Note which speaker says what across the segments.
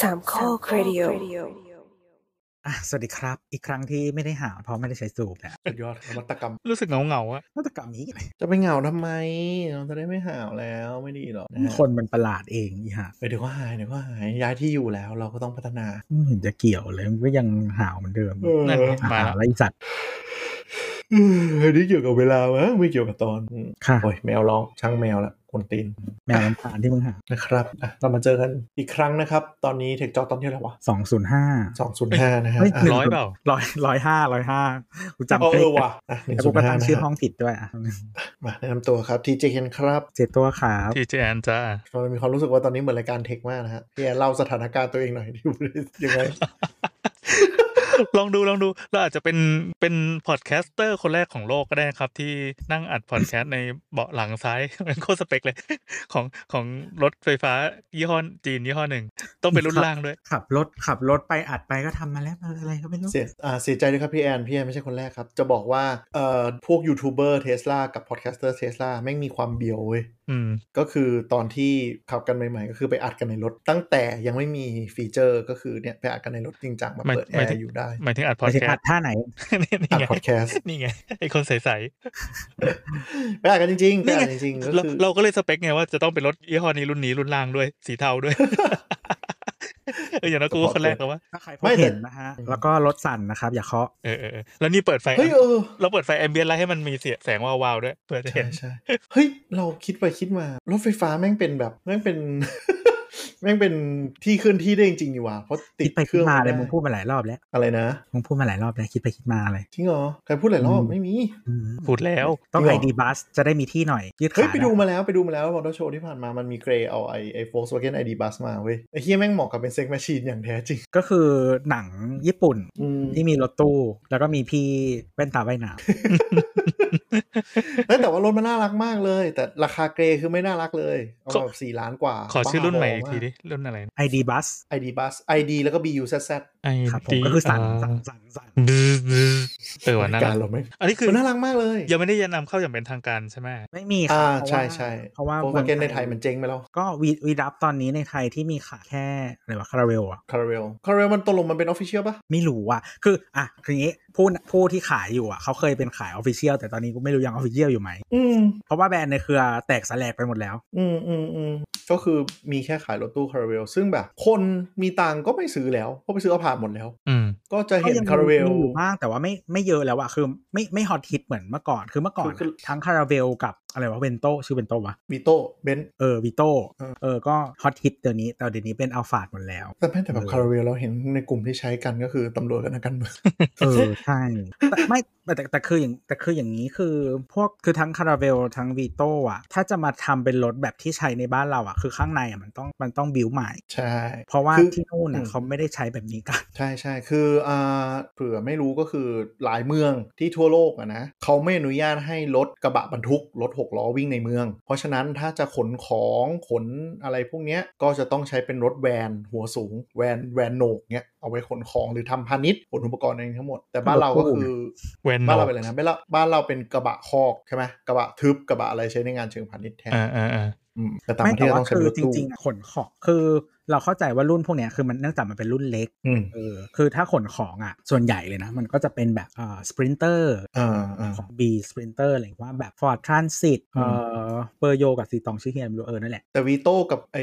Speaker 1: สามข้อครดิโอ
Speaker 2: อ่ะสวัสดีครับ อีกครั้งที่ไม่ได้หาเพราะไม่ได้ใช้สูบนะ
Speaker 3: สุดยอดนวัตกรรม
Speaker 4: รู้สึกเหงาเหงาๆอะ
Speaker 2: นวัตกรรมนี้ไง
Speaker 3: จะไปเหงาทำไม เราจะได้ไม่หาวแล้วไม่ดีหรอกะฮะ
Speaker 2: คนมันประหลาดเองอีห่า
Speaker 3: เอ้ยเดี๋ยวก็หายเดี๋ยวก็หายย้ายที่อยู่แล้วเราก็ต้องพัฒนา
Speaker 2: ไม่เห็นจะเกี่ยวเลยมันก็ยังหาวเหมือนเดิม
Speaker 4: นั่นไงมา
Speaker 2: หา
Speaker 4: แล้ว
Speaker 2: ไรสัตว์
Speaker 3: เอ้ยอันนี้เกี่ยวกับเวลามั้งไม่เกี่ยวกับตอนอืม
Speaker 2: ค่ะ
Speaker 3: โอ้ยแมวร้องช่างแมวละคนตีน
Speaker 2: แมวลำพานที่มึงหา
Speaker 3: นะครับอ่ะเรามาเจอกันอีกครั้งนะครับ ตอนนี้เทคจอตอนที่อะไหรวะ
Speaker 2: สองศูนย์ห้า
Speaker 3: สองศูนย์ห้านะฮะอ่ะ
Speaker 4: ร้อยเปล่า
Speaker 2: ร้อยร้อยห้าร้อยห้ากู
Speaker 3: เออ
Speaker 2: จำ
Speaker 3: เอ
Speaker 2: ได้
Speaker 3: อว่ะอ่ะหนึ่ง
Speaker 2: แต่
Speaker 3: ศู
Speaker 2: กู
Speaker 3: น
Speaker 2: ก็
Speaker 3: ย์ห้า
Speaker 2: ตั้งชื่อห้องผิดด้วยอ่ะ
Speaker 3: มาแนะนำตัวครับทีเจเคนครับ
Speaker 2: เจ็ดตัวขา
Speaker 4: ทีเจแอนจ้า
Speaker 3: เรามีความรู้สึกว่าตอนนี้เหมือนรายการเทคมากนะฮะพี่แอนเล่าสถานการณ์ตัวเองหน่อยดิ ยังไง
Speaker 4: ลองดูลองดูเราอาจจะเป็นเป็นพอดแคสเตอร์คนแรกของโลกก็ได้นะครับ ที่นั่งอัดพอดแคสต์ในเบาะหลังซ้าย เป็นโคตรสเปคเลย ของของรถไฟฟ้ายี่ห้อจีนยี่ห้อหนึ่ง ต้องเป็นรุ่นล่างด้วย
Speaker 2: ขับรถขับรถไปอัดไปก็ทำมาแล้วอะไรก็ไม่รู้
Speaker 3: เสียอ่าเสียใจด้วยครับพี่แอนพี่แอนไม่ใช่คนแรกครับ จะบอกว่าเอ่อพวกยูทูบเบอร์เทสลากับพอดแคสเตอร์เทสลาแม่งมีความเบียวเว้ย
Speaker 4: อืม
Speaker 3: ก็คือตอนที่ขับกันใหม่ๆ ก็คือไปอัดกันในรถ ตั้งแต่ยังไม่มีฟีเจอร์ก็คือเนี่ยไปอัดกันในรถจริงจังมา
Speaker 4: หมาย
Speaker 3: เปิดแอ
Speaker 4: หมายถึ
Speaker 3: ร์
Speaker 4: ง
Speaker 3: อยู่ได้
Speaker 4: หมายถึงอัด
Speaker 2: ห
Speaker 4: พอด
Speaker 2: มายถึง
Speaker 4: แค
Speaker 2: อั
Speaker 4: ส
Speaker 2: ด
Speaker 4: ต์
Speaker 2: ท่าไหน
Speaker 4: นี่
Speaker 3: อัด
Speaker 4: ไง
Speaker 3: พอดแคสต์
Speaker 4: นี่ไงไอคนใส
Speaker 3: ไปอัดกันจริงๆไป
Speaker 4: นี่ไง
Speaker 3: อัดจริงๆก็
Speaker 4: ๆเรา
Speaker 3: คือ
Speaker 4: เราก็เลยสเปคไงว่าจะต้องเป็นรถยี่ห้อนี้รุ่นนี้รุ่นล่างด้วย สีเทาด้วย เอออย่างนั้นกูก็คนแรกแล้วว่า
Speaker 2: ถ้าใครพบเห็นนะฮะ แล้วก็รถสั่นนะครับ อย่าเคาะ
Speaker 4: เออเออเออแล้วนี่เปิดไฟ
Speaker 3: เฮ้ยเออ
Speaker 4: เราเปิดไฟแอมเบียนไลท์ให้มันมีเสียงแสงวาวๆด้วยเพื่อจะเห็
Speaker 3: ใช่
Speaker 4: น
Speaker 3: ใช่เฮ้ย เราคิดไปคิดมารถไฟฟ้าแม่งเป็นแบบแม่งเป็น แม่งเป็นที่เคลื่อนที่ได้จริงๆนี่หว่าเพราะติ
Speaker 2: คิ
Speaker 3: ด
Speaker 2: ดไป
Speaker 3: เค
Speaker 2: คิด
Speaker 3: รื่อง
Speaker 2: มา
Speaker 3: ไม่
Speaker 2: เลย
Speaker 3: ได้
Speaker 2: มึงพูดมาหลายรอบแล้ว
Speaker 3: อะไรนะ
Speaker 2: มึงพูดมาหลายรอบแล้วคิดไปคิดมาเลย
Speaker 3: จริงเหรอใครพูดหลายรอบไม่มี
Speaker 2: อืม
Speaker 4: พูดแล้ว
Speaker 2: ต้อง
Speaker 3: จริง
Speaker 2: ไอ
Speaker 3: เหรอ
Speaker 2: ดีบัสจะได้มีที่หน่อยยืด
Speaker 3: เฮ้ย
Speaker 2: ขา
Speaker 3: ไปดูมาแล้วไปดูมาแล้วมอเตอร์โชว์ที่ผ่านมามันมีเกรย์เอาไอไอโฟล์กสวาเกนไอดีบัสมาเว้ยไอเฮียแม่งเหมาะกับเป็นเซ็กแมชชีนอย่างแท้จริง
Speaker 2: ก็คือหนังญี่ปุ่น
Speaker 3: อืม
Speaker 2: ที่มีรถตู้ แล้วก็มีพี่แว่นตาว่าย น้ำ
Speaker 3: เฮ้ยแต่ว่ารถมันน่ารักมากเลย แต่ราคาเกรย์คือไม่น่ารักเลย เอามาแบบสี่ล้านกว่า
Speaker 4: ขอชื่อรุ่นใหม่อีกที
Speaker 3: ดิ
Speaker 4: ดิ รุ่นอะไร
Speaker 2: ID Bus
Speaker 3: ID Bus ID แล้วก็ BUZZ
Speaker 4: ไอ
Speaker 2: ครับผมก็คือสั่นสั่นสั่นสั่น
Speaker 4: เออวันนั้น
Speaker 3: การเราไหม
Speaker 4: อันนี้คือ
Speaker 3: มันน่ารักมากเลย
Speaker 4: ยังไม่ได้ยันนำเข้าอย่างเป็นทางการใช่ไหม
Speaker 2: ไม่มี
Speaker 3: อ่า
Speaker 2: ค่ะ
Speaker 3: ใช่ใช่
Speaker 2: เพราะว่า
Speaker 3: โฟล์กเกนในไทยมันเจ๊งไปแล้ว
Speaker 2: ก็วีวีรับตอนนี้ในไทยที่มีขายแค่อะไรวะคาราเวลอะ
Speaker 3: คาราเวลคาราเวลมันตกลงมันเป็นออฟฟิเชียลปะ
Speaker 2: ไม่รู้อะคืออ่ะคืออย่างงี้ผู้ผู้ที่ขายอยู่อะเขาเคยเป็นขายออฟฟิเชียลแต่ตอนนี้กูไม่รู้ยังออฟฟิเชียลอยู่ไหม
Speaker 3: อืม
Speaker 2: เพราะว่าแบรนด์ในเครือแตกสลายไปหมดแล้ว
Speaker 3: อืมอืมอืมก็คือมีแค่ขายรถตู้คาราเวลซึ่งแบบ คนมีตังค์ก็ไม่ซื้อแล้วเพราะไปซื้อเอาผ่านหมดแล้ว
Speaker 4: อืม
Speaker 3: ก็จะ
Speaker 2: ก็
Speaker 3: เห็น
Speaker 2: ยังมี
Speaker 3: คาราเวล
Speaker 2: มีอยู่บ้างแต่ว่าไม่ไม่เยอะแล้วอะคือไม่ไม่ฮอตฮิตเหมือนเมื่อก่อนคือเมื่อก่อน
Speaker 3: คือ
Speaker 2: ทั้งคาราเวลกับอะไรวะเวนโตชื่อเวนโตวะ
Speaker 3: วิโต้เบน
Speaker 2: เออวิโต
Speaker 3: เออ
Speaker 2: เออก็ฮอตฮิตเดี๋ยวนี้แต่เดี๋ยวนี้เป็นอัลฟาดหมดแล้ว
Speaker 3: แต่แม้แต่แบบ
Speaker 2: เออ
Speaker 3: คาราเวลเราเห็นในกลุ่มที่ใช้กันก็คือตำรวจกับนักการเมือง
Speaker 2: เออ ใช่แต่ไม่แต่แต่แต่คืออย่างแต่คืออย่างนี้คือพวกคือทั้งคาราเวลทั้งวีโตอะถ้าจะมาทำเป็นรถแบบที่ใช้ในบ้านเราอะคือข้างในอะมันต้องมันต้องบิวใหม่
Speaker 3: ใช่
Speaker 2: เพราะว่า
Speaker 3: คือ
Speaker 2: ที่นู่น
Speaker 3: อื
Speaker 2: อะ
Speaker 3: ม
Speaker 2: เขาไม่ได้ใช้แบบนี้กัน
Speaker 3: ใช่ใช่คืออ่าเผื่อไม่รู้ก็คือหลายเมืองที่ทั่วโลกอะนะเขาไม่อนุญาตให้รถกระบะบรรทุกรถหกล้อวิ่งในเมือง เพราะฉะนั้นถ้าจะขนของขนอะไรพวกเนี้ยก็จะต้องใช้เป็นรถแวนหัวสูงแวนแวนโหนกเนี้ยเอาไว้ขนของหรือทำพาณิชย์ขนอุปกรณ์อะไรทั้งหมด แต่บ้านเราก็คือ
Speaker 4: แวน
Speaker 3: บ้านเราเป็นอะไรนะบ้านเราบ้านเราเป็นกระบะคอกใช่ไหมกระบะทึบกระบะอะไรใช้ในงานเชิงพาณิชย์แทน
Speaker 4: อ่าอ่าอ่า
Speaker 3: อืมแต่ต่าง
Speaker 2: ไม่
Speaker 3: ประเท
Speaker 2: แต่
Speaker 3: ศ
Speaker 2: ว่า
Speaker 3: ต้องใช้
Speaker 2: คื
Speaker 3: เป็
Speaker 2: อ
Speaker 3: นรถ
Speaker 2: จ
Speaker 3: ตู้
Speaker 2: ริงๆอะขนของคือเราเข้าใจว่ารุ่นพวกเนี้ยคือมันเนื่องจากมันเป็นรุ่นเล็ก
Speaker 3: อืม
Speaker 2: เออคือถ้าขนของอ่ะ ส่วนใหญ่เลยนะ มันก็จะเป็นแบบเอ่อสปรินเตอร์
Speaker 3: อ่าอ่า
Speaker 2: ของ B Sprinter อะไรอย่างว่าแบบ Ford Transit เอ่อเปอร์โยกับซีตองชื่อเฮียไม่รู้เออนั่นแหละ
Speaker 3: แต่วีโต้กับไอ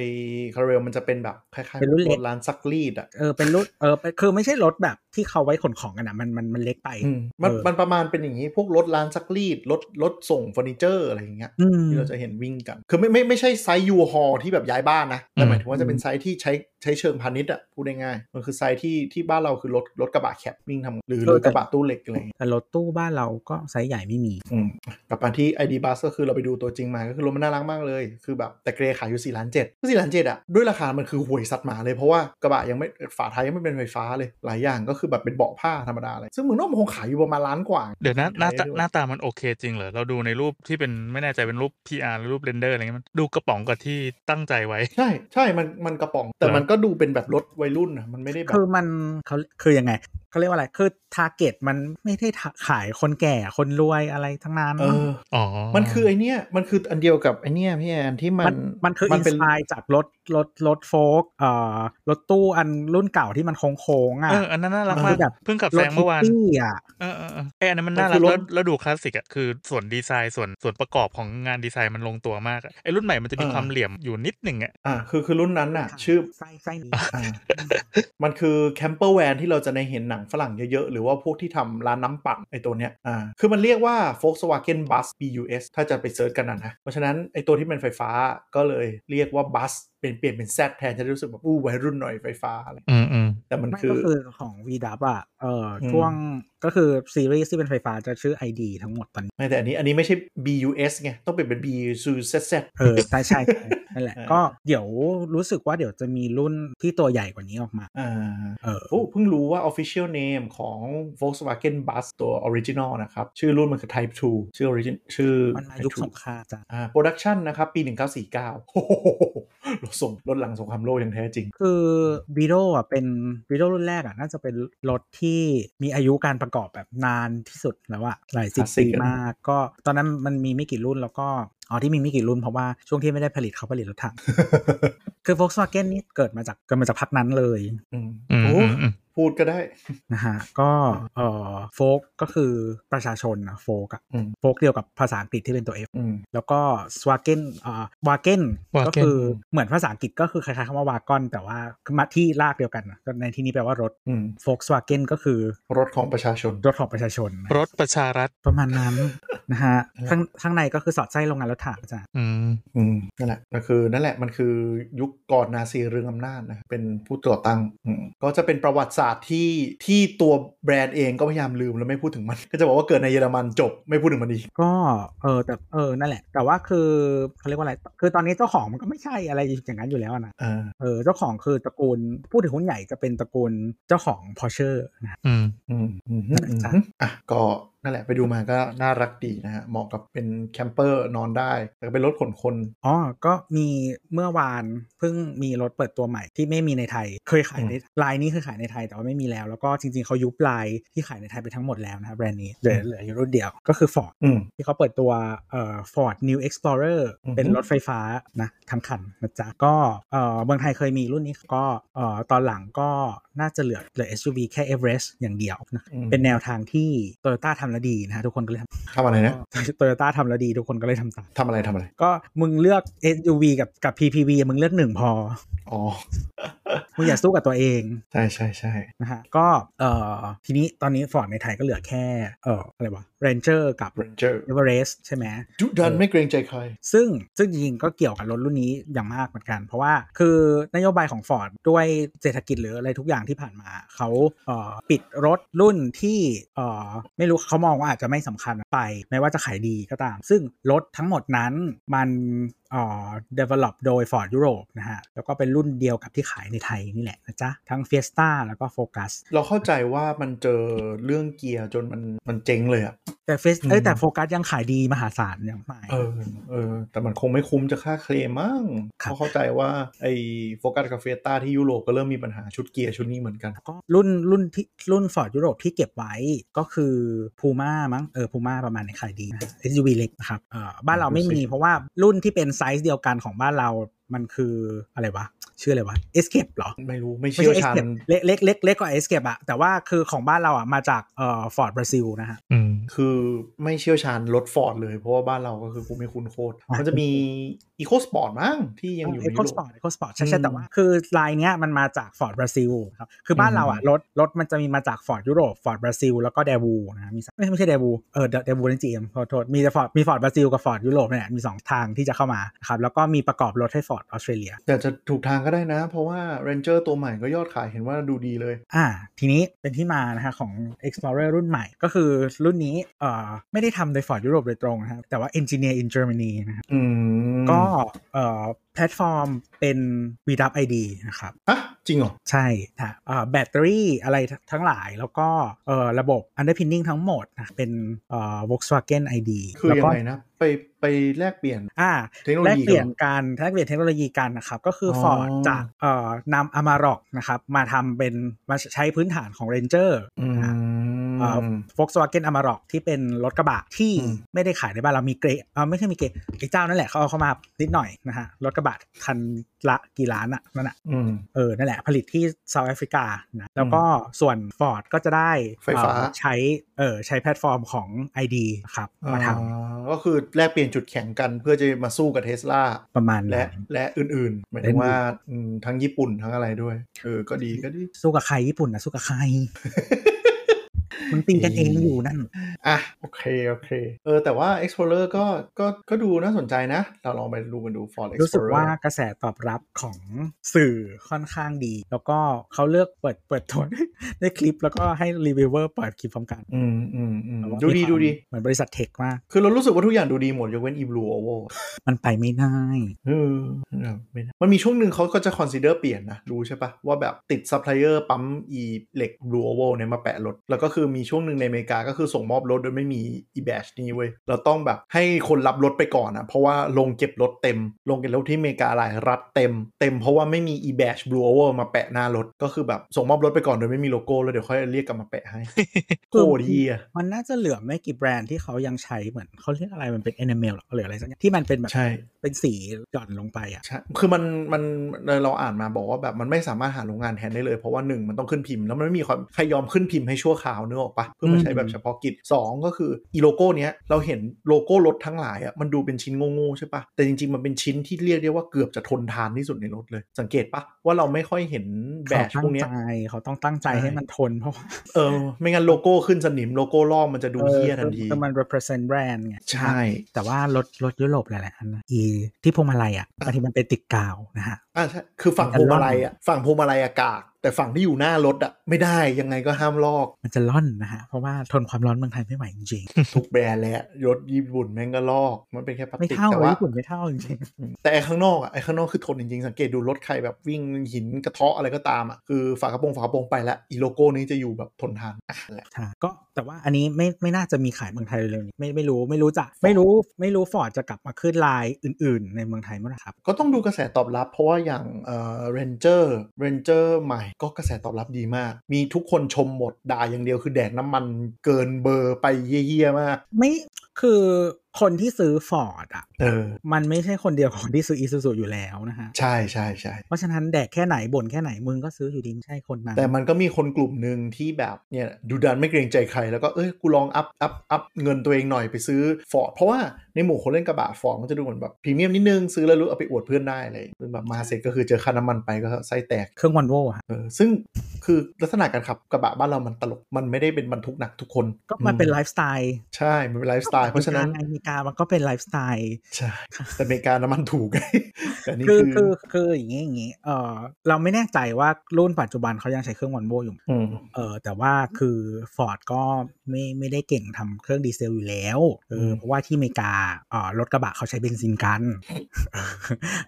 Speaker 3: คาราเวลมันจะเป็นแบบคล้ายๆ
Speaker 2: เป็นรุ่นเล็ก
Speaker 3: รถร้านซักรีดอ่ะ
Speaker 2: เออเป็นรถเออเป็นคือไม่ใช่รถแบบที่เขาไว้ขนของกันนะมันมันมันเล็กไป
Speaker 3: อืมมัน
Speaker 2: เออ
Speaker 3: มันประมาณเป็นอย่างนี้ พวกรถร้านซักรีดรถรถส่งเฟอร์นิเจอร์อะไรอย่างเงี้ย
Speaker 2: อืม
Speaker 3: ที่เราจะเห็นวิ่งกัน คือไม่ไม่ไม่ใช่ไซส์ยูฮอที่แบบย้ายบ้านนะแต่หมายถึงว่าจะเป็นไซส์ที่ใช้ใช้เชิงพาณิชย์อ่ะพูดง่ายๆมันคือไซส์ที่ที่บ้านเราคือรถรถกระบะแคปวิ่งทำหรือ
Speaker 2: เอ
Speaker 3: ร
Speaker 2: อ
Speaker 3: ถ
Speaker 2: แต่
Speaker 3: กระบะตู้เหล็กอะไรอย่างเงี้ย
Speaker 2: แต่รถตู้บ้านเราก็ไซส์ใหญ่ไม่มี
Speaker 3: อืมกลับมาที่ ID Bus ก็คือเราไปดูตัวจริงมาก็คือรถมันน่ารักมากเลย คือแบบแต่เกรย์ขายอยู่4ล้านเจ็ดก็4ล้านเจ็ดอ่ะด้วยราคามันคือห่วยสัตว์หมาเลยเพราะว่ากระบะยังไม่ฝาท้ายยังไม่เป็นไฟฟ้าเลยหลายอย่างก็คือแบบเป็นเบาะผ้าธรรมดาเลยซึ่งเมึงนอกมันคงขายอยู่ประมาณล้านกว่า
Speaker 4: เดี๋ยวนะหน้าตา
Speaker 3: ใช้ด้วย
Speaker 4: หน้าตามันโอเคจริงเหรอ เราดูในรูปที่เป็นไม่แน่ใจเป็นรูป PR หรือรูปเรนเดอร์อะไรเงี้ยมันดูกระป๋องกับที่ตั้งใจไว้
Speaker 3: ใช่ใช่ มันมันกระป๋อง แต่
Speaker 4: เหรอ
Speaker 3: มันก็ดูเป็นแบบรถวัยรุ่นนะมันไม่ได้แบบ
Speaker 2: คือมันเขาคือยังไง เขาเรียกว่าอะไรคือทาร์เก็ตมันไม่ได้ขายคนแก่คนรวยอะไรทั้งนั้น
Speaker 3: เออ
Speaker 4: อ๋อ
Speaker 3: มันคือไอเนี้ยมันคืออันเดียวกับไอเนี้ยพี่แอนที่มัน
Speaker 2: มันมันคืออิน
Speaker 3: เป็
Speaker 2: สปายจากรถรถรถโฟล์กเอ่อรถตู้อันรุ่นเก่าที่มันโค้งโค้งๆอ่ะ
Speaker 4: เอออันนั้นน่ารัก
Speaker 2: มัน
Speaker 4: มา
Speaker 2: คื
Speaker 4: ก
Speaker 2: อแบบ
Speaker 4: เพิ่งกลับ
Speaker 2: ร
Speaker 4: แซ
Speaker 2: ถ
Speaker 4: ง
Speaker 2: คิ
Speaker 4: เมื่อ
Speaker 2: ต
Speaker 4: วาน
Speaker 2: ตี้อ่ะ
Speaker 4: เออเออเออเอยอันนั้นมัน
Speaker 3: มัน
Speaker 4: น่า
Speaker 3: คื
Speaker 4: รัก
Speaker 3: อรถ
Speaker 4: แล้วแล้วดูคลาสสิกอ่ะคือส่วนดีไซน์ส่วนส่วนประกอบของงานดีไซน์มันลงตัวมากอะไอรุ่นใหม่มันจะมีความเหลี่ยมอยู่นิดหนึ่งอ่ะ
Speaker 3: อ่าคือคือรุ่นนั้นน่ะ ชื่อ
Speaker 2: ไส้ไส้นี้
Speaker 3: อ่ามันคือแคมเปอร์แวนที่เราจะในเห็นหนังฝรั่งเยอะๆ หรือว่าพวกที่ทำร้านน้ำปั่นไอตัวเนี้ยอ่าคือมันเรียกว่า Volkswagen Bus BUS ถ้าจะไปเซิร์ชกันนะนะเพราะฉะนั้นไอตัวที่เป็นไฟฟ้าก็เลยเรียกว่าบัสเป็นเปลี่ยนเป็นแซดแทนจะได้รู้สึกแบบอู้วัยรุ่นหน่อยไฟฟ้าอะไร
Speaker 4: อืมอืม
Speaker 3: แต่มัน
Speaker 2: ไม่
Speaker 3: คือ
Speaker 2: ก็คือของ VW อ่ะเอออ
Speaker 3: ม
Speaker 2: ช่วงก็คือซีรีส์ที่เป็นไฟฟ้าจะชื่อ ID ทั้งหมดตอนนี้
Speaker 3: ไม่แต่อันนี้อันนี้ไม่ใช่ BUS ไงต้องเป็นเป็น BUSZ
Speaker 2: เออใช่ใช่ใช่นั่นแหละ
Speaker 3: เออ
Speaker 2: ก็เดี๋ยวรู้สึกว่าเดี๋ยวจะมีรุ่นที่ตัวใหญ่กว่านี้ออกมา
Speaker 3: อ่า
Speaker 2: เออ
Speaker 3: โอ้เพิ่งรู้ว่า Official Name ของ Volkswagen Bus ตัว Original นะครับ ชื่อรุ่นมันคือ Type 2 ชื่อ Origin ชื่อ
Speaker 2: มันมา
Speaker 3: Type
Speaker 2: ยุค
Speaker 3: 2
Speaker 2: สงครามจ้ะ
Speaker 3: อ่าโปรดักชันนะครับ ปี 1949โอ้โห รถส่งรถหลังสงครามโลกอย่างแท้จริง
Speaker 2: คือบีโดอ่ะเป็นบีโดรุ่นแรกอ่ะน่าจะเป็นรถที่มีอายุการประกอบแบบนานที่สุดแล้วอ่ะหลายสิบ
Speaker 3: คลาสสิ
Speaker 2: ปี
Speaker 3: กอะ
Speaker 2: มากก็ตอนนั้นมันมีไม่กี่รุ่นแล้วก็อ๋อที่มีไม่กี่รุ่นเพราะว่าช่วงที่ไม่ได้ผลิตเขาผลิตรถถัง คือ Volkswagen นี่เกิดมาจากเกิดมาจากพักนั้นเลย
Speaker 3: อืม
Speaker 4: อืม
Speaker 3: โอ้
Speaker 4: อืมอืม
Speaker 3: พูดก็ได้
Speaker 2: นะฮะ ก็เอ่อโฟกก็คือประชาชนนะโฟกอะ
Speaker 3: อืม
Speaker 2: โฟกเดียวกับภาษาอังกฤษที่เป็นตัว F
Speaker 3: อืม
Speaker 2: แล้วก็สวาเกนอ่าวาเกนก็คือเหมือนภาษาอังกฤษก็คือคล้ายๆคำว่าวากอน แต่ว่ามาที่ลากเดียวกันนะก็ในที่นี้แปลว่ารถ
Speaker 3: อืม
Speaker 2: โฟกสวาเกนก็คือ
Speaker 3: รถของประชาชน
Speaker 2: รถของประชาชนนะ
Speaker 4: รถประชารัฐ
Speaker 2: ประมาณนั้น นะฮะข้างข้างในก็คือสอดไส้โรงงานรถถังจ้ะ
Speaker 4: อืม
Speaker 3: อืม นั่นแหละมันคือนั่นแหละ มันคือยุคก่อนนาซีเรืองอำนาจนะ เป็นผู้ต่อตั้งอืมก็จะเป็นประวัติศาสตร์ที่ที่ตัวแบรนด์เองก็พยายามลืมแล้วไม่พูดถึงมัน ก็จะบอกว่าเกิดในเยอรมันจบไม่พูดถึงมันอีก
Speaker 2: ก็เออแต่เออนั่นแหละ แต่ว่าคือเขาเรียกว่าอะไรคือตอนนี้เจ้าของมันก็ไม่ใช่อะไรอย่างนั้นอยู่แล้วอะนะ
Speaker 3: อ่า
Speaker 2: เออเจ้าของคือตระกูลพูดถึงหุ้นใหญ่จะเป็นตระกูลเจ้าของพอเชอร์นะ
Speaker 4: อืม
Speaker 3: อืมอืม
Speaker 2: นั่นแหละจ้ะ
Speaker 3: อืมอ่ะก็นั่นแหละไปดูมาก็น่ารักดีนะฮะ เหมาะกับเป็นแคมเปอร์นอนได้ แต่เป็นรถขนคน
Speaker 2: อ๋อ ก็มีเมื่อวานเพิ่งมีรถเปิดตัวใหม่ที่ไม่มีในไทย เคยขายในลายนี้เคยขายในไทยแต่ว่าไม่มีแล้ว แล้วก็จริงๆเขายุบลายที่ขายในไทยไปทั้งหมดแล้วนะแบรนด์นี้เหลือเหลืออยู่รุ่นเดียวก็คือ Ford
Speaker 3: อืม
Speaker 2: ที่เขาเปิดตัวเอ่อ Ford New Explorer
Speaker 3: อือฮึ
Speaker 2: เป็นรถไฟฟ้านะทั้งคันนะจ๊ะ ก็เอ่อเมืองไทยเคยมีรุ่นนี้ก็เอ่อตอนหลังก็น่าจะเหลือเหลือ SUV แค่ Everest อย่างเดียวนะ
Speaker 3: อืม
Speaker 2: เป็นแนวทางที่โตโยต้าทำแล้วดีนะฮะทุกคนก็เลยท
Speaker 3: ทำอะไรนะ
Speaker 2: ำโตโยต้าทำแล้วดีทุกคนก็เลยทำตาม
Speaker 3: ทำอะไรทำอะไร
Speaker 2: ก็มึงเลือก SUV กับกับ PPV อะมึงเลือกหนึ่งพอ
Speaker 3: อ๋อ
Speaker 2: มึงอย่าสู้กับตัวเอง
Speaker 3: ใช่ใช่ใช่
Speaker 2: นะฮะก็เอ่อทีนี้ตอนนี้ฟอร์ดในไทยก็เหลือแค่เอ่ออะไรวะ Ranger กับ
Speaker 3: เรนเจอร์
Speaker 2: Everest ใช่ไหม
Speaker 3: ดุดันไม่เกรงใจใคร
Speaker 2: ซึ่งซึ่งจริงๆก็เกี่ยวกับรถรุ่นนี้อย่างมากเหมือนกัน เพราะว่าคือนโยบายของ Ford ด้วยเศรษฐกิจหรืออะไรทุกอย่างที่ผ่านมา เขาเอ่อปิดรถรุ่นที่เอ่อไม่รู้เขามองว่าอาจจะไม่สำคัญไป ไม่ว่าจะขายดีก็ตาม ซึ่งรถทั้งหมดนั้นมันเอ่อ develop โดย Ford Europe นะฮะ แล้วก็เป็นรุ่นเดียวกับที่ขายในไทยนี่แหละนะจ๊ะ ทั้ง Fiesta แล้วก็ Focus
Speaker 3: เราเข้าใจว่ามันเจอเรื่องเกียร์จนมันมันเจ๊งเลยอะ
Speaker 2: แต่ Fiesta เอ้ยแต่
Speaker 3: อืม
Speaker 2: Focus ยังขายดีมหาศาลอย่างไม่
Speaker 3: เออเออ แต่มันคงไม่คุ้มจะค่าเคลมมั้ง
Speaker 2: ครับ
Speaker 3: เพราะเข้าใจว่าไอ้โฟกัสกับเฟต้าที่ยุโรปก็เริ่มมีปัญหาชุดเกียร์ชุดนี้เหมือนกัน
Speaker 2: ก็รุ่นรุ่นที่รุ่นฟอร์ดยุโรปที่เก็บไว้ก็คือพูม่ามั้งเออพูม่าประมาณในขายดีนะ SUV เล็กนะครับเออบ้านเราไม่มี เพราะว่ารุ่นที่เป็นไซส์เดียวกันของบ้านเรามันคืออะไรวะ ชื่ออะไรวะ Escape เหรอ
Speaker 3: ไม่รู้ไม่
Speaker 2: ไม่
Speaker 3: เชี่ยว
Speaker 2: ใช่
Speaker 3: ชาญ
Speaker 2: Escape เล็กเล็กเล็กเล็กกว่า Escape อะแต่ว่าคือของบ้านเราอะมาจากเอ่อฟอร์ดบราซิลนะฮะ
Speaker 4: อืม
Speaker 3: คือไม่เชี่ยวชาญรถฟอร์ดเลย เพราะว่าบ้านเราก็คือกูไม่คุ้นโคตร
Speaker 2: อ่ะ
Speaker 3: มันจะมีอีโคสปอร์ตมั้งที่ยังอยู่
Speaker 2: เอ
Speaker 3: ใน
Speaker 2: โค
Speaker 3: ยุ
Speaker 2: ส
Speaker 3: โร
Speaker 2: ปอ
Speaker 3: ป
Speaker 2: ร์ตเอโคสปอร์ตใช่ใช่
Speaker 3: อืม
Speaker 2: แต่ว่าคือลายเนี้ยมันมาจากฟอร์ดบราซิลครับคือบ้าน
Speaker 3: อืม
Speaker 2: เราอ่ะรถรถมันจะมีมาจากฟอร์ดยุโรปฟอร์ดบราซิลแล้วก็เดวูนะมีสามไม่ไม่ใช่เดวูเออเดวูนั่นจีเอ็มขอโทษมีแต่ฟอร์ดมีฟอร์ดบราซิลกับฟอร์ดยุโรปเนี่ยมี 2 ทางที่จะเข้ามานะครับแล้วก็มีประกอบรถให้ฟอร์ดออสเตรเลีย
Speaker 3: แต่จะถูกทางก็ได้นะ เพราะว่า Ranger ตัวใหม่ก็ยอดขายเห็นว่าดูดีเลย
Speaker 2: อ่าทีนี้เป็นที่มานะฮะของ Explorer รุ่นใหม่ ก็คือรุ่นนี้เอ่อไม่ได้ทำโดยฟอร์ดยุโรปโดยตรงนะครับแต่ว่า engineer in Germany นะฮะ
Speaker 3: อืม
Speaker 2: ก็เอ่อ แพลตฟอร์มเป็น v w ID นะครับ
Speaker 3: ฮะจริงเหรอ
Speaker 2: ใช่ค่ะเอ่อแบตเตอรี่อะไรทั้งหลายแล้วก็เอ่อระบบ underpinning ทั้งหมดนะเป็นเอ่อ Volkswagen ID
Speaker 3: คือ
Speaker 2: แล้ว
Speaker 3: ยัง
Speaker 2: ก็
Speaker 3: ไงนะ ไปไปแลกเปลี่ยน
Speaker 2: อ่า
Speaker 3: เทคโนโล
Speaker 2: แลก
Speaker 3: ยี
Speaker 2: เปลี่ยน
Speaker 3: หรอ
Speaker 2: การแลกเปลี่ยนเทคโนโลยีกันนะครับ ก็คืออ
Speaker 3: อ
Speaker 2: Ford จากเอ่อนำ Amarok นะครับ มาทำเป็นมาใช้พื้นฐานของ Ranger
Speaker 3: อื
Speaker 2: นะฮะ
Speaker 3: ม
Speaker 2: เอ่อ Volkswagen Amarok ที่เป็นรถกระบะที่
Speaker 3: อืม
Speaker 2: ไม่ได้ขายในบ้านเรามีเกรดเอ่อไม่ใช่มีเกรดไอ้เจ้านั่นแหละเขาเอาเข้ามานิดหน่อยนะฮะรถกระบะคันละกี่ล้านอะนั่นอะ
Speaker 3: อืม
Speaker 2: เออ นั่นแหละ ผลิตที่เซาท์แอฟริกานะแล้วก็ส่วน Ford ก็จะได้
Speaker 3: ไฟฟ้า
Speaker 2: เอ่อใช้เออใช้แพลตฟอร์มของ ID นะครับ มาท
Speaker 3: อ่ก็คือแลกเปลี่ยนจุดแข็งกันเพื่อจะมาสู้กับเทสลา
Speaker 2: ำประมาณ
Speaker 3: และ
Speaker 2: นั้น
Speaker 3: และอื่นๆหมายถึงว่าอืมทั้งญี่ปุ่นทั้งอะไรด้วยเออก็ดีก็ดี
Speaker 2: สู้กับใครญี่ปุ่นนะสู้กับใค ร มันตีกันเองอยู่นั่น
Speaker 3: อ่ะ โอเค โอเค เออ แต่ว่า Explorer ก็ก็ก็ดูน่าสนใจนะ เราลองไปดูกันดู Ford Explorer
Speaker 2: รู้สึกว่ากระแสตอบรับของสื่อค่อนข้างดี แล้วก็เขาเลือกเปิดเปิดโทน ในคลิปแล้วก็ให้รีวิวเวอร์เปิดคลิปพร้อมกัน
Speaker 3: อืมอืมอืม
Speaker 2: แต่ว่า
Speaker 3: ดูดี
Speaker 2: มีความ
Speaker 3: ดูดี
Speaker 2: เหมือนบริษัทเทคมาก
Speaker 3: คือเรารู้สึกว่าทุกอย่างดูดีหมด ยกเว้น eBlue Oval
Speaker 2: มันไปไม่ได้
Speaker 3: เออไม่ได้มันมีช่วงหนึ่งเขาก็จะ consider เปลี่ยนนะ รู้ใช่ปะว่าแบบติด supplier ปั๊มอีเหล็ก blue oval เนี่ยมาแปะรถ แล้วก็คือมีช่วงหนึ่งในอเมริกาก็คือส่งมอบรถโดยไม่มี e badge นี้เว้ย เราต้องแบบให้คนรับรถไปก่อนนะเพราะว่าลงเก็บรถเต็ม ลงเก็บรถที่อเมริกาหลายรัฐเต็ม เต็มเพราะว่าไม่มี e badge blue oval มาแปะหน้ารถ ก็คือแบบส่งมอบรถไปก่อนโดยไม่มีโลโก้แล้วเดี๋ยวค่อยเรียกกลับมาแปะ ให้ โคตรเหีย
Speaker 2: มันน่าจะเหลือไม่กี่แบรนด์ที่เขายังใช้เหมือนเขาเรียกอะไรมันเป็น enamel หรอหรืออะไรสักอย่างที่มันเป็นแบบ
Speaker 3: ใช่
Speaker 2: เป็นสีหย่อนลงไปอ่ะ
Speaker 3: ใช่ คือมันมันเราอ่านมาบอกว่าแบบมันไม่สามารถหาโรงงานแทนได้เลยเพราะว่าหนึ่งมันต้องขึ้นพิมพ์แล้วมันไม่มีความใครยอมขึ้นพิมพ์ให้ชั่วคราวเนื้อออกปะเพื่อมาใช้แบบเฉพาะกิจสองก็คืออีโลโก้เนี้ยเราเห็นโลโก้รถทั้งหลายอ่ะมันดูเป็นชิ้นโง่ๆใช่ปะแต่จริงๆมันเป็นชิ้นที่เรียกได้ว่าเกือบจะทนทานที่สุดในรถเลย สังเกตปะว่าเราไม่ค่อยเห็นแบ
Speaker 2: เขา
Speaker 3: ช
Speaker 2: ตั้
Speaker 3: พว
Speaker 2: ง
Speaker 3: กเนี้
Speaker 2: ใจ
Speaker 3: ย
Speaker 2: เขาต้องตั้งใจ
Speaker 3: ใช่
Speaker 2: ให้มันทนเพราะว่า
Speaker 3: เออไม่งั้นโลโก้ขึ้นสนิมโลโก้ลอกมันจะดูเฮี้ยทันที
Speaker 2: คือมัน represent brand ไง
Speaker 3: ใช่
Speaker 2: แต่ว่ารถรถยุโรปหลายๆอันนะอีที่พวงมาลัยอ่ะบางทีมันเป็นติดกาวนะฮะ
Speaker 3: อ่าใช่คือฝั่งพวงมาลัยอ่ะฝั่งพวงมาลัยอากาศ แต่ฝั่งที่อยู่หน้ารถอ่ะไม่ได้ยังไงก็ห้ามลอก
Speaker 2: มันจะล่อนนะฮะ เพราะว่าทนความร้อนเมืองไทยไม่ไหวจริง
Speaker 3: ทุกแบรนด์แหละรถญี่ปุ่นแม่งก็ลอก มันเป็นแค่ พลา
Speaker 2: ๆ
Speaker 3: ส
Speaker 2: ไม่
Speaker 3: ติก
Speaker 2: เท่า
Speaker 3: แต่
Speaker 2: เลย
Speaker 3: ว่า
Speaker 2: ญี่ปุ่นไม่เท่าจริง
Speaker 3: แต่ไอ้ข้างนอกอ่ะไอ้ข้างนอกคือทนจริงๆ สังเกตดูรถใครแบบวิ่งหินกระเทาะอะไรก็ตามอ่ะคือฝากระโปรงฝากระโปรงไปละอีโลโก้นี้จะอยู่แบบทนทานอ่ะแหละ
Speaker 2: ๆค่ะก็แต่ว่าอันนี้ไม่ไม่น่าจะมีขายเมืองไทยเร็วๆนี้ไม่ไม่รู้ไม่รู้จะไม่รู้ไม่รู้ฟอร์ดจะกลับมาขึ้นลายอื่น ๆ ในเมืองไทยเมื่อไหร่ครับ
Speaker 3: ก็ต้องดูกระแสตอบรับ เพราะว่าอย่างเอ่อเรนเจอร์เรนเจอร์ใหม่ก็กระแสตอบรับดีมาก มีทุกคนชมหมดด่าอย่างเดียวคือแดกน้ำมันเกินเบอร์ไปเยี่ยๆมาก
Speaker 2: ไม่คือคนที่ซื้อฟอร์ดอ่ะ
Speaker 3: เออ
Speaker 2: มันไม่ใช่คนเดียวกับคนที่ซื้ออีซูซูอยู่แล้วนะฮะ
Speaker 3: ใช่ใช่ใช่
Speaker 2: เพราะฉะนั้นแดกแค่ไหนบ่นแค่ไหนมึงก็ซื้ออยู่ดีไม่ใช่คนนั้น
Speaker 3: แต่มันก็มีคนกลุ่มหนึ่งที่แบบเนี่ยดูดันไม่เกรงใจใคร แล้วก็เอ้ยกูลองอัพอัพอัพเงินตัวเองหน่อยไปซื้อฟอร์ดเพราะว่าในหมู่คนเล่นกระบะฟอร์ดมันจะดูเหมือนแบบพรีเมียมนิดนึง ซื้อแล้วรู้เอาไปอวดเพื่อนได้อะไรอย่างเงี้ยซึ่งแบบมาเสร็จก็คือเจอค่าน้ำมันไปก็ไส้แตก
Speaker 2: เครื่องวันโว่ฮะ
Speaker 3: เออซึ่งคือลักษณะการขับกระบะบ้านเรามันตลกมันไม่ได้เป็นบรรทุกหนักทุกคน
Speaker 2: ก็มันเป็น
Speaker 3: อื
Speaker 2: ไลฟ์สไตล์
Speaker 3: ใช่มันเป็นไลฟ์สไตล์เพราะฉะนั้น
Speaker 2: อเมริกามันก็เป็นไลฟ์สไตล์
Speaker 3: ใช่แต่อเมริกาน้ำมันถูก แต่นี่
Speaker 2: คือคื
Speaker 3: คื
Speaker 2: อ อคืออย่างงี้อย่างงี้เออเราไม่แน่ใจว่ารุ่นปัจจุบันเขายังใช้เครื่องวันโว่อยู่ไหม
Speaker 3: อืม
Speaker 2: เออแต่ว่าคือ Ford ก็ไม่ไม่ได้เก่งทำเครื่องดีเซลอยู่แล้วเออเพราะว่าที่อเมริกาเออรถกระบะเขาใช้เบนซินกัน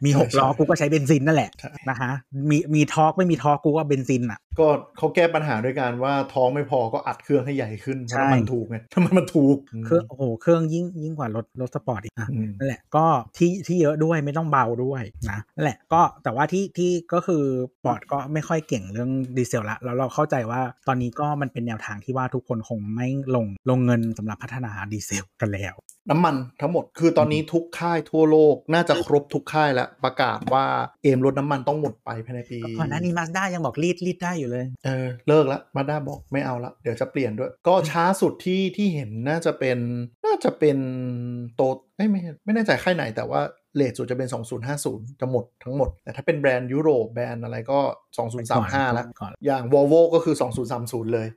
Speaker 2: มีหกล้อกูก็ใช้เบนซินนั่นแหละ
Speaker 3: ใช่
Speaker 2: นะฮะมีมีทอร์กไม่มีทอร์กกูว่าเบนซินอ่ะ
Speaker 3: ก็เขาแก้ปัญหาด้วยการว่าท้องไม่พอก็อัดเครื่องให้ใหญ่ขึ้นเพราะน้ำมันถูกไง น้ำมันมันถูก
Speaker 2: เครื่องโอ้โหเครื่องยิ่งยิ่งกว่ารถรถสปอร์ตอีกนะ
Speaker 3: อืม
Speaker 2: นั่นแหละก็ที่ที่เยอะด้วยไม่ต้องเบาด้วยนะนั่นแหละก็แต่ว่าที่ที่ก็คือปอร์ดก็ไม่ค่อยเก่งเรื่องดีเซลละแล้วเราเข้าใจว่าตอนนี้ก็มันเป็นแนวทางที่ว่าทุกคนคงไม่ลงลงเงินสำหรับพัฒนาดีเซลกันแล้ว
Speaker 3: น้ำมันทั้งหมดคือตอนนี้ทุกค่ายทั่วโลกน่าจะครบทุกค่ายแล้วประกาศว่าเอมลดน้ำมันต้องหมดไปภายในปี
Speaker 2: ก่อนหน้านี้มาสด้ายังบอกรีดรีดได้อยู่เลย
Speaker 3: เออเลิกละมาด้าบอกไม่เอาละเดี๋ยวจะเปลี่ยนด้วย ก็ช้าสุดที่ที่เห็นน่าจะเป็นน่าจะเป็นโตเอ้ยไม่ไม่แน่ใจค่ายไหนแต่ว่าเลทสุดจะเป็น 2050 จะหมดทั้งหมด แต่ถ้าเป็นแบรนด์ยุโรปแบรนด์อะไรก็ 2035ละ
Speaker 2: ก่อน
Speaker 3: อย่าง Volvo ก็คือ 2030 เลย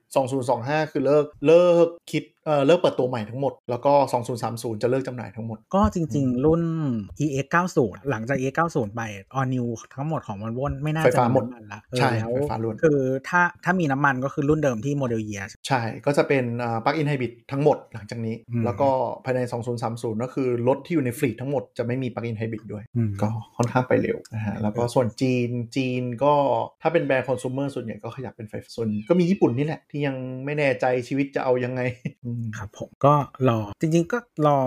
Speaker 3: 2025 คือเลิกเลิกคิด เอ่อเลิกเปิดตัวใหม่ทั้งหมด แล้วก็ 2030 จะเลิกจำหน่ายทั้งหมด
Speaker 2: ก็จริงๆ รุ่น EX 90หลังจาก EX 90ไป All New ทั้งหมดของมันวนไม่น่า
Speaker 3: ไฟ
Speaker 2: จะ
Speaker 3: ฟ้าหมด
Speaker 2: น้ำนละเออ
Speaker 3: ใช่
Speaker 2: แล้ว
Speaker 3: ไฟฟ้าล้วน
Speaker 2: คือถ้าถ้ามีน้ำมันก็คือรุ่นเดิมที่โมเดลเยีย
Speaker 3: ใช่ ก็จะเป็นปลั๊กอินไฮบริดทั้งหมดหลังจากนี้
Speaker 2: อืม
Speaker 3: แล้วก็ภายใน 2030 ก็คือรถที่อยู่ในฟลีททั้งหมดจะไม่มีปลั๊กอินไฮบริดด้วย ก็ค่อนข้างไปเร็วนะฮะ แล้วก็ส่วนจีน จีนก็ถ้าเป็นแบรนด์คอน sumer ส่วนใหญ่ก็ขยับเป็นไฟฟ้าส่วนก็มีญี่ปุ่นนี่แหละ ที่ยังไม่แน่ใจชีวิตจะเอายังไงอืม
Speaker 2: ครับผมก็รอจริงๆก็รอ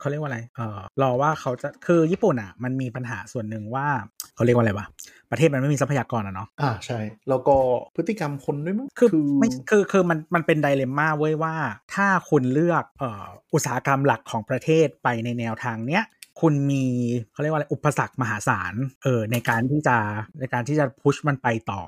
Speaker 2: เขาเรียกว่าอะไรเออรอว่าเขาจะคือญี่ปุ่นอ่ะมันมีปัญหาส่วนหนึ่งว่าเขาเรียกว่าอะไรวะประเทศมันไม่มีทรัพยากรอ่ะเนาะ
Speaker 3: อ่าใช่ แล้วก็พฤติกรรมคนด้วยมั้ง
Speaker 2: คือไม่คือคือมันมันเป็นไดเลมม่าเว้ยว่า ถ้าคุณเลือกเอ่ออุตสาหกรรมหลักของประเทศไปในแนวทางเนี้ยคุณมีเขาเรียกว่าอะไรอุปสรรคมหาศาลเออในการที่จะในการที่จะพุชมันไปต่อ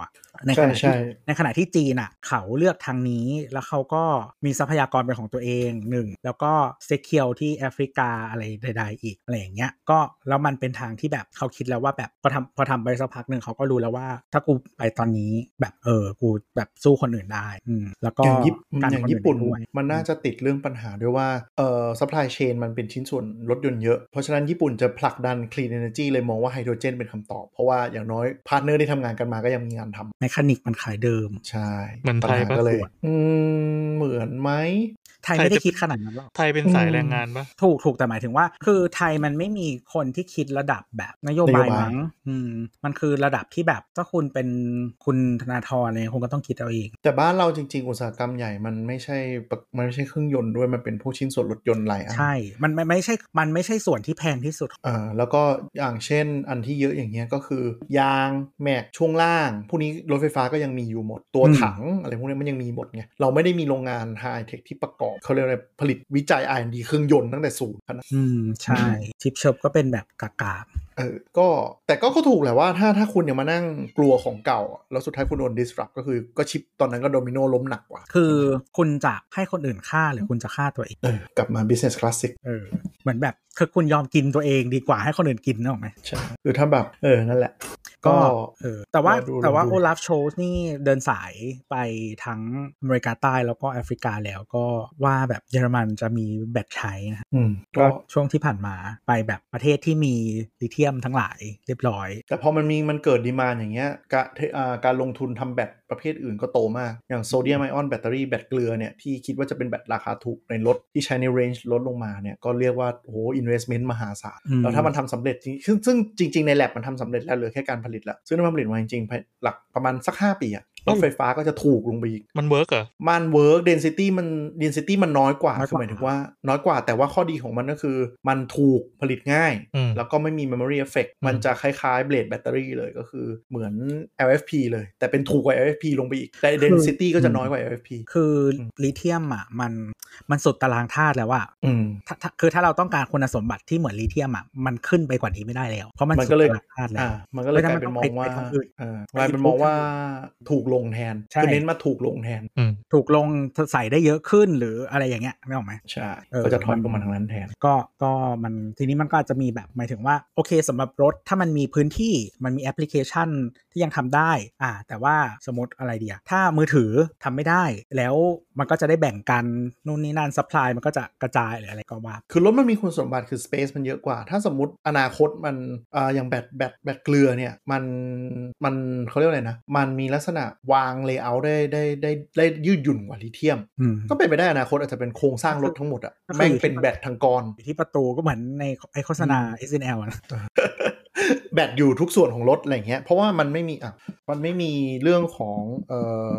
Speaker 2: ในขณะที่
Speaker 3: ใช่ใช่
Speaker 2: ในขณะที่จีนอ่ะเขาเลือกทางนี้แล้วเขาก็มีทรัพยากรเป็นของตัวเองหนึ่งแล้วก็เซเคียวที่แอฟริกาอะไรใดๆอีกอะไรอย่างเงี้ยก็แล้วมันเป็นทางที่แบบเขาคิดแล้วว่าแบบพอทำพอทำไปสักพักหนึ่งเขาก็รู้แล้วว่า ถ้ากูไปตอนนี้แบบเออกูแบบสู้คนอื่นได้อืมแล้วก็
Speaker 3: อย่างญี่ปุ่น
Speaker 2: กัน
Speaker 3: อย่าง
Speaker 2: คอื่
Speaker 3: ญี่ปุ่น
Speaker 2: ได้ด้วย
Speaker 3: มันน่าจะติดเรื่องปัญหาด้วยว่าเอ่อซัพพลายเชนมันเป็นชิ้นส่วนรถยนต์เยอะ เพราะฉะนั้นญี่ปุ่นจะผลักดัน clean energy เลยมองว่าไฮโดรเจนเป็นคำตอบ เพราะว่าอย่างน้อยพาร์ทเนอร์ที่ทำงานกันมาก็ยังมีงานทำ
Speaker 2: ในคณิกมันขายเดิม
Speaker 3: ใช่
Speaker 4: เหมือนไทย
Speaker 3: ปัญหา
Speaker 4: ปะ
Speaker 3: ก็เลยอืมเหมือนไหม
Speaker 2: ไทยไม่ได้คิดขนาดนั้นหรอก
Speaker 4: ไทยเป็นสายแรงงานปะ
Speaker 2: ถูกถูกแต่หมายถึงว่า คือไทยมันไม่มีคนที่คิดระดับแบบนโยบาย
Speaker 3: นโยบาย
Speaker 2: มั้งอืมมันคือระดับที่แบบถ้าคุณเป็นคุณธนาธรอะไรคุณก็ต้องคิดเอาเอง
Speaker 3: แต่บ้านเราจริง ๆ อุตสาหกรรมใหญ่มันไม่ใช่ปะมันไม่ใช่เครื่องยนต์ด้วย มันเป็นพวกชิ้นส่วนรถยนต์หลายอัน
Speaker 2: ใช่ มันไม่ไม่ใช่มันไม่ใช่ส่วนที่แพงที่สุด
Speaker 3: อ่าแล้วก็อย่างเช่นอันที่เยอะอย่างเงี้ยก็คือยางแม็กช่วงล่าง พวกนี้รถไฟฟ้าก็ยังมีอยู่หมด ตัว
Speaker 2: อืม
Speaker 3: ถังอะไรพวกนี้มันยังมีหมดไงเราไม่ได้มีโรงงานไฮเทคที่ประกอบเขาเรียกอะไรผลิตวิจัย R&D เครื่องยนต์ตั้งแต่ศูนย์ขนาด
Speaker 2: อืม ใช่ชิปเชิบก็เป็นแบบกากาบ
Speaker 3: เออ ก็แต่ก็ก็ถูกแหละว่าถ้าถ้าคุณยังมานั่งกลัวของเก่าอะแล้วสุดท้ายคุณโดน disrupt ก็คือก็ชิปตอนนั้นก็โดมิโนล้มหนักกว่า
Speaker 2: คือคุณจะให้คนอื่นฆ่าหรือคุณจะฆ่าตัวเอง
Speaker 3: เออกลับมา business classic
Speaker 2: เออเหมือนแบบคือคุณยอมกินตัวเองดีกว่าให้คนอื่นกินนึกออกไหม
Speaker 3: ใช่คือถ้าแบบเออนั่นแหละ ก็
Speaker 2: ก็เออแต่ว่า
Speaker 3: ก็ดู
Speaker 2: แต่ว่า
Speaker 3: ดู
Speaker 2: โอลาฟโชสนี่เดินสายไปทั้งอเมริกาใต้แล้วก็แอฟริกาแล้วก็ว่าแบบเยอรมันจะมีแบตใช้นะฮะ
Speaker 3: อืม
Speaker 2: ก็
Speaker 3: ก็
Speaker 2: ช่วงที่ผ่านมาไปแบบประเทศที่มีลิเทียมทั้งหลายเรียบร้อย
Speaker 3: แต่พอมันมีมันเกิดดีมานอย่างเงี้ยกะเทอ่าการลงทุนทำแบตประเภทอื่นก็โตมาก อย่างโซเดียมไอออนแบตเตอรี่แบตเกลือเนี่ยที่คิดว่าจะเป็นแบตราคาถูกในรถที่ใช้ในเรนจ์ลดลงมาเนี่ยก็เรียกว่าโอ้โหอินเวสเมนต์มหาศาล
Speaker 2: อืม
Speaker 3: แล้วถ้ามันทำสำเร็จจริงซึ่งซึ่งจริง ๆ ในแลบมันทำสำเร็จแล้วเหลือแค่การผลิตละซึ่งถ้ามันผลิตมาจริงๆหลักประมาณสัก 5 ปีอะรถไฟฟ้าก็จะถูกลงไปอีก
Speaker 4: มันเวิร์กเหรอ
Speaker 3: มันเวิร์กเดนซิตี้มันเดนซิตี้มันน้อยกว่า
Speaker 2: น้อยกว่า
Speaker 3: คือหมายถึงว่าน้อยกว่าแต่ว่าข้อดีของมันก็คือ มันถูกผลิตง่าย
Speaker 4: อืม
Speaker 3: แล้วก็ไม่มี Memory Effect มันจะคล้ายๆเบลดแบตเตอรี่เลยก็คือเหมือน LFP เลย แต่เป็นถูกกว่า LFP ลงไปอีก แต่
Speaker 2: คือ
Speaker 3: density ก็จะน้อยกว่า LFP
Speaker 2: คือลิเทียมอ่ะมันมันสุดตารางธาตุแล้วว่า
Speaker 3: อืม
Speaker 2: ถ้าถ้าคือถ้าเราต้องการคุณสมบัติที่เหมือนลิเทียมอ่ะมันขึ้นไปกว่านี้ไม่ได้แล้ว เพราะมัน
Speaker 3: มัน
Speaker 2: สุ
Speaker 3: ก็
Speaker 2: ด
Speaker 3: เลย
Speaker 2: ตารางธาตุแล้ว
Speaker 3: อ่ามันก็เลยกลายเป็นมองว่า
Speaker 2: ไปทางอื่น
Speaker 3: เออกลายเป็นมองว่าถูกลงแทน
Speaker 2: ใช่
Speaker 3: คือเน้นมาถูกลงแทน
Speaker 4: อืม
Speaker 2: ถูกลงใส่ได้เยอะขึ้นหรืออะไรอย่างเงี้ยไม่ออกไหม
Speaker 3: ใช่
Speaker 2: เออ
Speaker 3: ก็จะถอยลงมาทางนั้นแทน
Speaker 2: ก็ก็มันทีนี้มันก็อาจจะมีแบบหมายถึงว่า โอเคสำหรับรถถ้ามันมีพื้นที่มันมีแอปพลิเคชันที่ยังทำได้อ่าแต่ว่าสมมติอะไรเดียถ้ามือถือทำไม่ได้ แล้วมันก็จะได้แบ่งกันนู่นนี่นั่นซัพพลายมันก็จะกระจายหรืออะไรก็ว่า
Speaker 3: คือรถมันมีคุณสมบัติคือ Space มันเยอะกว่า ถ้าสมมติอนาคตมันเอ่ออย่างแบตแบตแบตเกลือเนี่ย มันมันเขาเรียกว่าอะไรนะ มันมีลักษณะวางเลเยอร์ได้ได้ได้ได้ยืดหยุ่นกว่าลิเทียม
Speaker 2: อืม
Speaker 3: ก็เป็นไปได้อนาคตอาจจะเป็นโครงสร้างรถทั้งหมดอะ
Speaker 2: ก็คือ
Speaker 3: แม่งเป็นแบตทางกร
Speaker 2: อยู่ที่ประตูก็เหมือนในไอโฆษณา S N L นะ
Speaker 3: แบตอยู่ทุกส่วนของรถอะไรอย่างเงี้ย เพราะว่ามันไม่มีอ่ะมันไม่มีเรื่องของเอ่อ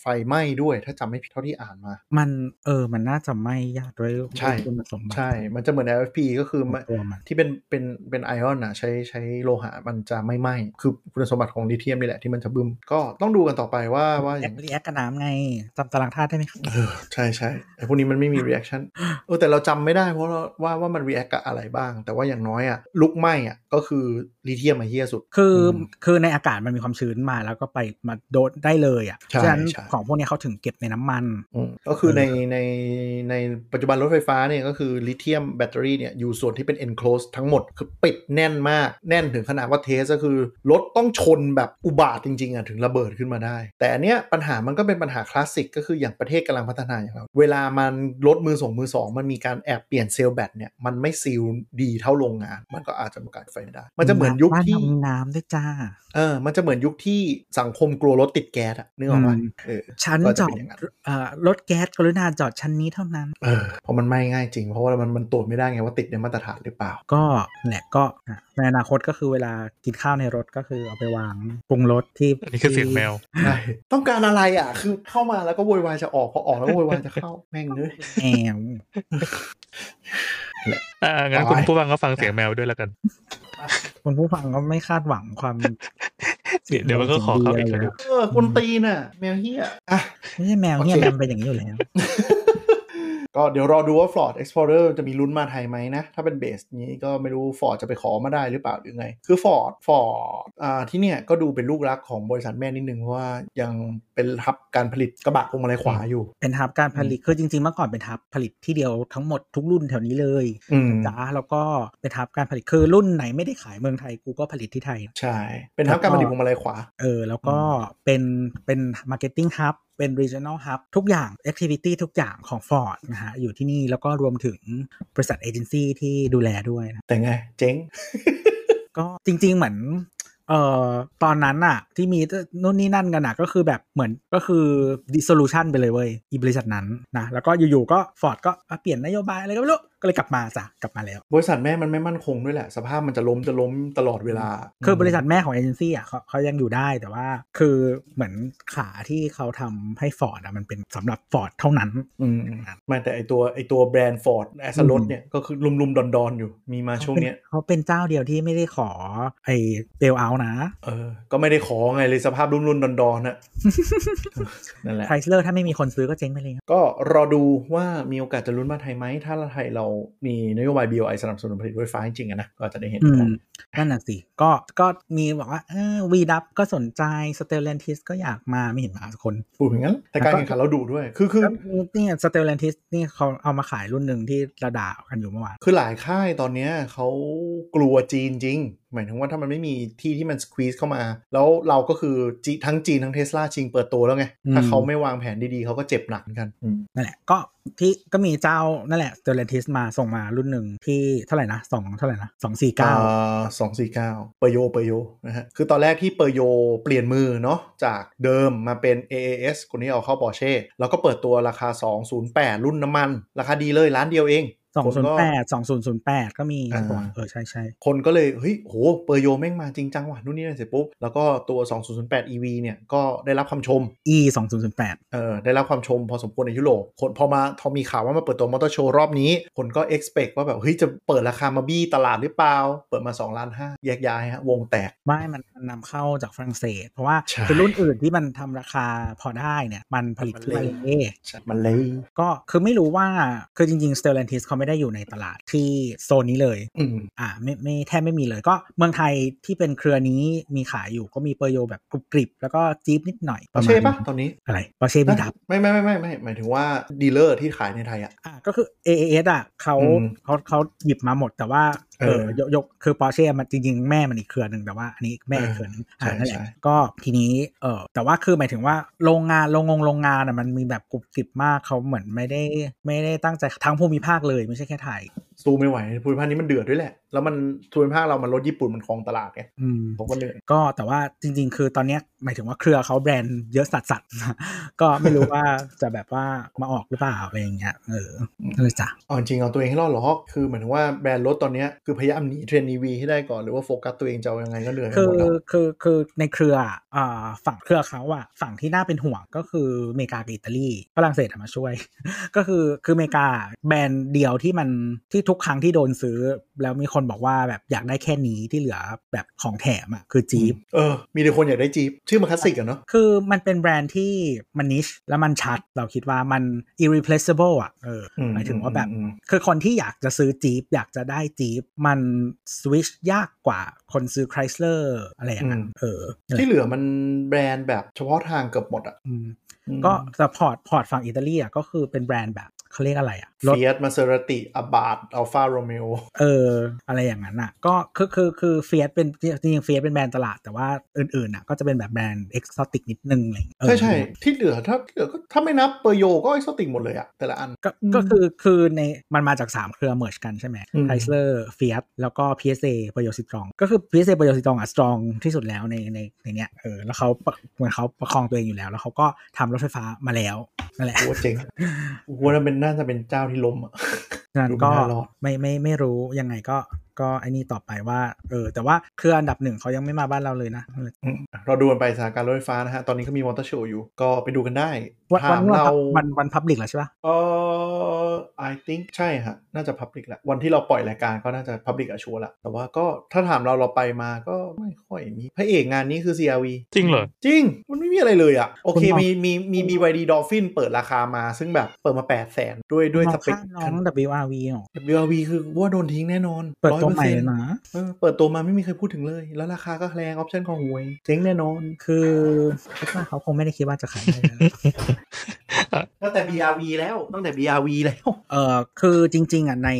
Speaker 3: ไฟไหม้ด้วยถ้าจำไม่ผิดเท่าที่อ่านมา
Speaker 2: มันเออมันน่าจะไม่ยากด้วย
Speaker 3: ใช่
Speaker 2: คุณสมบัติ
Speaker 3: ใช่ มันจะเหมือน LFP ก็คือ
Speaker 2: ของ
Speaker 3: มัน
Speaker 2: ตัวมัน
Speaker 3: ที่เป็นเป็นเป็นไอออนนะใช้ใช้โลหะมันจะไม่ไหม้คือคุณสมบัติของลิเทียมนี่แหละที่มันจะบึมก็ต้องดูกันต่อไปว่าว่าอ
Speaker 2: แอย่าง ปรีแอคกับน้ำไงจำตารางธาตุได้ไหมครับ
Speaker 3: เออใช่ใช่ไอพวกนี้มันไม่มี reaction เออแต่เราจำไม่ได้เพราะเราว่าว่ามัน react กับอะไรบ้าง แต่ว่าอย่างน้อยอะลุกไหม้อะก็คือลิเทียมมาเฮี้ยสุด
Speaker 2: คืออ
Speaker 3: ม
Speaker 2: คือในอากาศมันมีความชื้นมาแล้วก็ไปมาโดนได้เลยอ่ะ
Speaker 3: ใช่
Speaker 2: ฉะนั้น
Speaker 3: ใช่
Speaker 2: ของพวกเนี้ยเขาถึงเก็บในน้ำมัน
Speaker 3: อืมก็คือในในในปัจจุบันรถไฟฟ้าเนี่ยก็คือลิเธียมแบตเตอรี่เนี่ยอยู่ส่วนที่เป็น enclosed ทั้งหมดคือปิดแน่นมากแน่นถึงขนาดว่าเทสก็คือ รถต้องชนแบบอุบาทจริงๆอ่ะถึงระเบิดขึ้นมาได้ แต่อันเนี้ยปัญหามันก็เป็นปัญหาคลาสสิกก็คืออย่างประเทศกำลังพัฒนาอย่างเราเวลามันรถมือส่งมือสองมันมีการแอบเปลี่ยนเซลล์แบตเนี่ยมันไม่ซีลดีเท่าโรงงาน มันก็อาจจะมีการไฟไม่ได้ มันจะเหมือนยุคที่
Speaker 2: บ้านเรามีน้ำด้วยจ้า
Speaker 3: เออ มันจะเหมือนยุคที่สังคมกลัวรถติดแก๊สอะนึกออกไหม
Speaker 2: อืม
Speaker 3: เออ
Speaker 2: ชั้น
Speaker 3: ก็
Speaker 2: จ
Speaker 3: จะ
Speaker 2: อ
Speaker 3: เป็
Speaker 2: ด
Speaker 3: นอย่างนั้น
Speaker 2: เอ่อรถแก๊สกรุณาจอดชั้นนี้เท่านั้น
Speaker 3: เออเพราะมันไหม่ง่ายจริง เพราะว่ามันมันตรวจไม่ได้ไงว่าติดในมาตรฐานหรือเป ล่า
Speaker 2: ก็แหละก็อ่ะในอนาคตก็คือเวลากินข้าวในรถก็คือเอาไปวางปรุงรสที่
Speaker 4: อันนี้คือเสียงแมว
Speaker 3: ใช่ต้องการอะไรอ่ะ คือเข้ามาแล้วก็โวยวายจะออก พอออกแล้วก็โวยวายจะเข้า แม่งเลย
Speaker 2: แอว
Speaker 4: อ่างั้นคุณ
Speaker 3: ไป
Speaker 4: ผู้ฟังก็ฟังเสียงแมวด้วยแล้วกัน
Speaker 2: คุณผู้ฟังก็ไม่คาดหวังความ
Speaker 4: เดี๋ยวมันก็ขอเข้าอีก
Speaker 2: เสียง
Speaker 4: แล้
Speaker 2: ดี
Speaker 4: ว
Speaker 3: เออคนตีนอ่ะ แมวเฮียอ่ะ
Speaker 2: ไม่ใช่แมวเนี่ย
Speaker 3: โอเค
Speaker 2: แมวเป็นอย่างนี้อยู่แล้ว
Speaker 3: ก็เดี๋ยวรอดูว่า Ford Explorer จะมีรุ่นมาไทยไหมนะ ถ้าเป็นเบสนี้ก็ไม่รู้ Ford จะไปขอมาได้หรือเปล่าหรือไง คือ Ford Ford อ่าที่เนี่ยก็ดูเป็นลูกรักของบริษัทแม่นิดนึงเพราะว่ายังเป็นทับการผลิตกระบะพวงมาลัยขวาอยู่
Speaker 2: เป็นทับการผลิตคือจริงๆเมื่อก่อนเป็นทับผลิตที่เดียวทั้งหมดทุกรุ่นแถวนี้เลย
Speaker 3: อืม
Speaker 2: จ้าแล้วก็เป็นทับการผลิตคือรุ่นไหนไม่ได้ขายเมืองไทยกูก็ผลิตที่ไทย
Speaker 3: ใช่ เป็นทับการผลิตพวงมาลัยขวา
Speaker 2: เออแล้วก็เป็นเป็น Marketing Hub เป็น Regional Hub ทุกอย่าง Activity ทุกอย่างของ Ford นะฮะ อยู่ที่นี่แล้วก็รวมถึงบริษัทเอเจนซี่ที่ดูแลด้วยนะ
Speaker 3: แต่ไง เจ๊ง
Speaker 2: ก็จริง ๆ เหมือนเอ่อตอนนั้นอะที่มีนู่นนี่นั่นกันอะก็คือแบบเหมือนก็คือดิสโ u ลูชันไปเลยเว้ยอีบริษัทนั้นนะแล้วก็อยู่ๆก็ Ford ก็อ่ะเปลี่ยนนโยบายอะไรก็ไม่รู้ ก็เลยกลับมาจ้ะกลับมาแล้ว
Speaker 3: บริษัทแม่มันไม่มั่นคงด้วยแหละ สภาพมันจะล้มจะล้มตลอดเวลา
Speaker 2: คือบริษัทแม่ของเอเจนซี่อ่ะเขาเขายังอยู่ได้แต่ว่าคือเหมือนขาที่เขาทำให้ฟอร์ดอ่ะมันเป็นสำหรับฟอร์ดเท่านั้น
Speaker 3: อืมไม่แต่ไอตัวไอตัวแบรนด์ฟอร์ดแอสรถเนี่ยก็คือลุมๆ ดอนๆ อยู่มีมาช่วงเนี้ย
Speaker 2: เขาเป็นเจ้าเดียวที่ไม่ได้ขอไอ้เบลเอาท์นะ
Speaker 3: เออ ก็ไม่ได้ขอไงเลยสภาพลุมๆ ดอนๆน่ะ นั่นแหละ
Speaker 2: ไทสเลอร์ถ้าไม่มีคนซื้อก็เจ๊งไปเลยครับ
Speaker 3: ก็รอดูว่ามีโอกาสจะลุ้นมาไทยไหม ถ้าไทยเรามีนโยบาย BOI สนับสนุนผลิตไฟฟ้าจริงๆอะนะก็จะได้เห็น
Speaker 2: อืม
Speaker 3: กัน
Speaker 2: นั่นน่ะสิก็ก็มีบอกว่าเออวีดับก็สนใจสเตลเลนทิสก็อยากมาไม่เห็นมาสักคน
Speaker 3: พูดอย่างนั้น แต่กา
Speaker 2: แล้ว
Speaker 3: ร
Speaker 2: ก็
Speaker 3: แข่งขันเราดูด้วยคือคือ
Speaker 2: แล้วเนี่ยสเตลเลนทิสนี่เขาเอามาขายรุ่นหนึ่งที่ระดากันอยู่เมื่อวาน
Speaker 3: คือหลายค่ายตอนเนี้ยเขากลัวจีนจริง หมายถึงว่าถ้ามันไม่มีที่ที่มันสควีซเข้ามา แล้วเราก็คือจีทั้งจีนทั้งเทสลาชิงเปิดตัวแล้วไง
Speaker 2: อืม
Speaker 3: ถ้าเขาไม่วางแผนดีๆ เขาก็เจ็บหนักเหมือนกัน
Speaker 2: นั่นแหละก็ที่ก็มีเจ้านั่นแหละเจอเลนทิสมาส่งมารุ่นหนึ่งที่เท่าไหร่นะสองเท่าไหร่นะสองสี่เก้า
Speaker 3: สองสี่เก้า249เปอร์โยเปอร์โยนะฮะคือตอนแรกที่เปอร์โยเปลี่ยนมือเนาะจากเดิมมาเป็น AAS คนนี้เอาเข้าปอร์เช่แล้วก็เปิดตัวราคา 208 รุ่นน้ำมัน ราคาดีเลยร้านเดียวเอง
Speaker 2: สอง
Speaker 3: ค
Speaker 2: ศูน
Speaker 3: ก็
Speaker 2: ย์แปดสองศูนย์ศูนย์แปดก็มี
Speaker 3: อ่า
Speaker 2: เออใช่ใช่
Speaker 3: คนก็เลย เฮ้ยโหเปอร์โยแม่งมาจริงจังว่ะนู่นนี่นั่นเสร็จปุ๊บ แล้วก็ตัว 2008 EV เนี่ย ก็ได้รับคำชม
Speaker 2: อีสองศูนย์ศูนย์แปด
Speaker 3: เออได้รับความชมพอสมควรในยุโรปคนพอมาพอมีข่าวว่ามาเปิดตัวมอเตอร์โชว์รอบนี้ คนก็ expect ว่าแบบ เฮ้ย จะเปิดราคามาบี้ตลาดหรือเปล่า เปิดมา2ล้านห้าแยกย้ายฮะ วงแตก
Speaker 2: ไม่มันนำเข้าจากฝรั่งเศส เพราะว่า
Speaker 3: ใช่
Speaker 2: คือรุ่นอื่นที่มันทำราคาพอได้เนี่ยมันผลิตที่
Speaker 3: มั
Speaker 2: มานเล
Speaker 3: เละ
Speaker 2: เซีย
Speaker 3: มันเลย
Speaker 2: ก็คือไม่รู้ว่าคือจริงๆ s t e l l a n t i s เขาไม่ได้อยู่ในตลาดที่โซนนี้เลย
Speaker 3: อืม
Speaker 2: อ่าไม่ไม่แทบไม่มีเลยก็เมืองไทยที่เป็นเครือนี้มีขายอยู่ก็มีเปอร์โยแบบกรุบกริบแล้วก็จี๊ปนิดหน่อยประมาณ
Speaker 3: ใช่
Speaker 2: นี้
Speaker 3: ปะตอนนี้
Speaker 2: อะไรปอร์เช่บีดับ
Speaker 3: ไม่ไม่ไม่ไม่ไม่หมายถึงว่าดีลเลอร์ที่ขายในไทยอ่ะ
Speaker 2: อ่ะก็คือ AAS อ่ะเขา
Speaker 3: อืม
Speaker 2: เขาเขาหยิบมาหมดแต่ว่าเอ
Speaker 3: เออ
Speaker 2: อยกยกคือปอร์เช่มันจริงๆ แม่มันอีกเครือหนึ่งแต่ว่าอันนี้แม่อีกเครือหนึง
Speaker 3: เออ
Speaker 2: อ่า
Speaker 3: ใช่
Speaker 2: นั่นแหละ
Speaker 3: ใช่
Speaker 2: ก็ทีนี้เออแต่ว่าคือหมายถึงว่าโรงงานโรงงงโรงงานอ่ะมันมีแบบกรุบกริบมากเขาเหมือนไม่ได้ไม่ได้ตั้งใจทั้งภูมิภาคเลยไม่ใช่แค่ไทย
Speaker 3: สู้ไม่ไหวภูมิภาคนี้มันเดือดด้วยแหละ แล้วมันภูมิภาคเรามันรถญี่ปุ่นมันครองตลาดไง
Speaker 2: อืม
Speaker 3: ผมก็เหนื่อย
Speaker 2: ก็แต่ว่าจริงๆ คือตอนเนี้ยหมายถึงว่าเครือเขาแบรนด์เยอะสัดสัด ก็ไม่รู้ว่าจะแบบว่ามาออกหรือเปล่าอะไรอย่างเงี้ยเออนั่นเลยจ้ะ
Speaker 3: เอาจริงๆเอาตัวเองให้รอดหรอกคือเหมือนว่าแบรนด์รถตอนเนี้ยคือพยายามหนีเทรนด์ EV ให้ได้ก่อนหรือว่าโฟกัสตัวเองจะเอายังไงก็เหนื่อยไป
Speaker 2: คื
Speaker 3: หม
Speaker 2: อ
Speaker 3: ดแล้ว
Speaker 2: คือคือในเครืออ่าฝั่งเครือเขาอะฝั่งที่น่าเป็นห่วงก็คืออเมริกากับอิตาลีฝรั่งเศสอะมาช่วย ก็คือคืออเมริกาแบรนด์เดียวที่มันที่ทุกครั้งที่โดนซื้อ แล้วมีคนบอกว่าแบบอยากได้แค่นี้ที่เหลือแบบของแถมอะคือจีป
Speaker 3: เออ มีแต่คนอยากได้จีปชื่อมันคลาสสิกอะเนาะ
Speaker 2: คือมันเป็นแบรนด์ที่มันนิชแล้วมันชัด เราคิดว่ามัน irreplaceable อ่ะเอออ
Speaker 3: อื
Speaker 2: หมายถึงว่าแบบ
Speaker 3: อืม
Speaker 2: คือคนที่อยากจะซื้อจีปอยากจะได้จีปมันสวิชยากกว่าคนซื้อ Chrysler อะไรอย่างเงี้ยเออ
Speaker 3: ที่เหลือมันแบรนด์แบบเฉพาะทางเกือบหมดอะ
Speaker 2: อืม
Speaker 3: อืม
Speaker 2: ก็แต่พอร์ตพอร์ตฝั่งอิตาลีอ่ะก็คือเป็นแบรนด์แบบเขาเรียกอะไรอ่ะรถ
Speaker 3: เฟียสมาเซราติอบาดอัลฟาโรเมโอ
Speaker 2: เอออะไรอย่างนั้นอ่ะก็คือคือคือเฟียสเป็นจริงๆเฟียสเป็นแบรนด์ตลาดแต่ว่าอื่นๆอ่ะก็จะเป็นแบบแบรนด์เอกซติกนิดนึงอะไรอย่างเงี้ยเออ
Speaker 3: ใช่ใช่ที่เหลือถ้าที่เหลือก็ถ้าไม่นับเปอร์โยก็ไอสติกหมดเลยอะแต่ละอัน
Speaker 2: ก็ก็คือคือในมันมาจาก 3 เครือเมิร์ชกันใช่ไหม
Speaker 3: อืม
Speaker 2: ไทเซอร์เฟียสแล้วก็ PSA ประโยชน์สิตรอง ก็คือ PSA ประโยชน์สิตรองอ่ะสตรองที่สุดแล้วในในในเนี้ยเออแล้วเขาประเหมือนเขาประคองตัวเองอยู่แล้ว แล้วเขาก็ทำรถไฟฟ้ามาแล้วนั่นแหละ
Speaker 3: กูว่าเจ๋งกูว่าน่าเป็นน่าจะเป็นเจ้าที่ล้มอะ
Speaker 2: ฉะนั้น
Speaker 3: ดูไม่
Speaker 2: ก็
Speaker 3: น่ารอด
Speaker 2: ไม่ไม่ไม่รู้ยังไงก็ก็ไอ้นี่ต่อไปว่าเออแต่ว่าเครืออันดับหนึ่งเขายังไม่มาบ้านเราเลยนะ
Speaker 3: อืมเราดูกันไปสถานการณ์รถไฟฟ้านะฮะ ตอนนี้ก็มีมอเตอร์โชว์อยู่ ก็ไปดูกันได้
Speaker 2: วันวั
Speaker 3: ถาน ม
Speaker 2: เรา
Speaker 3: เรา
Speaker 2: วันวันพับลิกแล้วใช่ปะ
Speaker 3: เอ่อ I think ใช่ฮะ น่าจะพับลิกแหละ วันที่เราปล่อยรายการก็น่าจะพับลิกอะชัวร์ละแต่ว่าก็ถ้าถามเราเราไปมาก็ไม่ค่อยมีพระเอกงานนี้คือ CRV
Speaker 4: จริงเหรอ
Speaker 3: จริง มันไม่มีอะไรเลยอะโอเค มีมีมี BYD Dolphin เปิดราคามา ซึ่งแบบเปิดมา 8 0 0แสนด้วยด้วยสเปค
Speaker 2: คน้อง WRV หรอ
Speaker 3: BYV คือว่าโดนทิ้งแน่นอน
Speaker 2: เปิดตัวใหม่
Speaker 3: 100%
Speaker 2: เลยนะ
Speaker 3: เออเปิดตัวมาไม่มีใครพูดถึงเลย แล้วราคาก็แรงออปชั่นของหวยเจ๊งแน่นอน
Speaker 2: คือคิดว่าเขาคงไม่ได้คิดว่าจะ ขายได้แล้ว
Speaker 3: ตั้งแต่ BRV แล้วตั้งแต่ BRV แล้ว
Speaker 2: เออคือจริง ๆอ่ะใน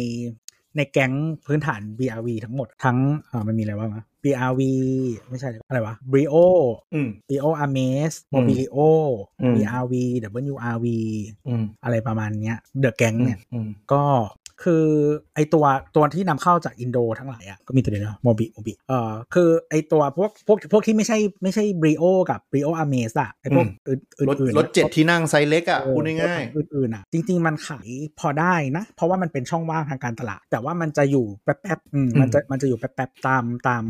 Speaker 2: ในแก๊งพื้นฐาน BRV ทั้งหมดทั้งเออมันมีอะไรบ้างนะ BRV ไม่ใช่อะไรวะ Brio
Speaker 3: อืม
Speaker 2: Brio Amaze
Speaker 3: อืม
Speaker 2: Mobilio
Speaker 3: อืม
Speaker 2: BRV WRV
Speaker 3: อืม
Speaker 2: อะไรประมาณเนี้ยเดอะแก๊งเนี่ย
Speaker 3: อืม
Speaker 2: ก็คือไอตัวตัวที่นำเข้าจากอินโดทั้งหลายอ่ะก็มีตัวเดียวนะโมบิโมบิเอ่อคือไอตัวพวกพวกพวกที่ไม่ใช่ไม่ใช่บริโอกับบริโออาเมสอะไอพวกอื่นอื่น
Speaker 3: รถ
Speaker 2: อื่น
Speaker 3: รถเจ็ดที่นั่งไซส์เล็กอ่ะ
Speaker 2: เออ
Speaker 3: พูดง่าย
Speaker 2: รถอื่นๆอ่ะจริง ๆ มันขายพอได้นะ เพราะว่ามันเป็นช่องว่างทางการตลาด แต่ว่ามันจะอยู่แป๊บๆอืมมันจะมันจะอยู่แป๊บๆตามตาม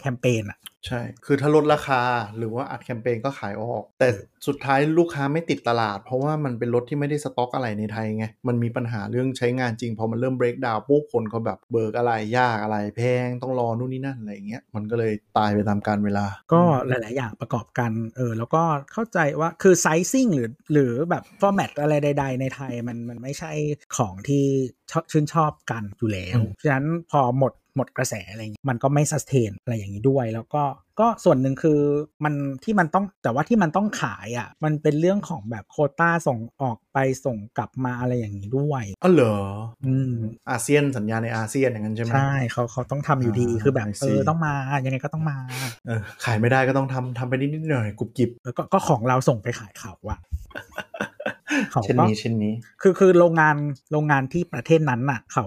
Speaker 2: แคมเปญอ่ะ
Speaker 3: ๆ ใช่ คือถ้าลดราคาหรือว่าอัดแคมเปญก็ขายออก แต่สุดท้ายลูกค้าไม่ติดตลาด เพราะว่ามันเป็นรถที่ไม่ได้สต็อกอะไรในไทยไง มันมีปัญหาเรื่องใช้งานจริง พอมันเริ่มเบรกดาวปุ๊บคนเขาแบบเบิกอะไรยากอะไรแพงต้องรอนู่นนี่นั่นอะไรอย่างเงี้ยมันก็เลยตายไปตามกาลเวลา
Speaker 2: ก็หลาย ๆ อย่างประกอบกัน เออ แล้วก็เข้าใจว่าคือไซซิ่งหรือหรือแบบฟอร์แมตอะไรใด ๆ ในไทยมันมันไม่ใช่ของที่ชอบชื่นชอบกันอยู่แล้ว ฉะนั้นพอหมดหมดกระแสอะไรเงี้ยมันก็ไม่ส s เ a นอะไรอย่างนี้ด้วย แล้วก็ก็ส่วนหนึ่งคือมันที่มันต้องแต่ว่าที่มันต้องขายอะ่ะมันเป็นเรื่องของแบบโควต้าส่งออกไปส่งกลับมาอะไรอย่างนี้ด้วย
Speaker 3: อ๋อเหรอ
Speaker 2: อืม
Speaker 3: อาเซียนสัญญาในอาเซียนอย่างนั้นใช่ไหม
Speaker 2: ใช่เขาเขาต้องทำอยู่ดี
Speaker 3: อ่า
Speaker 2: คือแบบ
Speaker 3: I
Speaker 2: เอ
Speaker 3: see
Speaker 2: อต้องมายังไงก็ต้องมา
Speaker 3: เออขายไม่ได้ก็ต้องทำทำไปนิดๆหน่อยๆกุบกิบ
Speaker 2: เออก็ก็ของเราส่งไปขายเขา อะ เขาก็
Speaker 3: เช่นนี้เช่นนี้
Speaker 2: คือคือโรงงานโรงงานที่ประเทศนั้นน่ะ เขา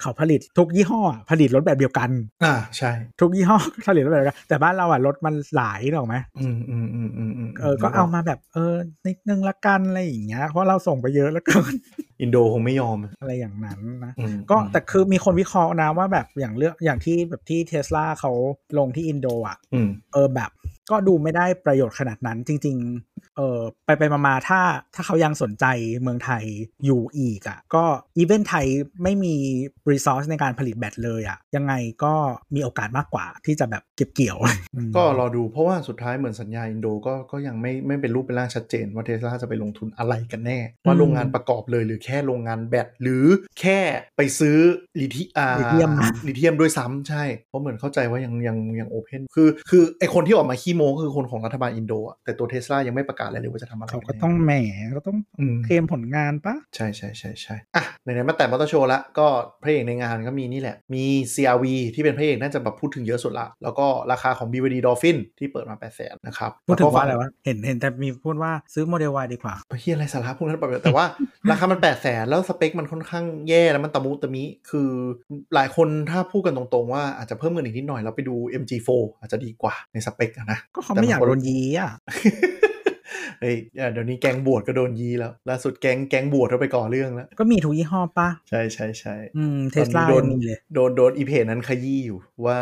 Speaker 2: เขาผลิตทุกยี่ห้อผลิตรถแบบเดียวกัน
Speaker 3: อ่าใช่
Speaker 2: ทุกยี่ห้อ ผลิตรถแบบเดียวกันแต่บ้านเราอ่ะรถมันหลายหรอกไหม
Speaker 3: อืมอืมอืมอืมอืม
Speaker 2: เออก็เอามาแบบเออนิดนึงละกันอะไรอย่างเงี้ยเพราะเราส่งไปเยอะแล้วกัน
Speaker 3: อินโดคงไม่ยอม
Speaker 2: อะไรอย่างนั้นนะ
Speaker 3: อืม
Speaker 2: ก็แต่คือมีคนวิเคราะห์นะว่าแบบอย่างเลือกอย่างที่แบบที่เทสลาเขาลงที่อินโดอ่ะ
Speaker 3: อืม
Speaker 2: เออแบบก็ดูไม่ได้ประโยชน์ขนาดนั้นจริง ๆ เออไปไปมามาถ้าถ้าเขายังสนใจเมืองไทยอยู่อีกอะ่ะ ก็อีเวนต์ไทยไม่มีรีซอสในการผลิตแบตเลยอะ่ะ ยังไงก็มีโอกาสมากกว่าที่จะแบบเก็บเกี่ยว อืม
Speaker 3: ก็รอดูเพราะว่าสุดท้ายเหมือนสัญญาอินโดก็ก็ยังไม่ไม่เป็นรูปเป็นร่างชัดเจนว่าเทสลาจะไปลงทุนอะไรกันแน่ ว่าโรงงานประกอบเลยหรือแค่โรงงานแบตหรือแค่ไปซื้อลิเทีอ่า
Speaker 2: ลิเธียม
Speaker 3: ลิเทียมด้วยซ้ำใช่ เพราะเหมือนเข้าใจว่ายังยังยังโอเพนคือคือไอคนที่ออกมาขี้โมก็คือคนของรัฐบาลอินโดอะแต่ตัวเทสลายังไม่ประกาศอะไรเลยว่าจะทำอะไร
Speaker 2: เขา
Speaker 3: น
Speaker 2: ก็
Speaker 3: แน่
Speaker 2: ต้องแหมก็ต้อง
Speaker 3: อืม
Speaker 2: เคลมผลงานปะ
Speaker 3: ใช่ใช่ใช่ใช่อ่ะไหนๆมาแต่มอเตอร์โชว์ละก็พระเอกในงานก็มีนี่แหละ มี CRV ที่เป็นพระเอกน่าจะแบบพูดถึงเยอะสุดละ แล้วก็ราคาของ BVD Dolphin ที่เปิดมา8 0 0 0 0นะครับ
Speaker 2: พูดถึงว่าอะ
Speaker 3: แล้
Speaker 2: ไร
Speaker 3: ก็
Speaker 2: วะเห็นเห็นแต่มีพูดว่าซื้อโมเดลวายดีกว่า
Speaker 3: เฮียอะไรสาระพวกนั้นไปล่าแต่ว่า ราคามัน 8 0 0 0 0 แล้วสเปคมันค่อนข้างแย่แล้วมันตะมุตะมิคือหลายคนถ้าพูดกันตรงๆว่าอาจจะเพิ่มเงินอีกนิดหน่อยแล้วไปดู MG4 อาจจะดีกว่าในสเปคอะ นะ
Speaker 2: ก็เขาไม่อยากโดนยีอ่ะ
Speaker 3: เฮ้ยเดี๋ยวนี้แกงบวชก็โดนยีแล้วล่าสุดแกงแกงบวชเราไปก่อเรื่องแล้ว
Speaker 2: ก็มีทุกยี่ห้อปะ
Speaker 3: ใช่ใช่ใช่
Speaker 2: อืมเทส
Speaker 3: ต
Speaker 2: ลา
Speaker 3: อนนี้โดน
Speaker 2: มีเลย
Speaker 3: โดนโดนอีเพจนั้นขยี้อยู่ว่า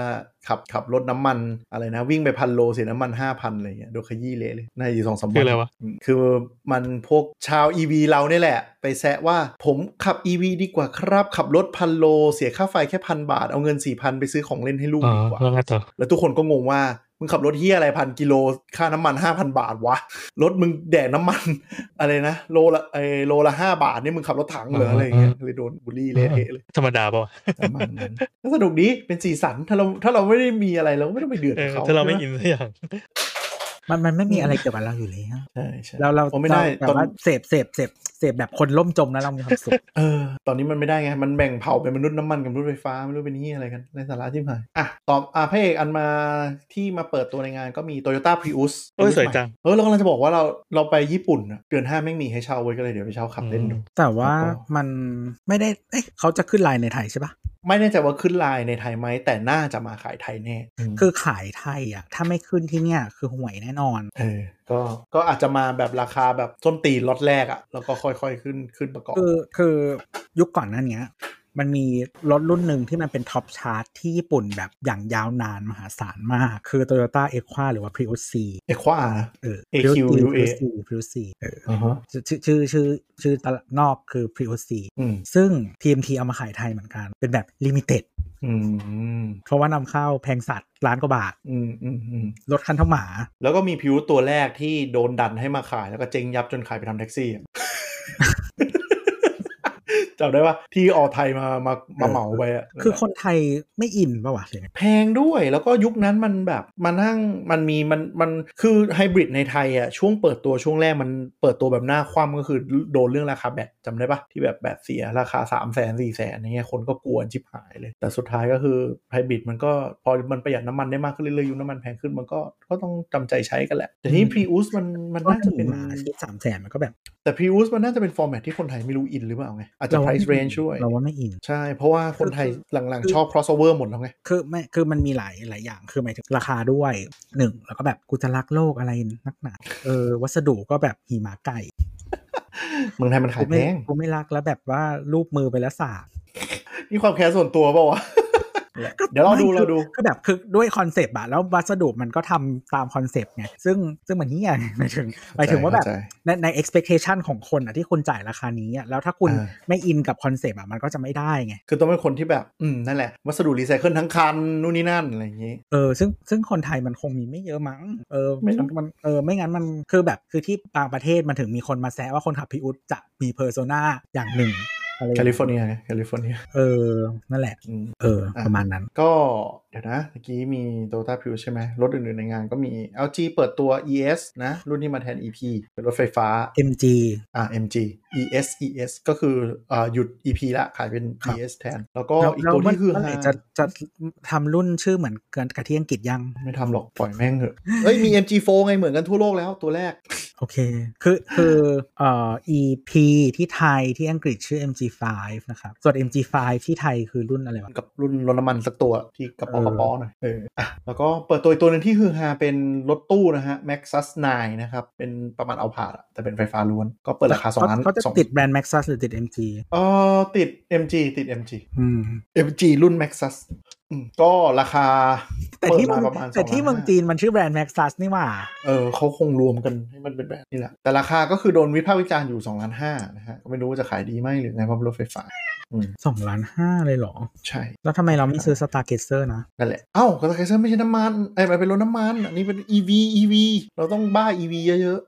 Speaker 3: ขับขับรถน้ำมันอะไรนะ วิ่งไปพันโลเสียน้ำมันห้าพันอะไรเงี้ยโดนขยี้เละเลยน่าจะอยู่สองสาม
Speaker 4: คืออะไรวะ
Speaker 3: มคือมันพวกชาว EV เราเนี่ยแหละ ไปแซะว่าผมขับ EV ดีกว่าครับ ขับรถพันโล เสียค่าไฟแค่พันบาท เอาเงินสี่พันไปซื้อของเล่นให้ลูก
Speaker 4: อ๋อ
Speaker 3: ดีกว่า
Speaker 4: แล้วไงต่อ
Speaker 3: แล้วทุกคนก็งงว่า มึงขับรถเฮียอะไรพันกิโล ค่าน้ำมัน 5,000 บาทวะ รถมึงแดกน้ำมัน อะไรนะ โลละไอโลละห้าบาทนี่มึงขับรถถังเหรออะไรเงี้ยเลยโดนบูลลี่เละเทะเลย
Speaker 4: ธรรมดาเปล่าวะ
Speaker 3: ประมาณนั้นก็สนุกดีเป็นสีสันถ้าเราถ้าเราไม่ได้มีอะไรเราก็ไม่ต้องไปเดือด
Speaker 4: เอ
Speaker 3: กับ
Speaker 4: อ
Speaker 3: เขา
Speaker 4: ถ้าเราไม่
Speaker 3: ใช่
Speaker 4: อิ
Speaker 3: ห
Speaker 4: นสักอย่าง
Speaker 2: มันมันไม่มีอะไรเกี่ยวกับเราอยู่แล้ว
Speaker 3: ใช่ใช่
Speaker 2: เราเรา
Speaker 3: โอ้ไม่ได้
Speaker 2: แต่
Speaker 3: ตอน
Speaker 2: ว่าเสพเสพเสพเสพแบบคนล่มจมแล้วเรามีความ สุข
Speaker 3: เออตอนนี้มันไม่ได้ไง มันแบ่งเผ่าเป็นมนุษย์น้ำมันกับมนุษย์ไฟฟ้า ไม่รู้เป็นนี่อะไรกันในสาระที่หายอ่ะต่ออ่ะพระเอกอันมาที่มาเปิดตัวในงานก็มี Toyota Prius
Speaker 4: โอ้ยสวยจัง
Speaker 3: เออเรากำลังจะบอกว่าเราเราไปญี่ปุ่นน่ะเดือนห้าไม่งมีให้เช่าไว้ยก็เลยเดี๋ยวไปเช่าขับเล่นดู
Speaker 2: แต่ว่า
Speaker 3: แล้วก็
Speaker 2: มันไม่ได้เอ๊ะเขาจะขึ้นไลน์ในไทยใช่ปะ
Speaker 3: ไม่แน่ใจว่าขึ้นไลน์ในไทยไหมแต่น่าจะมาขายไทยแน่ม
Speaker 2: คือขายไทยอ่ะ ถ้าไม่ขึ้นที่เนี่ยคือห่วยแน่นอน
Speaker 3: เออก็ก็อาจจะมาแบบราคาแบบส้นตีนล็อตแรกอะแล้วก็ค่อยๆขึ้นขึ้นประกอบ
Speaker 2: คือคือยุคก่อนหนั้นเนี้ย มันมีรถรุ่นหนึ่งที่มันเป็นท็อปชาร์ตที่ญี่ปุ่นแบบอย่างยาวนานมหาศาลมาก คือ Toyota e q u a หรือว่า Prius C
Speaker 3: เอควานะ
Speaker 2: เออ
Speaker 3: AQ
Speaker 2: Prius C
Speaker 3: UA
Speaker 2: Prius C Prius C เออ
Speaker 3: อ่าฮะ
Speaker 2: ชื่อชื่อชื่อชื่อตลาดนอกคือ Prius C
Speaker 3: อืม
Speaker 2: ซึ่ง TMT เอามาขายไทยเหมือนกัน เป็นแบบ Limited
Speaker 3: อืมอืม
Speaker 2: เพราะว่านำเข้าแพงสัตว์ล้านกว่าบาท
Speaker 3: อืมอืมอืม
Speaker 2: รถคันเท่าหมา
Speaker 3: แล้วก็มีพิวตัวแรกที่โดนดันให้มาขายแล้วก็เจ๊งยับจนขายไปทำแท็กซี่อะ จำได้ว่าที่ออไทยมามามาเหมาไปอะ
Speaker 2: คือคนไทยไม่อินป่าวะเสียง
Speaker 3: แพงด้วยแล้วก็ยุคนั้นมันแบบมานั่งมันมีมันมันคือไฮบริดในไทยอ่ะช่วงเปิดตัวช่วงแรกมันเปิดตัวแบบหน้าคว่ำก็คือโดนเรื่องราคาแบตจำได้ปะที่แบบแบตเสียราคา 3 0 0แสนสี่แสนเนี่ยคนก็กลัวชิบหายเลย แต่สุดท้ายก็คือไฮบริดมันก็พอมันประหยัดน้ำมันได้มากขึ้นเรื่อยๆยุคน้ำมันแพงขึ้นมันก็ก็ต้องจำใจใช้กันแหละ แต่ที่พรีอุสมันมันน่าจะเป็น
Speaker 2: หมาที่สามแสนมันก็แบบ
Speaker 3: แต่พรีอุสมันน่าจะเป็นฟอร์แมตที่คนไทยไม่รู้อินหรือเปล่าไงอาจจะ
Speaker 2: เราว่าไม่
Speaker 3: price
Speaker 2: อิน
Speaker 3: range ช่วย
Speaker 2: เราว่าไม่อิน
Speaker 3: ใช่เพราะว่าคนไทยหลังๆชอบ crossover หมดแล้วไง
Speaker 2: คือไม่คือมันมีหลายหลายอย่างคือหมายถึงราคาด้วยหนึ่งแล้วก็แบบกูจะรักโลกอะไรนักหนาเออวัสดุก็แบบหิมะไก่
Speaker 3: เมืองไทยมัน
Speaker 2: กู
Speaker 3: ขายแพ
Speaker 2: ไม่
Speaker 3: ง
Speaker 2: กูไม่รักแล้วแบบว่ารูปมือไปแล้วสาบ
Speaker 3: นี่ความแค้นส่วนตัวเปล่าวะ เดี๋ยวเราดู
Speaker 2: ไม่
Speaker 3: เราดู
Speaker 2: คือคือแบบคือด้วยคอนเซปต์อะแล้ววัสดุมันก็ทำตามคอนเซปต์ไงซึ่งซึ่งมันเนี้ยหมายถึงหมายถึงว่าแบบ
Speaker 3: เข้ใจ
Speaker 2: ในใน expectation ของคนอะที่คุณจ่ายราคานี้อะแล้วถ้าคุณ
Speaker 3: อ่า
Speaker 2: ไม่อินกับคอนเซปต์อะมันก็จะไม่ได้ไง
Speaker 3: คือต้องเป็นคนที่แบบ อืม นั่นแหละ วัสดุรีไซเคิลทั้งคัน นู่นนี่นั่น อะไรอย่างนี้
Speaker 2: เออซึ่งซึ่งคนไทยมันคงมีไม่เยอะมั้งเออ
Speaker 3: ไม่รู้
Speaker 2: มันมันเออไม่งั้นมันคือแบบคือที่บางประเทศมันถึงมีคนมาแซะว่าคนขับพิอุตจะมีเพอร์โซนาอย่างหนึ่งอะไร
Speaker 3: แคลิฟอร์เนียไงแคลิฟอร์เนีย
Speaker 2: เออ นั่นแหละ
Speaker 3: อืม
Speaker 2: เออ
Speaker 3: อ่ะ
Speaker 2: ประมาณนั้น
Speaker 3: ก็เดี๋ยวนะเมื่อกี้มี Toyota p r i u s ใช่ไหมรถอื่นๆในงานก็มี LG เปิดตัว ES นะ รุ่นที่มาแทน EP เป็นรถไฟฟ้า
Speaker 2: MG
Speaker 3: อ่า MG ES ES ก็คืออ่าหยุด EP ละขายเป็น
Speaker 2: ครับ
Speaker 3: ES แทน แล้วก็อีก
Speaker 2: แล้ว
Speaker 3: ตัวที่คือ
Speaker 2: เมื่อไห
Speaker 3: ฮา
Speaker 2: ร่จะจะทำรุ่นชื่อเหมือนกันกับที่อังกฤษยัง
Speaker 3: ไม่ทำหรอกปล่อยแม่งเถอะเอ้ยมี MG4 ไงเหมือนกันทั่วโลกแล้วตัวแรก
Speaker 2: โอเค คือคือเอ่อ EP ที่ไทยที่อังกฤษชื่อ MG5 นะครับส่วน MG5 ที่ไทยคือรุ่นอะไรวะ
Speaker 3: กับรุ่นรถน้ำมันสักตัวที่กระป๋อ
Speaker 2: เออ
Speaker 3: กระป๋อหน่อยเอออ่ะแล้วก็เปิดตัวอีกตัวหนึ่งที่ฮือฮาเป็นรถตู้นะฮะ Maxus 9 นะครับ เป็นประมาณเอาผ่าดอะแต่เป็นไฟฟ้าล้วน ก็เปิดราคาสองล้าน
Speaker 2: เขเขาจะ
Speaker 3: สอง
Speaker 2: ติดแบรนด์ Maxus หรือติด MG
Speaker 3: เออติด MG ติด MG
Speaker 2: อืม
Speaker 3: MG รุ่น Maxus อืมก็ราคา
Speaker 2: แต่ที่
Speaker 3: เปิด
Speaker 2: เมือง
Speaker 3: มาประมาณ
Speaker 2: แต่ที่เมือง
Speaker 3: 2,500,000
Speaker 2: จีนมันชื่อแบรนด์แม็กซัสนี่หว่า
Speaker 3: เออเขาคงรวมกันให้มันเป็นแบบนี้แหละ แต่ราคาก็คือโดนวิพากษ์วิจารณ์อยู่2ล้านห้านะฮะก็ไม่รู้ว่าจะขายดีไหมหรือไงเพราะเป็นรถไฟฟ้าอืม
Speaker 2: สองล้านห้าเลยเหรอ
Speaker 3: ใช่
Speaker 2: แล้วทำไมเราไม่ซื้อสตาร์เกเซอร์นะ
Speaker 3: นั่นแหละ เอ้าคอนแทคเซอร์ไม่ใช่น้ำมันไอ้ยมันเป็นรถน้ำมัน อันนี้เป็น EV EV เราต้องบ้า EV เยอะ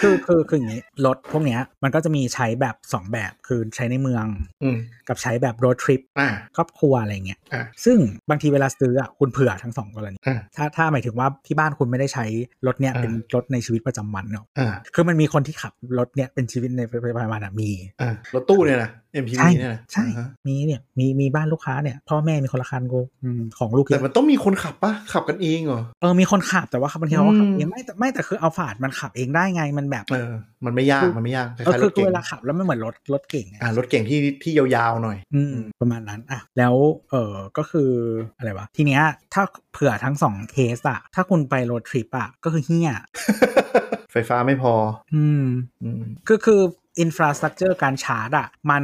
Speaker 2: คือคือคืออย่างนี้ รถพวกเนี้ยมันก็จะมีใช้แบบ 2 แบบคือใช้ในเมือง
Speaker 3: ๆ อืม
Speaker 2: กับใช้แบบ road trip
Speaker 3: อ่า
Speaker 2: ครอบครัวอะไรเงี้ย
Speaker 3: อ่ะ
Speaker 2: ซึ่งบางทีเวลาซื้ออ่ะคุณเผื่อทั้งสองกรณี
Speaker 3: อ่า
Speaker 2: ถ้าถ้าหมายถึงว่าที่บ้านคุณไม่ได้ใช้รถเนี้ย
Speaker 3: อ่า
Speaker 2: เป็นรถในชีวิตประจำวันเนาะ
Speaker 3: อ่า
Speaker 2: คือมันมีคนที่ขับรถเนี้ยเป็นชีวิตในประจำวันอะมี
Speaker 3: อ่า รถตู้เนี่ยนะ MPV
Speaker 2: ใช่
Speaker 3: เนี่ยนะ
Speaker 2: ใช่
Speaker 3: อ่าฮะ
Speaker 2: มีเนี่ยมีมีบ้านลูกค้าเนี่ยพ่อแม่มีคนละคันกูอืมของลูกเย
Speaker 3: แต่
Speaker 2: อะ
Speaker 3: มันต้องมีคนขับปะขับกันเองเหรอ
Speaker 2: เออ มีคนขับแต่ว่าเขาบางทีเขาก็ขับ
Speaker 3: อืม
Speaker 2: เองไม่แต่ไม่แต่คือเอาฝาดมันขับเองได้ไงมันแบบ
Speaker 3: เออ มันไม่ยาก มันไม่ยากค
Speaker 2: เออ
Speaker 3: ล้ายๆ
Speaker 2: คือ
Speaker 3: รถ
Speaker 2: คือ
Speaker 3: เก่ง
Speaker 2: เวลาขับแล้วไม่เหมือนรถรถเก่งไง
Speaker 3: อ่า รถเก่งที่ที่ยาวๆหน่อย
Speaker 2: อืมประมาณนั้นอ่ะแล้วเออก็คืออะไรวะทีเนี้ยถ้าเผื่อทั้งสองเคสอะถ้าคุณไปรถทริปอะก็คือเฮี้ย
Speaker 3: ไฟฟ้าไม่พอ
Speaker 2: อืม
Speaker 3: อืม
Speaker 2: คือคืออินฟราสตรักเจอร์การชาร์จอะมัน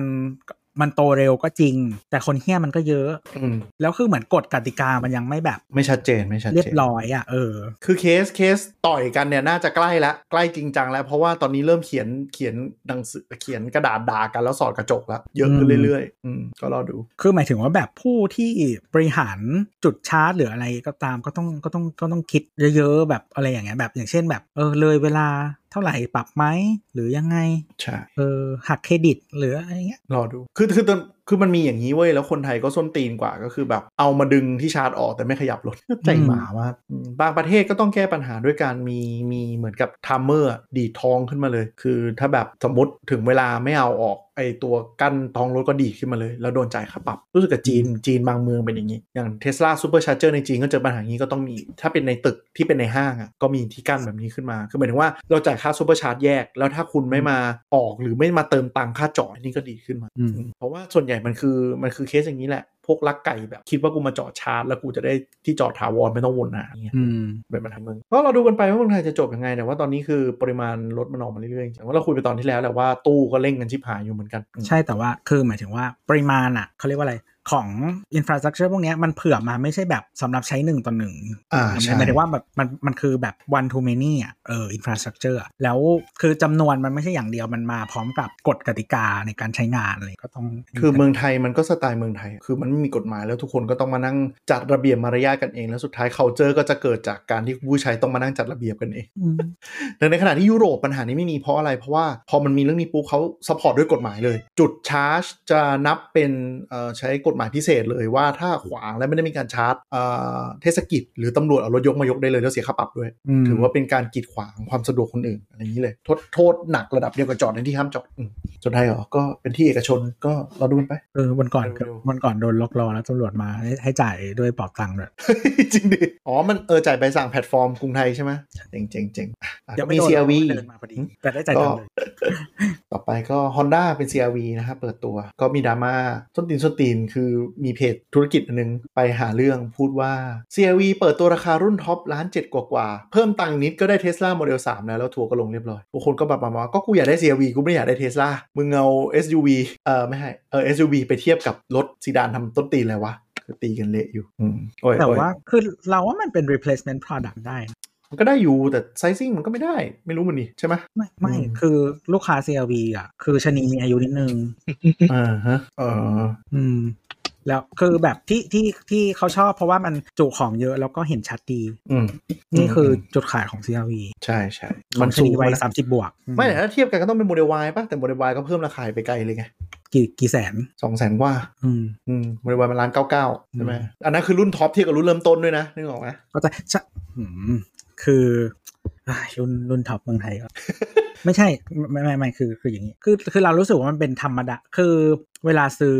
Speaker 2: มันโตเร็วก็จริง แต่คนเฮี้ยมันก็เยอะ
Speaker 3: อืม
Speaker 2: แล้วคือเหมือนกฎกติกามันยังไม่แบบ
Speaker 3: ไม่ชัดเจน ไม่ชัด
Speaker 2: เรีย
Speaker 3: เจ
Speaker 2: บ
Speaker 3: น
Speaker 2: ร้อยอะเออ
Speaker 3: คือเคสเคสต่อยกันเนี่ยน่าจะใกล้แล้วใกล้จริงจังแล้ว เพราะว่าตอนนี้เริ่มเขียนเขียนหนังสือเขียนกระดาษด่ากันแล้วสอดกระจกแล้วเยอะขึ้
Speaker 2: อื
Speaker 3: น
Speaker 2: ม
Speaker 3: เรื่อยๆ อืมก็รอดู
Speaker 2: คือหมายถึงว่าแบบผู้ที่บริหารจุดชาร์จหรืออะไรก็ตามก็ต้องก็ต้องก็ต้องคิดเยอะๆแบบอะไรอย่างเงี้ยแบบอย่างเช่นแบบเออเลยเวลาเท่าไหร่ปรับไหมหรือยังไง
Speaker 3: ใช่
Speaker 2: เออหักเครดิตหรืออะไรเงี้ย
Speaker 3: รอดู คือคือตอน คือมันมีอย่างนี้เว้ย แล้วคนไทยก็ส้นตีนกว่าก็คือแบบเอามาดึงที่ชาร์จออกแต่ไม่ขยับรถ ใจหมามากอืมบางประเทศก็ต้องแก้ปัญหาด้วยการมีมีเหมือนกับไทม์เมอร์อะดีดทองขึ้นมาเลย คือถ้าแบบสมมติถึงเวลาไม่เอาออกไอตัวกั้นทองรถก็ดีดขึ้นมาเลย แล้วโดนจ่ายค่าปรับ รู้สึกกับจีนจีนบางเมืองเป็นอย่างนี้ อย่างเทสลาซูเปอร์ชาร์เจอร์ในจีนก็เจอปัญหาอย่างนี้ก็ต้องมี ถ้าเป็นในตึกที่เป็นในห้างอะก็มีที่กั้นแบบนี้ขึ้นมาคือหมายถึงว่าเราจ่ายค่าซูเปอร์ชาร์จแยก แล้วถ้าคุณไม่มาออกหรือไม่มาเติมตังค่าจอดอันนี่ก็ดีขึ้นมา
Speaker 2: อืม
Speaker 3: เพราะว่าส่วนใหญ่มันคือมันคือเคสอย่างนี้แหละ พวกลักไก่แบบคิดว่ากูมาจอดชาร์จแล้วกูจะได้ที่จอดถาวรไม่ต้องวนหาอย่างเงี้ย
Speaker 2: อืม
Speaker 3: เป็นปัญหาเมืองก็เราดูกันไปว่าเมืองไทยจะจบยังไงแต่ว่าตอนนี้คือปริมาณรถมันออกมาเรื่อยๆจริงๆว่าเราคุยไปตอนที่แล้วแหละว่าตู้ก็เร่งกันชิบหายอยู่เหมือนกัน
Speaker 2: ใช่แต่ว่าคือหมายถึงว่าปริมาณอ่ะเขาเรียกว่าอะไรของอินฟราสตรักเจอร์พวกเนี้ยมันเผื่อมาไม่ใช่แบบสำหรับใช้หนึ่งต่อหนึ่ง
Speaker 3: อ่า
Speaker 2: ห
Speaker 3: ใช่
Speaker 2: มายถึงว่าแบบมันมันคือแบบ one to many อ่ะเออ infrastructure อะแล้วคือจำนวนมันไม่ใช่อย่างเดียวมันมาพร้อมกับกฎกติกาในการใช้งานอะไรก็ต้อง
Speaker 3: คือเมืองไทยมันก็สไตล์เมืองไทย คือมันไม่มีกฎหมายแล้วทุกคนก็ต้องมานั่งจัดระเบียบมารยาทกันเองแล้วสุดท้าย culture ก็จะเกิดจากการที่ผู้ใช้ต้องมานั่งจัดระเบียบกันเอง
Speaker 2: อืม
Speaker 3: แต่ในขณะที่ยุโรปปัญหานี้ไม่มีเพราะอะไร เพราะว่าพอมันมีเรื่องนี้ปุ๊บเขาสปอร์ตด้วยกฎหมายเลย จุดชาร์จจะนับเป็นเอ่อใช้กฎหมายพิเศษเลยว่าถ้าขวางและไม่ได้มีการชาร์จเอ่อเทศกิจ หรือตำรวจเอารถยกมายกได้เลยแล้วเสียค่าปรับด้วย
Speaker 2: ม
Speaker 3: ถือว่าเป็นการกีดขวางความสะดวกคนอื่นอะไรอย่างนี้เลยโทษโทษหนักระดับเดียวกับจอดในที่ห้ามจอดอืมสุดท้ายเหรอก็เป็นที่เอกชนก็เราดูกันไป
Speaker 2: เออวันก่อน
Speaker 3: เร็วๆ
Speaker 2: วันก่อนโดนล็อกรอแล้วตำรวจมาให้ให้จ่ายด้วยเปอบตังค์ด้วย
Speaker 3: จริงดิอ๋อมันเออจ่ายใบสั่งแพลตฟอร์มกรุงไทยใช่ไหมเจ๋งเจ๋งเจ๋งอ่ะอ่ะ
Speaker 2: เดี๋ยว
Speaker 3: ก็มี
Speaker 2: ไโดน
Speaker 3: CRV
Speaker 2: เดินมาพอดีแต่ได้จ่ายตังค์เลย
Speaker 3: ต่อไปก็ Honda เป็น CRV นะครับเปิดตัวก็มีดราม่าส้นตีนส้นตีนคือมีเพจธุรกิจอันนึงไปหาเรื่องพูดว่า CRV เปิดตัวราคารุ่นท็อปล้านเจ็ดกว่ากว่าๆเพิ่มตังค์นิดก็ได้ Tesla Model 3 แล้วแล้วทัวร์ก็ลงเรียบร้อยทุกคนก็แบบมาว่าก็กูอยากได้ CRV กูไม่อยากได้ Tesla มึงเอา SUV เออไม่ให้เออ SUV ไปเทียบกับรถซีดานทำต้นตีนแล้ววะคือตีกันเละอยู่อืมโอ้ย
Speaker 2: แต่
Speaker 3: โอ้ย
Speaker 2: ว่าคือเราว่ามันเป็น replacement product ได้นะ
Speaker 3: มันก็ได้อยู่แต่ไซซิ่งมันก็ไม่ได้ไม่รู้มันนี่ใช่ไหม
Speaker 2: ไม่ไม่
Speaker 3: อืม
Speaker 2: คือลูกค้า CRV อ่ะคือชะนีมีอายุนิดนึง
Speaker 3: อ่าฮะเออ
Speaker 2: อืมแล้วคือแบบที่ที่ที่เขาชอบเพราะว่ามันจุของเยอะแล้วก็เห็นชัดดี
Speaker 3: อืม
Speaker 2: นี่คือจุดขายของ CRV
Speaker 3: ใช่ใช่
Speaker 2: มั
Speaker 3: มัน น
Speaker 2: สู
Speaker 3: สู
Speaker 2: ง
Speaker 3: ง
Speaker 2: วัย
Speaker 3: นะ
Speaker 2: สามสิบบวก
Speaker 3: ไม่แต่ถ้าเทียบกันก็ต้องเป็นโมเดล Y ป่ะ แต่โมเดล Y ก็เพิ่มราคาไปไกลเลยไง
Speaker 2: กี่กี่แสน
Speaker 3: สองแสนกว่า
Speaker 2: อืม
Speaker 3: อืมโมเดล Y มันล้านเก้าเก้าใช่ไหม
Speaker 2: อืม
Speaker 3: อันนั้นคือรุ่นท็อปเทียบกับรุ่นเริ่มต้นด้วยนะ นึกออกไหม
Speaker 2: ก็จะชะอืมคืออ่ะรุ่นรุ่นท็อปเมืองไทย ก็ไม่ใช่ไม่ไม่ไม่คือคืออย่างนี้ คือคือเรารู้สึกว่ามันเป็นธรรมดา คือเวลาซื้อ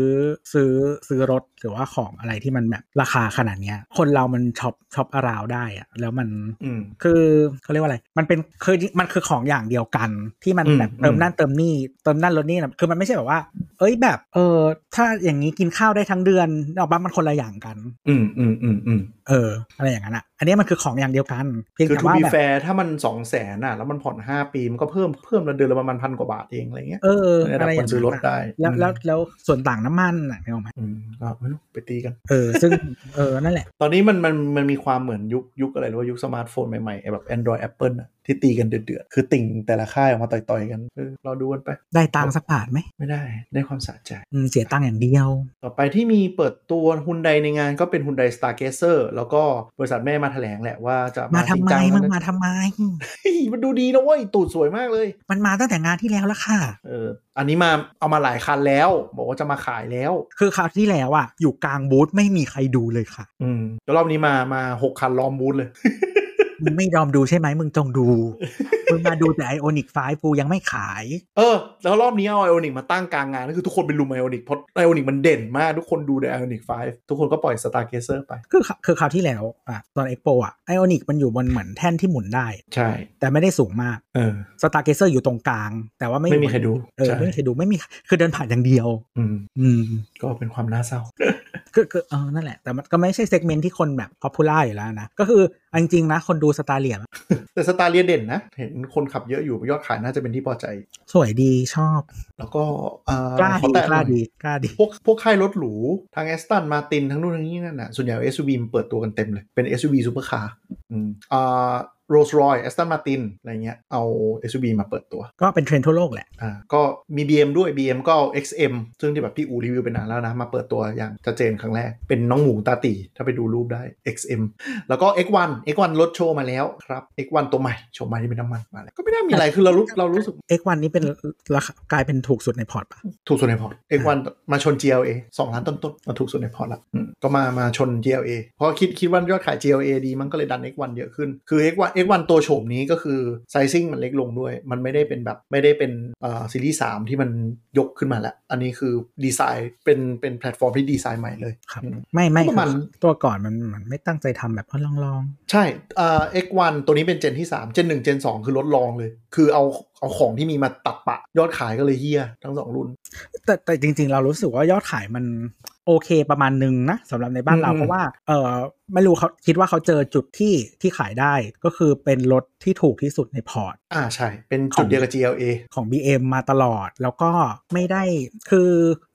Speaker 2: ซื้อซื้อรถหรือว่าของอะไรที่มันแบบราคาขนาดเนี้ย คนเรามันช็อปช็อปอาราวได้อะแล้วมัน
Speaker 3: อืม
Speaker 2: คือเขาเรียกว่าอะไร มันเป็นคือมันคือของอย่างเดียวกันที่มัน
Speaker 3: อืม
Speaker 2: แบบเติม
Speaker 3: อืม
Speaker 2: นั่นเติมนี่เติมนั่นลดนี่นะคือมันไม่ใช่แบบว่า เอ้ยแบบเออถ้าอย่างนี้กินข้าวได้ทั้งเดือนออกบ้านมันคนละอย่างกัน
Speaker 3: อืมอืมอืมอืม
Speaker 2: เออ อะไรอย่างนั้นอ่ะ อันนี้มันคือของอย่างเดียวกัน เพียง
Speaker 3: คือ
Speaker 2: แต่
Speaker 3: ทู
Speaker 2: ว่า
Speaker 3: บี
Speaker 2: แบบ
Speaker 3: แฟร์ถ้ามันสองแสนอ่ะ แล้วมันผ่อนห้าปี มันก็เพิ่มเพิ่มละเดือนละประมาณพันกว่าบาทเองอะไรเงี้ย
Speaker 2: เออ
Speaker 3: ในระดับ
Speaker 2: อะไรอย่าง
Speaker 3: คนซื้อรถได้
Speaker 2: แล้วแล้วแล้วส่วนต่างน้ำมันอ่ะไม่เอาไหม
Speaker 3: อืมก็ไม่รู้ไปตีกัน
Speaker 2: เออซึ่งเออนั่นแหละ
Speaker 3: ตอนนี้มันมันมันมีความเหมือนยุคยุคอะไรหรือว่ายุคสมาร์ทโฟนใหม่ๆไอ้แบบ Android Apple อะที่ตีกันเดือดๆคือติ่งแต่ละค่ายออกมาต่อยๆกันเออเราดูกันไป
Speaker 2: ได้ตังค์สักบาทไหม
Speaker 3: ไม่ได้ได้ความสะใจ
Speaker 2: อืมเสียตังค์อย่างเดียว
Speaker 3: ต่อไปที่มีเปิดตัวฮุนไดในงานก็เป็นฮุนไดสตาร์เกเซอร์แล้วก็บริษัทแม่มาแถลงแหละว่าจะ
Speaker 2: มาทำ
Speaker 3: จริง
Speaker 2: ไม
Speaker 3: จัง
Speaker 2: มัน
Speaker 3: แล้ว
Speaker 2: มา
Speaker 3: นะ
Speaker 2: ทำไม
Speaker 3: เฮ้ยมันดูดีนะเว้ย ตูดสวยมากเลย
Speaker 2: มันมาตั้งแต่งานที่แล้วแล้วค่ะ
Speaker 3: เอออันนี้มาเอามาหลายคันแล้ว บอกว่าจะมาขายแล้ว
Speaker 2: คือคราวที่แล้วอ่ะอยู่กลางบูธไม่มีใครดูเลยค่ะ
Speaker 3: อืมแล้วรอบนี้มามาหกคันล้อมบูธเลย
Speaker 2: มึงไม่ยอมดูใช่ไหมมึงจงดู มึงมาดูแต่ไอโอนิกไฟกูยังไม่ขาย
Speaker 3: เออ แล้วรอบนี้เอาไอออนิกมาตั้งกลางงานก็คือทุกคนไปรุมไอออนิกเพราะไอออนิกมันเด่นมากทุกคนดูในไอออนิก5ทุกคนก็ปล่อยสตาร์เกเซอร์ไป
Speaker 2: คือคคือคราวที่แล้วอ่ะตอนเอ็กโปอ่ะไอโอนิกมันอยู่บนเหมือนแท่นที่หมุนได้
Speaker 3: ใช่
Speaker 2: แต่ไม่ได้สูงมาก
Speaker 3: เออ
Speaker 2: สตาร์เกเซอร์อยู่ตรงกลาง แต่ว่าไม่
Speaker 3: ไม่มีใครดู
Speaker 2: เออ
Speaker 3: ใช่
Speaker 2: ไม่มีใครดูไม่มีคือเดินผ่านอย่างเดียว
Speaker 3: อืม
Speaker 2: อืม
Speaker 3: ก็เป็นความน่าเศร้า
Speaker 2: คือคือเออนั่นแหละ แต่มันก็ไม่ใช่เซกเมนต์ที่คนแบบพอพูล่าอยู่แล้วนะ ก็คือเอาจริงๆนะ คนดูสตาร์เลียม
Speaker 3: แต่สตาร์เลียเด่นนะ เห็นคนขับเยอะอยู่ยอดขายน่าจะเป็นที่พอใจ
Speaker 2: สวยดีชอบ
Speaker 3: แล้วก็เอ่อก
Speaker 2: ล้า
Speaker 3: ขอ
Speaker 2: ดี
Speaker 3: แตะ
Speaker 2: ก
Speaker 3: หน่
Speaker 2: ล้า
Speaker 3: อย
Speaker 2: ดีกล้าดี
Speaker 3: พวกพวกค่ายรถหรู ทั้งแอสตันมาตินทั้งนู่นทั้งนี้นั่นน่ะส่วนใหญ่ SUV มันเปิดตัวกันเต็มเลย เป็น SUV ซูเปอร์คาร์อืมอ่า โรลส์รอยแอสตันมาตินอะไรเงี้ยเอา SUV มาเปิดตัว
Speaker 2: ก็เป็นเทรนด์ทั่วโลกแหละ
Speaker 3: อ่าก็มี BM ด้วย BM ก็เอา XM ซึ่งที่แบบพี่อูรีวิวไปนานแล้วนะ มาเปิดตัวอย่างชัดเจนครั้งแรก เป็นน้องหมูตาตี ถ้าไปดูรูปได้ XM แล้วก็ X1 X1 ลดโชว์มาแล้วครับ X1 ตัวใหม่โชว์ใหม่ที่เป็นน้ำมันมาแล้วก็ไม่ได้มีอะไรคือเรารู้เรารู้สึก
Speaker 2: X1 นี้เป็นราคากลายเป็นถูกสุดในพอร์ตปะ
Speaker 3: ถูกสุดในพอร์ต X1 มาชน GLA สองล้านต้นๆมาถูกสุดในพอร์ตละอืมก็มามาชน GLA เพราะคิดคิดว่ายอดขาย GLA ดีมันก็เลยดัน X1 เยอะขึ้น คือ X1 X1 ตัวโฉมนี้ก็คือไซซิ่งมันเล็กลงด้วย มันไม่ได้เป็นแบบไม่ได้เป็นเอ่อซีรีส์3ที่มันยกขึ้นมาละอันนี้คือดีไซน์เป็นเป็นแพลตฟอร์มที่ดีไซน์ใหม่เลย
Speaker 2: ครับ
Speaker 3: อืม
Speaker 2: ไม่ไม่
Speaker 3: ก็ประมาณ
Speaker 2: คือตัวก่อนมันมันไม่ตั้งใจทำแบบว่าลองลอง
Speaker 3: ใช่เอ่อ X1 ตัวนี้เป็นเจนที่ 3 เจน 1 เจน 2 คือลดลองเลย คือเอาเอาของที่มีมาตัดปะยอดขายก็เลยเฮียทั้งสองรุ่น
Speaker 2: ๆแต่แต่จริง ๆ เรารู้สึกว่ายอดขายมันโอเคประมาณหนึ่งนะสำหรับในบ้านเรา
Speaker 3: อืม
Speaker 2: เพราะว่าเออไม่รู้เขาคิดว่าเขาเจอจุดที่ที่ขายได้ก็คือเป็นรถที่ถูกที่สุดในพอร์ต
Speaker 3: อ่าใช่ เป็นจุดเดียวกับ GLA
Speaker 2: ของ BM มาตลอดแล้วก็ไม่ได้คือ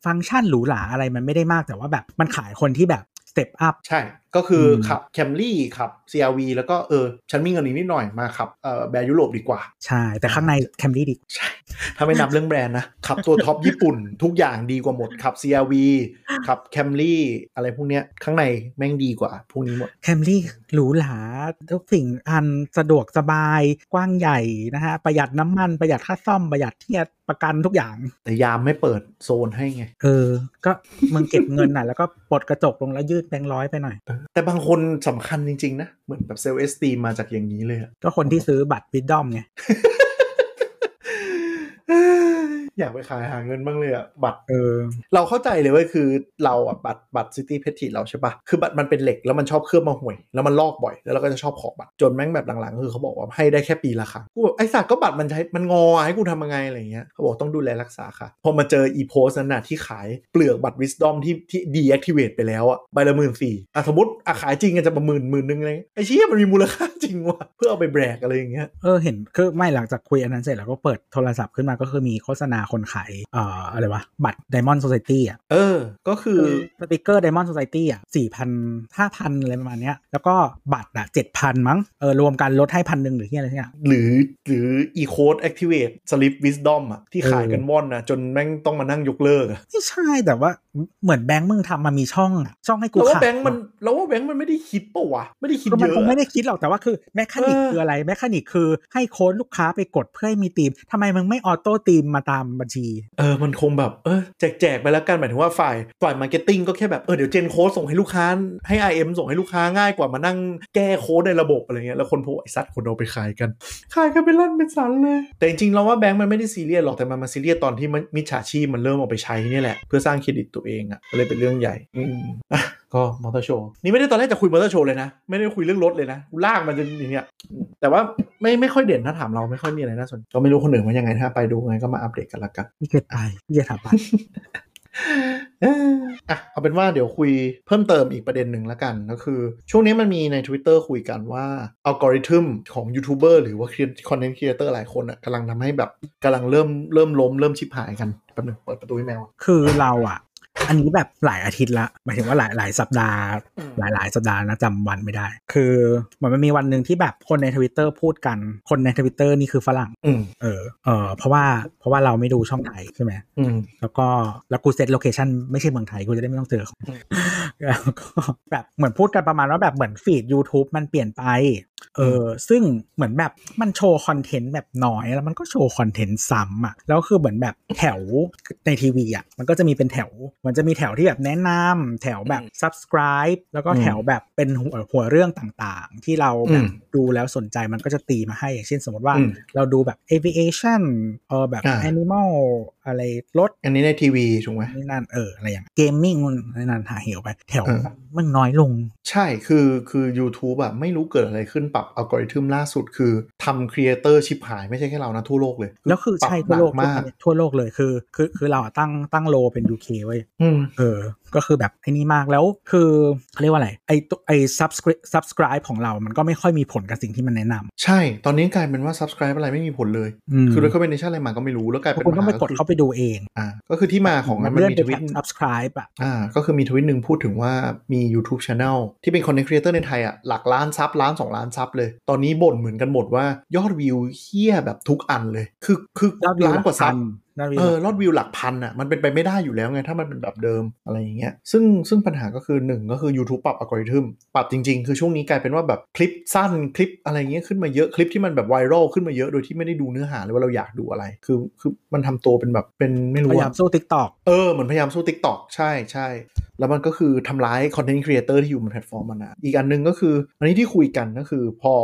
Speaker 2: ฟังก์ชันหรูหราอะไรมันไม่ได้มากแต่ว่าแบบมันขายคนที่แบบสเต็ปอัพ
Speaker 3: ใช่ ก็คืออ
Speaker 2: ม
Speaker 3: ขับแคมรี่ขับ CRV แล้วก็เออ ฉันมีเงินอีกนิดหน่อยมาขับเอ่อแบรนด์ยุโรปดีกว่า
Speaker 2: ใช่ แต่ข้างในแคมรี่ดี
Speaker 3: ใช่ ถ้าไม่นับเรื่องแบรนด์นะ ขับตัวท็อปญี่ปุ่น ทุกอย่างดีกว่าหมด ขับ CRV ขับแคมรี่อะไรพวกเนี้ยข้างในแม่งดีกว่า พวกนี้หมด
Speaker 2: แคมรี่หรูหราทุกสิ่งอันสะดวกสบายกว้างใหญ่นะฮะ ประหยัดน้ำมัน ประหยัดค่าซ่อม ประหยัดเทียประกันทุกอย่าง
Speaker 3: แต่ยามไม่เปิดโซนให้ไง
Speaker 2: เออ ก็มึงเก็บเงินน่ะ แล้วก็ปลดกระจกลงแล้วยืดแบงค์ร้อยไปหน่อย
Speaker 3: แต่บางคนสำคัญจริง ๆ นะ เหมือนแบบเซลล์เอสตีมาจากอย่างนี้เลยอะ
Speaker 2: ก็คนที่ซื้อบัตรวิดดอมไง
Speaker 3: อยากไปขายหาเงินบ้างเลยอะบัตร
Speaker 2: เออ
Speaker 3: เราเข้าใจเลยเว่าคือเราอ่ะบัตรบัตรซิตี้เพชทีเราใช่ปะคือบัตรมันเป็นเหล็กแล้วมันชอบเคลือบมาห่วย แล้วมันลอกบ่อย แล้วเราก็จะชอบขอบัตรจนแม่งแบบหลังๆ คือเขาบอกว่าให้ได้แค่ปีละครั้งกูแบบไอ้สัตว์ก็บัตรมันใช้มันงออะให้กูทำยังไงอะไรเงี้ยเขาบอกต้องดูแลรักษาค่ะ พอมาเจออีโพสนั้นน่ะที่ขายเปลือกบัตรวิสดอมที่ที่ดีแอคทีเวตไปแล้วอ่ะใบละหมื่นสี่อ่ะสมมติอ่ะขายจริงกันจะประหมื่นหมื่นนึงอะไรเงี้ยไอ้เชี่ยมันมีมูลค่าจริงว่ะเพื่อเอาไปแบรกอะไรอย่างเงี้ย
Speaker 2: เออเห็นคือไม่หลังจากคุยอันนั้นเสร็จแล้วก็เปิดโทรศัพท์ขึ้นมาก็คือมีโฆษณาคนขายเอ่ออะไรวะ บัตร Diamond Society อ่ะ
Speaker 3: เออ ก็คือ
Speaker 2: คือสติกเกอร์ Diamond Society อ่ะสี่พันห้าพันอะไรประมาณเนี้ย แล้วก็บัตรอ่ะเจ็ดพันมั้งเออรวมกันลดให้พันหนึ่งหรือที่อะไรสักอย่าง
Speaker 3: หรือหรือ e-code activate slip wisdom อะที่
Speaker 2: เออ
Speaker 3: ขายกันว่อนนะจนแม่งต้องมานั่งยกเลิกอะ
Speaker 2: ไม่ใช่แต่ว่าเหมือนแบงค์มึงทำมามีช่องอะช่องให้กู
Speaker 3: เราว่า
Speaker 2: ขาย
Speaker 3: แบงค์มันเราว่าแบงค์มันไม่ได้คิดปะวะ ไม่ได้คิด
Speaker 2: คือ
Speaker 3: เย
Speaker 2: มัน
Speaker 3: อะ
Speaker 2: คงไม่
Speaker 3: อะ
Speaker 2: ได้คิดหรอกแต่ว่าคือแมคานิก
Speaker 3: เออ
Speaker 2: คืออะไรแมคานิกคือให้โค้ดลูกค้าไปกดเพื่อให้มีธีมทำไมมึงไม่ออโต้ธีมมาตามบัญชี
Speaker 3: เออ มันคงแบบ เออแจกแจกๆไปแล้วกันหมายถึงว่าฝ่ายฝ่ายมาร์เก็ตติ้งก็แค่แบบ เออ เดี๋ยวเจนโค้ดส่งให้ลูกค้า ให้ IM ส่งให้ลูกค้าง่ายกว่ามานั่งแก้โค้ดในระบบอะไรเงี้ยแล้วคนพบไอ้สัตว์คนเอาไปขายกัน ขายกันเป็นลั่นเป็นสันเลย แต่จริงๆเราว่าแบงค์มันไม่ได้ซีเรียสหรอกแต่มันมาซีเรียสตอนที่มันมิจฉาชีพมันเริ่มเอาไปใช้เนี่ยแหละ เพื่อสร้างเครดิตตัวเองอะ่ะก็เลยเป็นเรื่องใหญ่อืม อ่ะก็มอเตอร์โชว์นี่ไม่ได้ตอนแรกจะคุยมอเตอร์โชว์เลยนะ ไม่ได้คุยเรื่องรถเลยนะกูลากมันจนอย่างเงี้ยอืมแต่ว่าไม่ไม่ค่อยเด่นถ้าถามเราไม่ค่อยมีอะไรน่าสนใจก็ไม่รู้คนอื่นว่ายังไงถ้าไปดูไงก็มาอัปเดตกันละกัน
Speaker 2: นี่เกิดไปเยียถา ปัตย์
Speaker 3: เอ่ออ่ะเอาเป็นว่าเดี๋ยวคุยเพิ่มเติมอีกประเด็นหนึ่งละกันก็คือ ช่วงนี้มันมีใน Twitter คุยกันว่าอัลกอริทึมของยูทูบเบอร์หรือว่าคอนเทนต์ครีเอเตอร์หลายคนอ่ะกำลังทำให้แบบกำลังเริ่มเริ่มล้มเริ่มชิบหายกันแป๊บหนึงเปิดประตูให้แมวอ่ะ
Speaker 2: คือเราอะอันนี้แบบหลายอาทิตย์ละหมายถึงว่าหลายหลายสัปดาห์ หลายหลายๆสัปดาห์นะจำวันไม่ได้ คือเหมือนมันมีวันหนึ่งที่แบบคนในทวิตเตอร์พูดกัน คนในทวิตเตอร์นี่คือฝรั่ง
Speaker 3: อืม
Speaker 2: เออ เออเพราะว่า เพราะว่าเราไม่ดูช่องไทยใช่ไหม
Speaker 3: อืม
Speaker 2: แล้วก็แล้วกูเซตโลเคชันไม่ใช่เมืองไทย กูจะได้ไม่ต้องเจ อเขา
Speaker 3: อืม
Speaker 2: แล้วก็แบบเหมือนพูดกันประมาณว่าแบบเหมือนฟีด YouTube มันเปลี่ยนไป เออซึ่งเหมือนแบบมันโชว์คอนเทนต์แบบน้อยแล้วมันก็โชว์คอนเทนต์ซ้ำอ่ะแล้วคือเหมือนแบบแถวในทีวีอ่ะมันก็จะมีเป็นแถวมันจะมีแถวที่แบบแนะนำแถวแบบ subscribe แล้วก็แถวแบบเป็นหัวหัวเรื่องต่างๆ ที่เราแบบ
Speaker 3: อืม
Speaker 2: ดูแล้วสนใจมันก็จะตีมาให้อย่างเช่นสมมติว่า
Speaker 3: อืม
Speaker 2: เราดูแบบ aviation เออแบบ
Speaker 3: อ่า
Speaker 2: animal อะไรรถ
Speaker 3: อันนี้ในทีวีถูกไหม
Speaker 2: นี่นั่นเอออะไรอย่างเกมมิ่งนี่นั่นหาเหวไป แถว
Speaker 3: เออ
Speaker 2: มันน้อยลง
Speaker 3: ใช่คือคือ YouTube อะไม่รู้เกิดอะไรขึ้นปรับอัลกอริทึมล่าสุดคือทำครีเอเตอร์ชิบหายไม่ใช่แค่เรานะทั่วโลกเลย
Speaker 2: แล้วคือ
Speaker 3: ปรับ
Speaker 2: ใช่ทั่วโลก
Speaker 3: หนัมาก
Speaker 2: ทั่วโลกเลยคือคือคือเราอะตั้งตั้งโลเป็น UK ไว้ย
Speaker 3: อืม
Speaker 2: เออ ก็คือแบบไอ้นี่มากแล้วคือเขาเรียกว่าอะไรไอ้ตัวไอ้ subscribe subscribe ของเรา มันก็ไม่ค่อยมีผลกับสิ่งที่มันแนะนำ
Speaker 3: ใช่ ตอนนี้กลายเป็นว่า subscribe อะไรไม่มีผลเลย
Speaker 2: ม
Speaker 3: คือ recommendation อะไรมาก็ไม่รู้แล้วกลายเป็น
Speaker 2: คุณต้องไป
Speaker 3: ปัญห
Speaker 2: กดเข้าไปดูเอง
Speaker 3: อ่าก็คือที่มาของมันมัน
Speaker 2: เลื่อน
Speaker 3: มี
Speaker 2: ไป
Speaker 3: ทวิ
Speaker 2: แท็
Speaker 3: ต
Speaker 2: บ subscribe อะ
Speaker 3: อ่าก็คือมีทวิตหนึ่งพูดถึงว่ามี YouTube Channel ที่เป็น content creator ในไทยอ่ะหลักล้านซับล้าน 2 ล้านซับเลย ตอนนี้บ่นเหมือนกันหมดว่ายอดวิวเฮี้ยแบบทุกอันเลย คือคือย
Speaker 2: อดวิว
Speaker 3: ล้านกว่าซับ
Speaker 2: ยอดวิว
Speaker 3: เออรอดวิวหลักพันอ่ะมันเป็นไปไม่ได้อยู่แล้วไง ถ้ามันเป็นแบบเดิมอะไรอย่างเงี้ยซึ่งซึ่งปัญหาก็คือหนึ่งก็คือ YouTube ปรับอัลกอริทึมปรับจริงๆ คือช่วงนี้กลายเป็นว่าแบบคลิปสั้นคลิปอะไรเงี้ยขึ้นมาเยอะคลิปที่มันแบบไวรัลขึ้นมาเยอะโดยที่ไม่ได้ดูเนื้อหาเลยว่าเราอยากดูอะไร คือคือมันทำตัวเป็นแบบเป็นไม่
Speaker 2: พยา
Speaker 3: รู้
Speaker 2: ยา
Speaker 3: อะ
Speaker 2: มสู้ TikTok
Speaker 3: เออเหมือนพยายามสู้ Tik t o k ใช่ใช่แล้วมันก็คือทำร้ายคอนเทนต์ครีเอเตอร์ที่อยู่บนแพลตฟอร์มมานานอีกอันหนึงก็คือ อันนี้ที่คุยกันก็คือพอ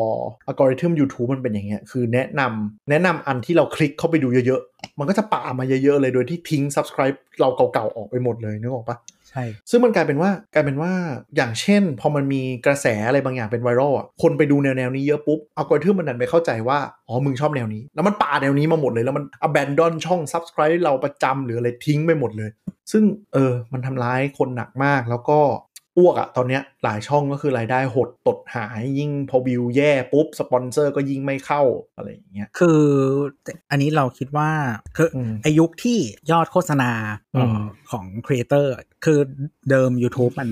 Speaker 3: อัลกอริทึม YouTube มันเป็นอย่างเงี้ยคือแนะนำแนะนำอันที่เราคลิกเข้าไปดูเยอะๆ มันก็จะป่ามาเยอะ ๆ เลยโดยที่ทิ้ง subscribe เราเก่า ๆ ออกไปหมดเลยนึกออกปะ
Speaker 2: ใช่
Speaker 3: ซึ่งมันกลายเป็นว่ากลายเป็นว่าอย่างเช่น พอมันมีกระแสอะไรบางอย่างเป็นไวรัลอะคนไปดูแนว ๆ นี้เยอะปุ๊บเอากริทึมมันดันไปเข้าใจว่า อ๋อ มึงชอบแนวนี้ แล้วมันป่าแนวนี้มาหมดเลย แล้วมัน abandon ช่อง subscribe เราประจำหรืออะไรทิ้งไปหมดเลย ซึ่งเออมันทำร้ายคนหนักมากแล้วก็อ้วกอะตอนเนี้ยหลายช่องก็คือรายได้หดตดหายยิ่งพอวิวแย่ปุ๊บสปอนเซอร์ก็ยิ่งไม่เข้าอะไรอย่างเงี้ย
Speaker 2: คืออันนี้เราคิดว่าคือ
Speaker 3: อืม
Speaker 2: ไอายุคที่ยอดโฆษณาเอ่ออ
Speaker 3: ม
Speaker 2: ของครีเอเตอร์คือเดิม YouTube มัน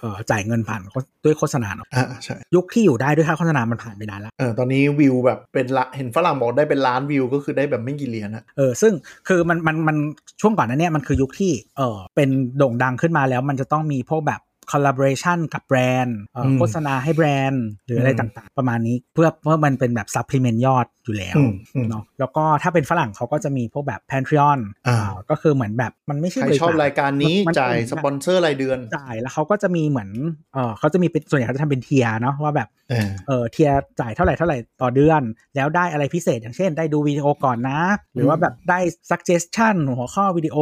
Speaker 2: เอ่อจ่ายเงินผ่านโฆด้วยโฆษณาเนอะ
Speaker 3: อ่าใช่
Speaker 2: ยุคที่อยู่ได้ด้วยค่าโฆษณามันผ่านไปนานแล้ว
Speaker 3: เออตอนนี้วิวแบบเป็นละเห็นฝรั่งบอกได้เป็นล้านวิวก็คือได้แบบไม่กี่เหรียญนะ
Speaker 2: เออซึ่งคือมันมันมันช่วงก่อนนั้นเนี่ยมันคือยุคที่เออเป็นโด่งดังขึ้นมาแล้วมันจะต้องมีพวกแบบ collaboration กับแบรนด์เอ่ออโฆษณาให้แบรนด์ หรืออะไรต่างๆ ประมาณนี้เพื่อเพื่อมันเป็นแบบ supplement ยอดอยู่แล้ว
Speaker 3: อืมอืม
Speaker 2: เนาะแล้วก็ถ้าเป็นฝรั่งเขาก็จะมีพวกแบบ Patreon
Speaker 3: อ่า
Speaker 2: อ่าก็คือเหมือนแบบมันไม่ใช่
Speaker 3: ใคร
Speaker 2: บริ
Speaker 3: ชอบ
Speaker 2: ษัท
Speaker 3: รายการนี้
Speaker 2: มันเป็น
Speaker 3: จ่ายสปอนเซอร์รายเดือน
Speaker 2: จ่ายแล้วเขาก็จะมีเหมือนเออเขาจะมีเป็นส่วนใหญ่เขาจะทำเป็นเทียร์เนาะว่าแบบ
Speaker 3: เออ
Speaker 2: เออเทียร์จ่ายเท่าไหร่เท่าไหร่ต่อเดือน แล้วได้อะไรพิเศษ อย่างเช่น ได้ดูวิดีโอก่อนนะ หรือว่าแบบได้ suggestion หัวข้อวิดีโอ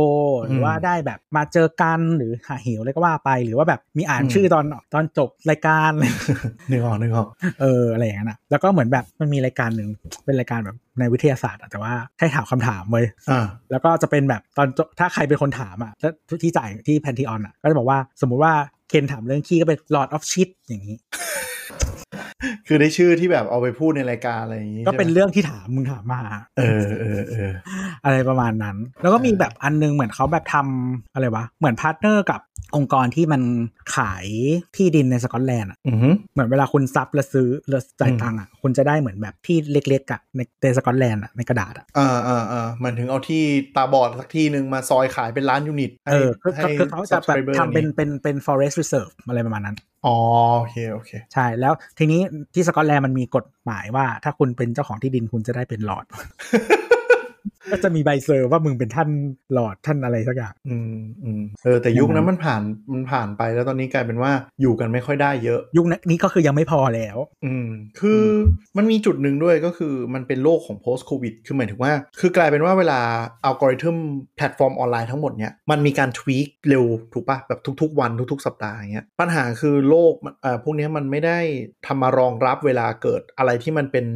Speaker 2: หรือว่า
Speaker 3: อืม
Speaker 2: ได้แบบมาเจอกันหรือหาหิวอะไรก็ว่าไป หรือว่าแบบมีอ่าน
Speaker 3: อืม
Speaker 2: ชื่อตอนตอนจบรายการ
Speaker 3: นึกออกนึกออก
Speaker 2: เอออะไรอย่างนั้นอ่ะแล้วก็เหมือนแบบมันมีรายการหนึ่งเป็นรายการแบบในวิทยาศาสตร์อะแต่ว่าให้ถามคำถามเว้ย
Speaker 3: อ่า
Speaker 2: แล้วก็จะเป็นแบบตอนจบถ้าใครเป็นคนถามอ่ะแล้วที่จ่ายที่แพนทีออนอ่ะ ก็จะบอกว่าสมมุติว่าเคนถามเรื่องขี้ก็เป็น Lord of Shit อย่างนี้
Speaker 3: คือได้ชื่อที่แบบเอาไปพูดในรายการอะไรอย่างนี้
Speaker 2: ก็เป็น
Speaker 3: ใช่ไหม
Speaker 2: เรื่องที่ถามมึงถามมา
Speaker 3: เออเออเออ
Speaker 2: อะไรประมาณนั้น แล้วก็มี
Speaker 3: เออ
Speaker 2: แบบอันนึงเหมือนเขาแบบทำอะไรวะ เหมือนพาร์ทเนอร์กับองค์กรที่มันขายที่ดินในสกอตแลนด์อ่ะ
Speaker 3: อือหือ
Speaker 2: เหมือนเวลาคุณซับแล้วซื้อแล้วจ่าย
Speaker 3: อืม
Speaker 2: ตังค์อ่ะคุณจะได้เหมือนแบบที่เล็กๆอ่ะในในสกอตแลนด์อ่ะในกระดาษอ่ะ
Speaker 3: อ่าอ่าอ่ามันถึงเอาที่ตาบอดสักที่หนึ่งมาซอยขายเป็นล้านยูนิตให้
Speaker 2: เออคือ
Speaker 3: ให้
Speaker 2: คือคือเขาจะแบบ
Speaker 3: subscriber
Speaker 2: ทำเป็น
Speaker 3: นี้
Speaker 2: เป็นเป็น forest reserve อะไรประมาณนั้น
Speaker 3: อ๋อโอเคโอเค
Speaker 2: ใช่แล้วทีนี้ที่สกอตแลนด์มันมีกฎหมายว่า ถ้าคุณเป็นเจ้าของที่ดินคุณจะได้เป็นหลอด ก็จะมีใบเซอร์ว่ามึงเป็นท่านหลอดท่านอะไรสักอย่าง
Speaker 3: อืมอืมเออแต่ยุคนั้นมันผ่านมันผ่านไปแล้วตอนนี้กลายเป็นว่าอยู่กันไม่ค่อยได้เยอะ
Speaker 2: ยุคนี้ก็คือยังไม่พอแล้ว
Speaker 3: อืมคืออมันมีจุดหนึ่งด้วยก็คือมันเป็นโลกของ post covid คือหมายถึงว่า คือกลายเป็นว่าเวลาอัลกอริทึมแพลตฟอร์มออนไลน์ทั้งหมดเนี่ยมันมีการทวีคเร็วถูกปะแบบทุกๆวันทุกๆ สัปดาห์อย่างเงี้ยปัญหาคือโลกมันเอ่อพวกเนี้ยมันไม่ได้ทำมารองรับเวลาเกิดอะไรที่มันเป็น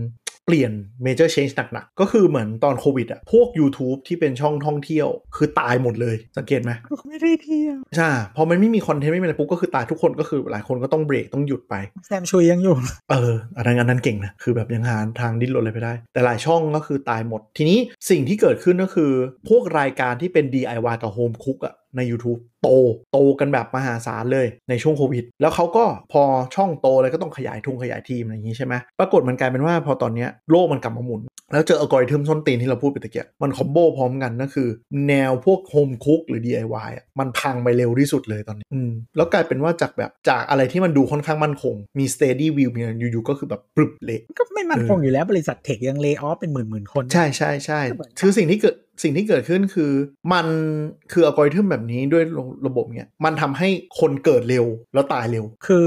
Speaker 3: เปลี่ยน major change หนักๆ ก็คือเหมือนตอนโควิดอะพวก YouTube ที่เป็นช่องท่องเที่ยว คือตายหมดเลยสังเกตไหม
Speaker 2: ไม่ได้เที่ยว
Speaker 3: ใช่พอมันไม่มีคอนเทนต์ไม่มีอะไรปุ๊บก็คือตายทุกคนก็คือหลายคนก็ต้องเบรกต้องหยุดไป
Speaker 2: แซมชุยยังอยู่
Speaker 3: เอออันนั้นอันนั้นเก่งนะ คือแบบยังหาทางดิ้นรนอะไรไปได้ แต่หลายช่องก็คือตายหมด ทีนี้สิ่งที่เกิดขึ้นก็คือ พวกรายการที่เป็น DIY กับ Home Cook อะใน YouTube โต โตกันแบบมหาศาลเลยในช่วงโควิด แล้วเขาก็พอช่องโตแล้วก็ต้องขยายทุงขยายทีมอะไรอย่างนี้ใช่ไหมปรากฏมันกลายเป็นว่าพอตอนเนี้ยโลกมันกลับมาหมุน แล้วเจออัลกอริทึมส้นตีนที่เราพูดไปตะเกียบมันคอมโบพร้อมกันนั่นคือ แนวพวกโฮมคุกหรือ DIY อะมันพังไปเร็วที่สุดเลยตอนนี้อืมแล้วกลายเป็นว่าจากแบบจากอะไรที่มันดูค่อนข้างมั่นคง มี steady view มีอะไรอยู่ๆก็คือแบบปรึบเละ
Speaker 2: ก็ไม่มั่นคง
Speaker 3: เออ
Speaker 2: อ
Speaker 3: อ
Speaker 2: ยู่แล้วบริษัทเทคยังเล y o ออฟเป็นหมื่นหมื่นๆคน
Speaker 3: ใช่ใช่ใช่
Speaker 2: ก็เหมือนกัน
Speaker 3: คือสิ่งที่เกิดสิ่งที่เกิดขึ้นคือ มันคืออัลกอริทึมแบบนี้ด้วยระบบเนี่ยมันทำให้คนเกิดเร็วแล้วตายเร็ว
Speaker 2: คือ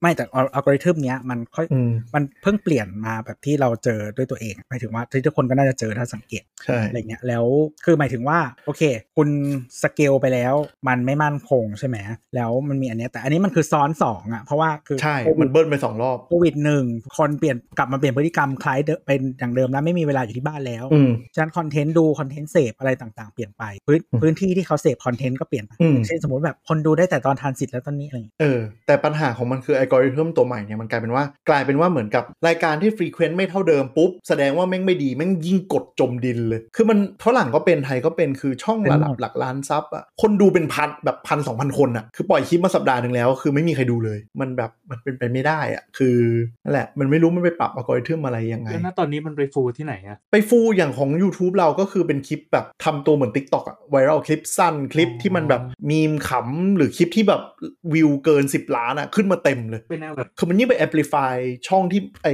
Speaker 2: ไม่แต่อัลกอริทึมเนี้ยมันค่อย
Speaker 3: อืม
Speaker 2: มันเพิ่งเปลี่ยนมาแบบที่เราเจอด้วยตัวเองหมายถึงว่าที่ทุกคนก็น่าจะเจอถ้าสังเกต
Speaker 3: ใช่
Speaker 2: อะไรเงี้ยแล้วคือหมายถึงว่าโอเค คุณสเกลไปแล้วมันไม่มั่นคงใช่ไหมแล้วมันมีอันเนี้ยแต่อันนี้มันคือซ้อนสองอ่ะเพราะว่าคือ
Speaker 3: ใช่
Speaker 2: โควิ
Speaker 3: มัน
Speaker 2: ด
Speaker 3: เบิ้ลไปสองรอบ
Speaker 2: โควิดหนึ่งคนเปลี่ยนกลับมาเปลี่ยนพฤติกรรมคล้ายเดิมเป็นอย่างเดิมแล้วไม่มีเวลาอยู่ที่บ้านแล้ว
Speaker 3: อืม
Speaker 2: ฉะนั้นคอนเทนต์ดูคอนเทนต์เสพอะไรต่างๆ เปลี่ยนไปพื้น
Speaker 3: อืม
Speaker 2: พื้นที่ที่เขาเสพคอนเทนต์ก็เปลี่ยนไป
Speaker 3: อืม
Speaker 2: เช่นสมมติแบบคนดูได้แต่ตอนทานสิทธิ์แล้วตอนนี้อะไรอย่างเงี้ย
Speaker 3: เออแต่ปัญหาของมันคืออัลกอริทึมตัวใหม่เนี่ยมันกลายเป็นว่ากลายเป็นว่าเหมือนกับรายการที่ฟรีเควนต์ไม่เท่าเดิมปุ๊บ แสดงว่าแม่งไม่ดี แม่งยิ่งกดจมดินเลย คือมันฝรั่งก็เป็นไทยก็เป็นคือช่องระดับหลักล้านซับอะคนดูเป็นพันแบบพันสองพันคนอะคือปล่อยคลิปมาสัปดาห์หนึ่งแล้ว คือไม่มีใครดูเลย มันแบบมันเป็นไปไม่ได้อะคือนั่นแหละมันไม่รู้มันไปปรับอัลกอริทึมอะไรยังไง
Speaker 4: แล้วณตอนนี้มันไปฟูที่ไหนอะ
Speaker 3: ไปฟูอย่างของ YouTube เราก็คือเป็นคลิปแบบทำตัวเหมือน Tik t o อกอะไวรัลคลิปสั้นคลิป
Speaker 4: อ๋อ
Speaker 3: ที่มันแบบมีมขำหรือคลิปที่แบบวิวเกิน 10 ล้านอะขึ้นมาเต็มเลย
Speaker 4: เป็นแนวแบบ
Speaker 3: คือมันยิ่งไปแอ p พลิฟายช่องที่ไอ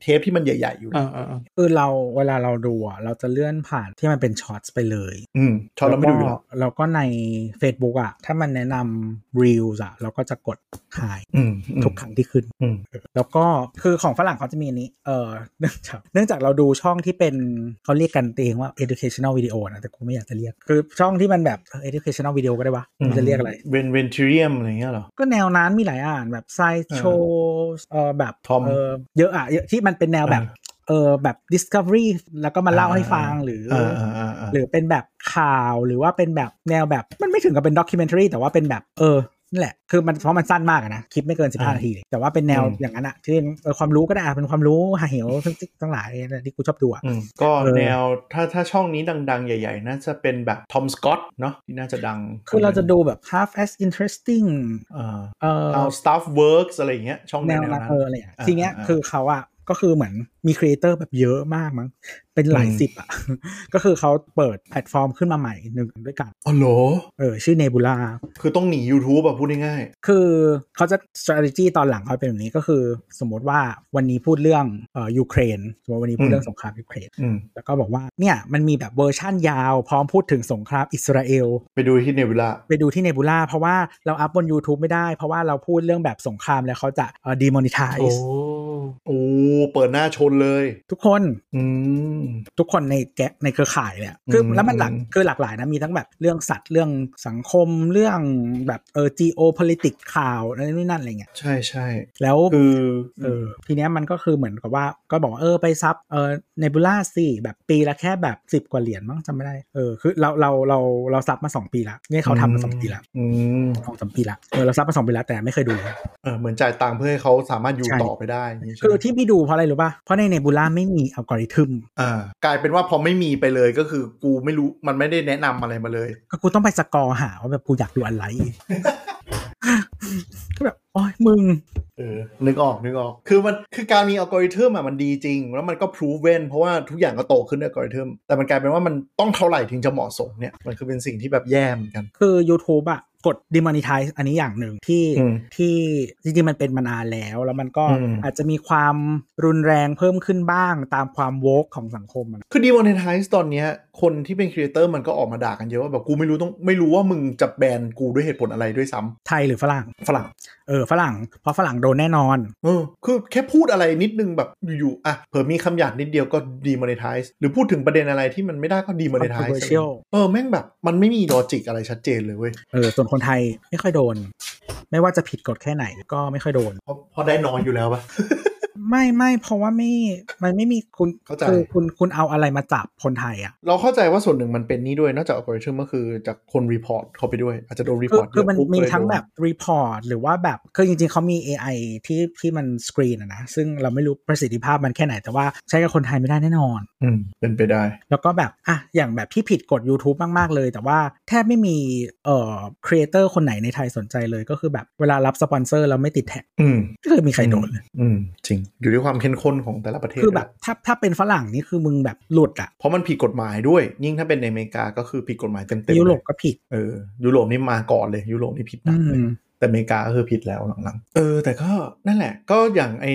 Speaker 3: เทปที่มันใหญ่ ๆ อยู่
Speaker 4: เอ
Speaker 3: นะ
Speaker 4: อเออเออ
Speaker 2: คือเราเวลาเราดูอะเราจะเลื่อนผ่านที่มันเป็นช็อตไปเลย
Speaker 3: อืมชอบเราไม่ดูอยู่แล้ว
Speaker 2: ก็แล้วก็ใน Facebook อ่ะถ้ามันแนะนำ Reels อ่ะเราก็จะกดหาย
Speaker 3: อืมอืม
Speaker 2: ทุกครั้งที่ขึ้น
Speaker 3: อืม
Speaker 2: แล้วก็คือของฝรั่งเขาจะมีอันนี้ เออเนื่องจากเนื่องจากเราดูช่องที่เป็นเขาเรียกกันเองว่า educational video นะแต่กูไม่อยากจะเรียก คือช่องที่มันแบบเออ educational video ก็ได้วะ
Speaker 3: อืม
Speaker 2: มันจะเรียกอะไร
Speaker 3: เวนเวนทิเรียมอะไรอย่างเงี้ยเหรอ
Speaker 2: ก็แนวนั้นมีหลายอ่านแบบ science show เออแบบ
Speaker 3: Tom
Speaker 2: เออเยอะอ่ะเยอะที่มันเป็นแนวแบบเออแบบ discovery แล้วก็มาเล่าให้ฟังหรือ
Speaker 3: อ่าอ่าอ่าอ่า
Speaker 2: หรือเป็นแบบข่าวหรือว่าเป็นแบบแนวแบบมันไม่ถึงกับเป็นด็อกิเมนทรีแต่ว่าเป็นแบบเออนั่นแหละ คือมันเพราะมันสั้นมากอะนะคลิปไม่เกิน 15 นาทีเลยแต่ว่าเป็นแนวอย่างนั้นอะที่เป็นเออความรู้ก็ได้อะเป็นความรู้หาเหวทั้งทั้งหลายเนี่ยที่กูชอบดูอะ
Speaker 3: อืมก็
Speaker 2: เออ
Speaker 3: แนวถ้าถ้าช่องนี้ดัง ๆ ใหญ่ ๆ น่าจะเป็นแบบทอมสกอตเนาะที่น่าจะดัง
Speaker 2: คือเราจะดูแบบ half as interesting
Speaker 3: อ่า
Speaker 2: เออ
Speaker 3: How Stuff Works อะไรอย่างเงี้ยช่อง
Speaker 2: แน
Speaker 3: แนว
Speaker 2: วละ
Speaker 3: นั้น
Speaker 2: เอออะไรอย่างเงี้ย
Speaker 3: อ่า
Speaker 2: ทีเนี้ย
Speaker 3: อ่า
Speaker 2: คือเขาอะก็คือเหมือนมีครีเอเตอร์แบบเยอะมากมั้งเป็นหลาย
Speaker 3: อืม
Speaker 2: สิบอะ ก็คือเขาเปิดแพลตฟอร์มขึ้นมาใหม่หนึ่งด้วยกัน
Speaker 3: อ๋อเหรอ
Speaker 2: เออชื่อ Nebula
Speaker 3: คือต้องหนี YouTube อะพูดง่าย
Speaker 2: คือเขาจะ strategy ตอนหลังเขาเป็นแบบนี้ก็คือ สมมติว่าวันนี้พูดเรื่องเอ่อยูเครนสมมติวันนี้พูดเรื่องสงครามยูเครน
Speaker 3: ๆอืม
Speaker 2: แล้วก็บอกว่าเนี่ยมันมีแบบเวอร์ชั่นยาวพร้อมพูดถึงสงครามอิสราเอล
Speaker 3: ไปดูที่เนวิลา
Speaker 2: ไปดูที่เนบูล่าเพราะว่าเราอัพบน YouTube ไม่ได้ เพราะว่าเราพูดเรื่องแบบสงครามแล้วเขาจะเอ่อ
Speaker 4: โอ้
Speaker 2: demonetize
Speaker 3: โอ้ เปิดหน้าชนเลย
Speaker 2: ทุกคน
Speaker 3: อืม
Speaker 2: ทุกคนในแกะในเครือข่ายเลยอะคือ
Speaker 3: อืม
Speaker 2: แล้วมันหลัก
Speaker 3: อืม
Speaker 2: คือหลากหลายนะ มีทั้งแบบเรื่องสัตว์เรื่องสังคมเรื่องแบบเออ geopolitics ข่าวอะไรนู่นนั่นอะไรเงี้ย
Speaker 3: ใช่ใช่
Speaker 2: แล้ว
Speaker 3: คือ
Speaker 2: เออทีเนี้ยมันก็คือเหมือนกับว่าก็บอกว่าเออไปซับเออเนบูล่าสิแบบปีละแค่แบบ 10 กว่าเหรียญมั้งจำไม่ได้เออคือเราเราเราเราซับมา 2 ปีละเนี่ยเขาทำมา 2 ปีละ
Speaker 3: อืม
Speaker 2: สองสามปีละเออเราซับมา 2 ปีละแต่ไม่เคยดูเลย
Speaker 3: เออเหมือนจ่ายตังค์เพื่อให้เขาสามารถอยู่
Speaker 2: ใช่
Speaker 3: ต่อไปได้ย่างนี้ใช่
Speaker 2: คือ
Speaker 3: ไหม
Speaker 2: ที่ไม่ดูเพราะอะไรรู้ป่ะ เพราะในเนบูล่าไม่มีอัลกอริทึม
Speaker 3: อ่ากลายเป็นว่าพอไม่มีไปเลยก็คือกูไม่รู้มันไม่ได้แนะนำอะไรมาเลย
Speaker 2: ก็กูต้องไปสกอร์หาว่าแบบกูอยาก ดูอะไร ก็แบบโอ้ยมึง
Speaker 3: เออ นึกออก นึกออก คือมัน คือการมีอัลกอริทึมอ่ะมันดีจริง แล้วมันก็พรูเวนเพราะว่าทุกอย่างก็โตขึ้นด้วยอัลกอริทึม แต่มันกลายเป็นว่ามันต้องเท่าไหร่ถึงจะเหมาะสมเนี่ย มันคือเป็นสิ่งที่แบบแย่เหมือนกัน
Speaker 2: คือ YouTube อะกด demonetize อันนี้อย่างหนึ่งที่
Speaker 3: อืม
Speaker 2: ที่จริงๆ มันเป็นมานานแล้ว แล้วมันก็
Speaker 3: อืม
Speaker 2: อาจจะมีความรุนแรงเพิ่มขึ้นบ้างตามความโวกของสังคมอะนะ
Speaker 3: คือดีมอนเทนไทส์ตอนเนี้ยคนที่เป็นครีเอเตอร์มันก็ออกมาด่ากันเยอะว่าแบบกูไม่รู้ต้องไม่รู้ว่ามึงจะแบนกูด้วยเหตุผลอะไรด้วยซ้ำ
Speaker 2: ไทยหรือฝรั่ง
Speaker 3: ฝรั่ง
Speaker 2: เออ ฝรั่ง เพราะฝรั่งโดนแน่นอน
Speaker 3: เออคือแค่พูดอะไรนิดนึงแบบอยู่ๆอ่ะเผื่อมีคำหยาดนิดเดียวก็ดีมอนเทนไทส์หรือพูดถึงประเด็นอะไรที่มันไม่ได้ก็ดีมอนเทนไทส์
Speaker 2: controversial
Speaker 3: เออแม่งแบบมันไม่มีลอจิกอะไรชัดเจนเลยเว้ย
Speaker 2: เออ ส่วนคนไทยไม่ค่อยโดน ไม่ว่าจะผิดกฎแค่ไหนก็ไม่ค่อยโดน
Speaker 3: เพราะเพราะได้น้อยอยู่แล้วปะ
Speaker 2: ไม่ไม่เพราะว่าไม่ มันไม่มีคุณ
Speaker 3: เข้าใจ
Speaker 2: คือคุณคุณเอาอะไรมาจับคนไทยอะ
Speaker 3: เราเข้าใจว่าส่วนหนึ่งมันเป็นนี่ด้วยนอกจากอัลกอริทึมก็คือจากคนรีพอร์ตเข้าไปด้วย อาจจะโดนรี
Speaker 2: คื
Speaker 3: พ
Speaker 2: อ
Speaker 3: อร์ต
Speaker 2: คือมันมีทั้งแบบ
Speaker 3: บ
Speaker 2: รีพอร์ตหรือว่าแบบคือจริงๆเขามี AI ที่ที่มันสกรีนอะนะซึ่งเราไม่รู้ประสิทธิภาพมันแค่ไหน แต่ว่าใช้กับคนไทยไม่ได้แน่นอน
Speaker 3: อืมเป็นไปได้
Speaker 2: แล้วก็แบบอ่ะอย่างแบบที่ผิดกฎ YouTube มากๆเลย แต่ว่าแทบไม่มีเอ่อครีเอเตอร์คนไหนในไทยสนใจเลย ก็คือแบบเวลารับสปอนเซอร์แล้วไม่ติดแท็ก
Speaker 3: อืม
Speaker 2: ไม่เคยมีใครโดนเลย
Speaker 3: อืมจริง อยู่ที่ความเข้มข้นของแต่ละประเทศ
Speaker 2: คือแบบ
Speaker 3: ด้วย
Speaker 2: ถ้าถ้าเป็นฝรั่งนี่คือมึงแบบหลุดอะ
Speaker 3: เพราะมันผิดกฎหมายด้วย ยิ่งถ้าเป็นในอเมริกาก็คือผิดกฎหมายเต็มๆ
Speaker 2: ยุโรป
Speaker 3: เย
Speaker 2: ก็ผิด
Speaker 3: เออยุโรปนี่มาก่อนเลย ยุโรปนี่ผิดหนั
Speaker 2: อื
Speaker 3: กเลย
Speaker 2: ม
Speaker 3: แต่อเมริกาก็คือผิดแล้วหลังๆเออแต่ก็นั่นแหละ ก็อย่างไอ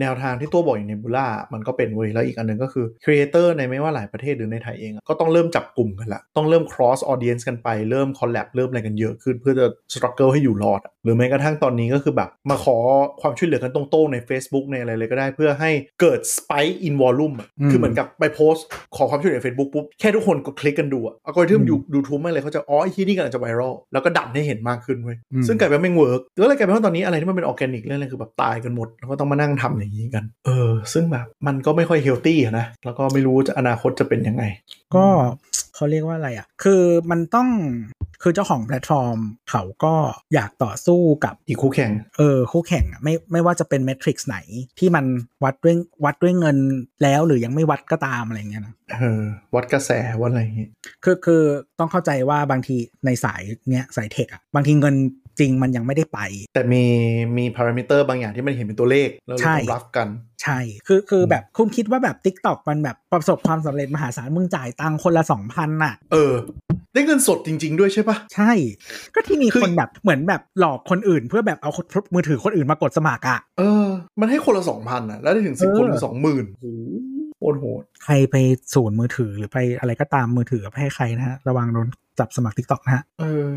Speaker 3: แนวทางที่ตัวบอกอย่างเนบูล่ามันก็เป็นเว้ยแล้วอีกอันหนึงก็คือครีเอเตอร์ในไม่ว่าหลายประเทศหรือในไทยเองอะก็ต้องเริ่มจับกลุ่มกันละต้องเริ่ม cross audience กันไปเริ่ม collab เริ่มอะไรกันเยอะขึ้น เพื่อจะ struggle ให้อยู่รอดอะหรือแม้กระทั่งตอนนี้ก็คือแบบมาขอความช่วยเหลือกันตรงๆใน Facebook ในอะไรเลยก็ได้เพื่อให้เกิด spike in volume อะ
Speaker 2: อืม
Speaker 3: คือเหมือนกับไปโพสต์ขอความช่วยเหลือ Facebook ปุ๊บแค่ทุกคนกดคลิกกันดูอะอัลกอริทึม
Speaker 2: อืม
Speaker 3: ยูยูทูบไม่เลยเขาจะอ๋อไอ้ที่นี่กำลังจะไวรัลแล้วก็ดันให้เห็นมากขึ้นเว้ย
Speaker 2: อืม
Speaker 3: ซึ่งกลายเป็นว่าไม่เวิร์กแล้วเลยกลายเป็นว่าตอนนี้อะไรที่มันเป็นออร์แกนิกเรื่องอะไรคือแบบตายกันหมดแล้วก็ต้องมานั่งทำอย่างนี้กัน เออ ซึ่งแบบมันก็ไม่ค่อยเฮลตี้อะนะแล้วก็ไม่รู้จะอนาคตจะเป็นยังไง
Speaker 2: ก็เขาเรียกว่าอะไรอ่ะ คือมันต้องคือเจ้าของแพลตฟอร์ม เขาก็อยากต่อสู้กับ
Speaker 3: อีกคู่แข่ง
Speaker 2: เออคู่แข่งอะไม่ไม่ว่าจะเป็นเมทริกซ์ไหนที่มันวัดด้วยวัดด้วยเงินแล้วหรือยังไม่วัดก็ตามอะไรอย่างเงี้ยนะ
Speaker 3: เออ วัดกระแสวัดอะไรอย่างงี้
Speaker 2: คือคือต้องเข้าใจว่าบางทีในสายเนี้ยสายเทคอะบางทีเงินจริงมันยังไม่ได้ไป
Speaker 3: แต่มีมีพารามิเตอร์บางอย่างที่มันเห็นเป็นตัวเลขแล้วเรา
Speaker 2: ใช่
Speaker 3: ต้องรับกัน
Speaker 2: ใช่ คือคืออ
Speaker 3: ม
Speaker 2: แบบคุณคิดว่าแบบ t ิ k t o k มันแบบประสบความสำเร็จมหาศาลมึงจ่ายตังค์คนละสองพันน่ะ
Speaker 3: เออ ได้เงินสดจริง ๆ ด้วยใช่ปะ
Speaker 2: ใช่ ก็ที่มี
Speaker 3: คือ
Speaker 2: คนแบบเหมือนแบบหลอกคนอื่น เพื่อแบบเอามือถือคนอื่นมากดสมัครอะ
Speaker 3: เออ มันให้คนละสองพันนะแล้วได้ถึงสิบ
Speaker 2: เออ
Speaker 3: คนถึงสองหมื่นโหโคตรโหด
Speaker 2: ใครไปศูนย์มือถือหรือไปอะไรก็ตามมือถือให้ใครนะฮะระวังโดนจับสมัคร t ิ k t o k นะฮะ
Speaker 3: เออ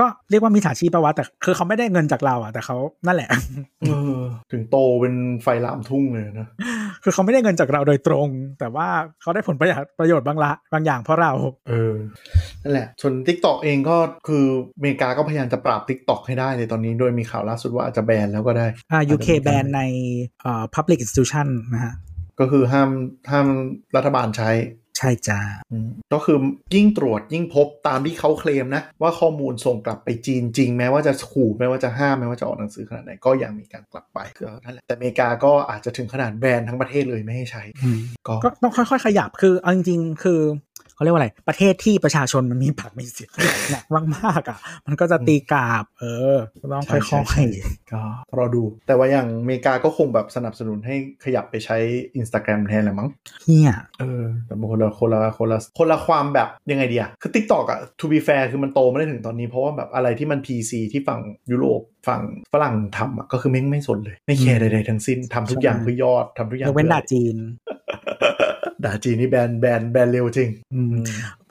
Speaker 2: ก็เรียกว่ามีฉาชีพปะวะแต่คือเขาไม่ได้เงินจากเราอะแต่เขานั่นแหละ
Speaker 3: เออ ถึงโตเป็นไฟลามทุ่งเลยนะ
Speaker 2: คือเขาไม่ได้เงินจากเราโดยตรง แต่ว่าเขาได้ผลประโยชน์ประโยชน์บางละบางอย่างเพราะเรา
Speaker 3: เออ นั่นแหละ ส่วน t ิ k t o k เองก็คืออเมริกาก็พยายามจะปราบ t ิ k t o k ให้ได้ในตอนนี้โดยมีข่าวล่าสุดว่าอาจจะแบนแล้วก็ได้
Speaker 2: อ่า UK
Speaker 3: อาจจะมีการ
Speaker 2: แบนในเอ่อ public institution นะฮะ
Speaker 3: ก็คือห้ามห้ามรัฐบาลใช้
Speaker 2: ใช่จ้า
Speaker 3: อืมก็คือยิ่งตรวจยิ่งพบตามที่เขาเคลมนะ ว่าข้อมูลส่งกลับไปจีนจริง แม้ว่าจะขู่แม้ว่าจะห้ามแม้ว่าจะออกหนังสือขนาดไหนก็ยังมีการกลับไปก็นั่นแหละแต่อเมริกาก็อาจจะถึงขนาดแบนทั้งประเทศเลยไม่ให้ใช้
Speaker 2: อืม
Speaker 3: ก็
Speaker 2: ก็ต้องค่อยๆ ขยับคือเอาจริงๆ คือเขาเรียกว่าอะไร ประเทศที่ประชาชนมันมีปากมีเสียง หนักมากๆอ่ะ มันก็จะตีกราบ เออก็ต้องค่อย
Speaker 3: ก็รอดู แต่ว่าอย่างอเมริกาก็คงแบบสนับสนุนให้ขยับไปใช้ Instagram แทนแหละมั้ง
Speaker 2: ๆเฮีย
Speaker 3: เออแต่บางคนละคนละคนละคนละความแบบยังไงดีอะคือ Tik t o k อะ to be fair คือมันโตมาได้ถึงตอนนี้เพราะว่าแบบอะไรที่มัน PC ที่ฝั่งยุโรปฝั่งฝรั่งทำอะก็คือไม่งไม่สนเลย ไม่แคร์ใดๆทั้งสิ้นทำทุกอย่างเพื่อยอดทำทุกอย่าง
Speaker 2: ยกเว้นด่าจีน
Speaker 3: ด่าจีนนี่แบนแบนแบนเร็วจริง
Speaker 2: อืม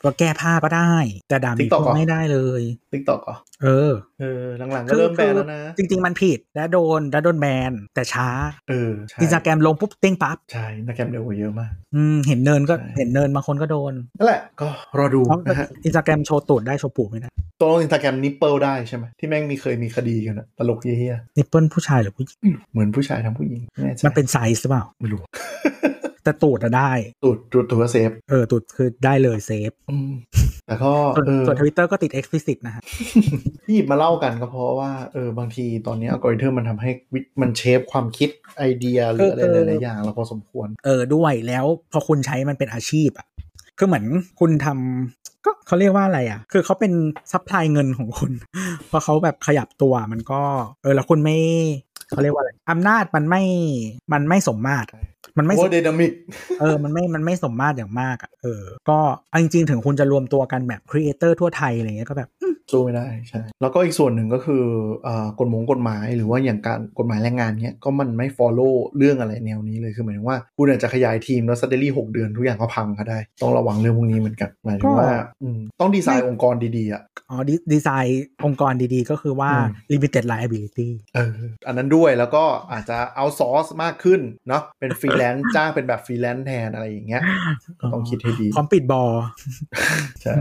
Speaker 2: ก็แก้ผ้าก็ได้ แต่ด่าหมี
Speaker 3: TikTok
Speaker 2: พวกไม่ได้เลย
Speaker 3: Tik t o k อ่ะ
Speaker 2: เออ
Speaker 3: เออหลังๆก็เริ่มแบนแล้วนะ
Speaker 2: จริงๆ มันผิดและโดนและโดนแบนแต่ช้า
Speaker 3: เออใช่
Speaker 2: อินสตาแกรมลงปุ๊บเต้งปั๊บ
Speaker 3: ใช่นักแกรมเร็วกว่าเยอะมาก
Speaker 2: อืมเห็นเนินก็
Speaker 3: ใช่
Speaker 2: เห็นเนินบางคนก็โดน
Speaker 3: นั่นแหละก็รอดูนะฮะ
Speaker 2: อินสตาแกรมโชว์ตูดได้โชว์ปูไม่ได้
Speaker 3: ตกลงอินสตาแกรมนิปเปิลได้ใช่ไหมที่แม่งมีเคยมีคดีกันอะตลกเฮี้ย
Speaker 2: นิปเปิลผู้ชายหรือผู้หญิง
Speaker 3: ๆเหมือนผู้ชายทำผู้หญิงไม่แน่ใจ
Speaker 2: มันเป็นไซส์หรือเปล่า
Speaker 3: ไม่รู้
Speaker 2: แต่ตูดอะได้
Speaker 3: ตูดตูดตูดก็เซฟ
Speaker 2: เออตูดคือได้เลยเซฟ
Speaker 3: อืมแต่ก็
Speaker 2: ส่วน
Speaker 3: เออ
Speaker 2: ส่วนทวิตเตอร์ก็ติด explicit นะฮะ
Speaker 3: ที่หยิบมาเล่ากันก็เพราะว่าเออบางทีตอนนี้อัลกอริทึมมันทำให้วิมันเชฟความคิดไอเดียหรืออะไร
Speaker 2: เออ
Speaker 3: ห
Speaker 2: เออ
Speaker 3: ลายๆอย่างเราพอสมควร
Speaker 2: เออด้วยแล้วพอคุณใช้มันเป็นอาชีพอะคือเหมือนคุณทำก็เขาเรียกว่าอะไรอะคือเขาเป็นซัพพลายเงินของคุณ พอเขาแบบขยับตัวมันก็ เออแล้วคุณไม่เขาเรียกว่าอะไรอำนาจมันไม่มันไม่สมมาตรอะมันไม่ส
Speaker 3: o
Speaker 2: ม
Speaker 3: d y ดนามิก
Speaker 2: เออมันไม่มันไม่สมมาตรอย่างมากอะเออ ก็เอาจริงๆ ถึงคุณจะรวมตัวกันแบบครีเอเตอร์ทั่วไทยอะไรเงี้ยก็แบบ
Speaker 3: สู้ไม่ได้ใช่แล้วก็อีกส่วนหนึ่งก็คือเอ่อกฎหมงกฎหมายหรือว่าอย่างการกฎหมายแรงงานเนี้ยก็มันไม่ follow เรื่องอะไรแนวนี้เลยคือหมายถึงว่าคุณอาจจะขยายทีมแล้ว s u d d e n l y หกเดือนทุกอย่างก็พังก็ได้ ต้องระวังเรื่องพวกนี้เหมือนกันหมายถึงว่า
Speaker 2: ก็
Speaker 3: อืมต้องดีไซน์องค์กรดีๆอ่ะ
Speaker 2: อ๋อดีดีไซน์องค์กรดีๆ ก็คือว่า
Speaker 3: อืม
Speaker 2: limited liability
Speaker 3: เอออันนั้นด้วยแล้วก็อาจจะเอาซอร์สมากขึ้นเนาะเป็นฟรีแลนซ์ จ้างเป็นแบบฟรีแลนซ์แทนอะไรอย่างเงี้ ยก็ต้องคิดให้ดี
Speaker 2: พร้อมปิดบอล
Speaker 3: ใช่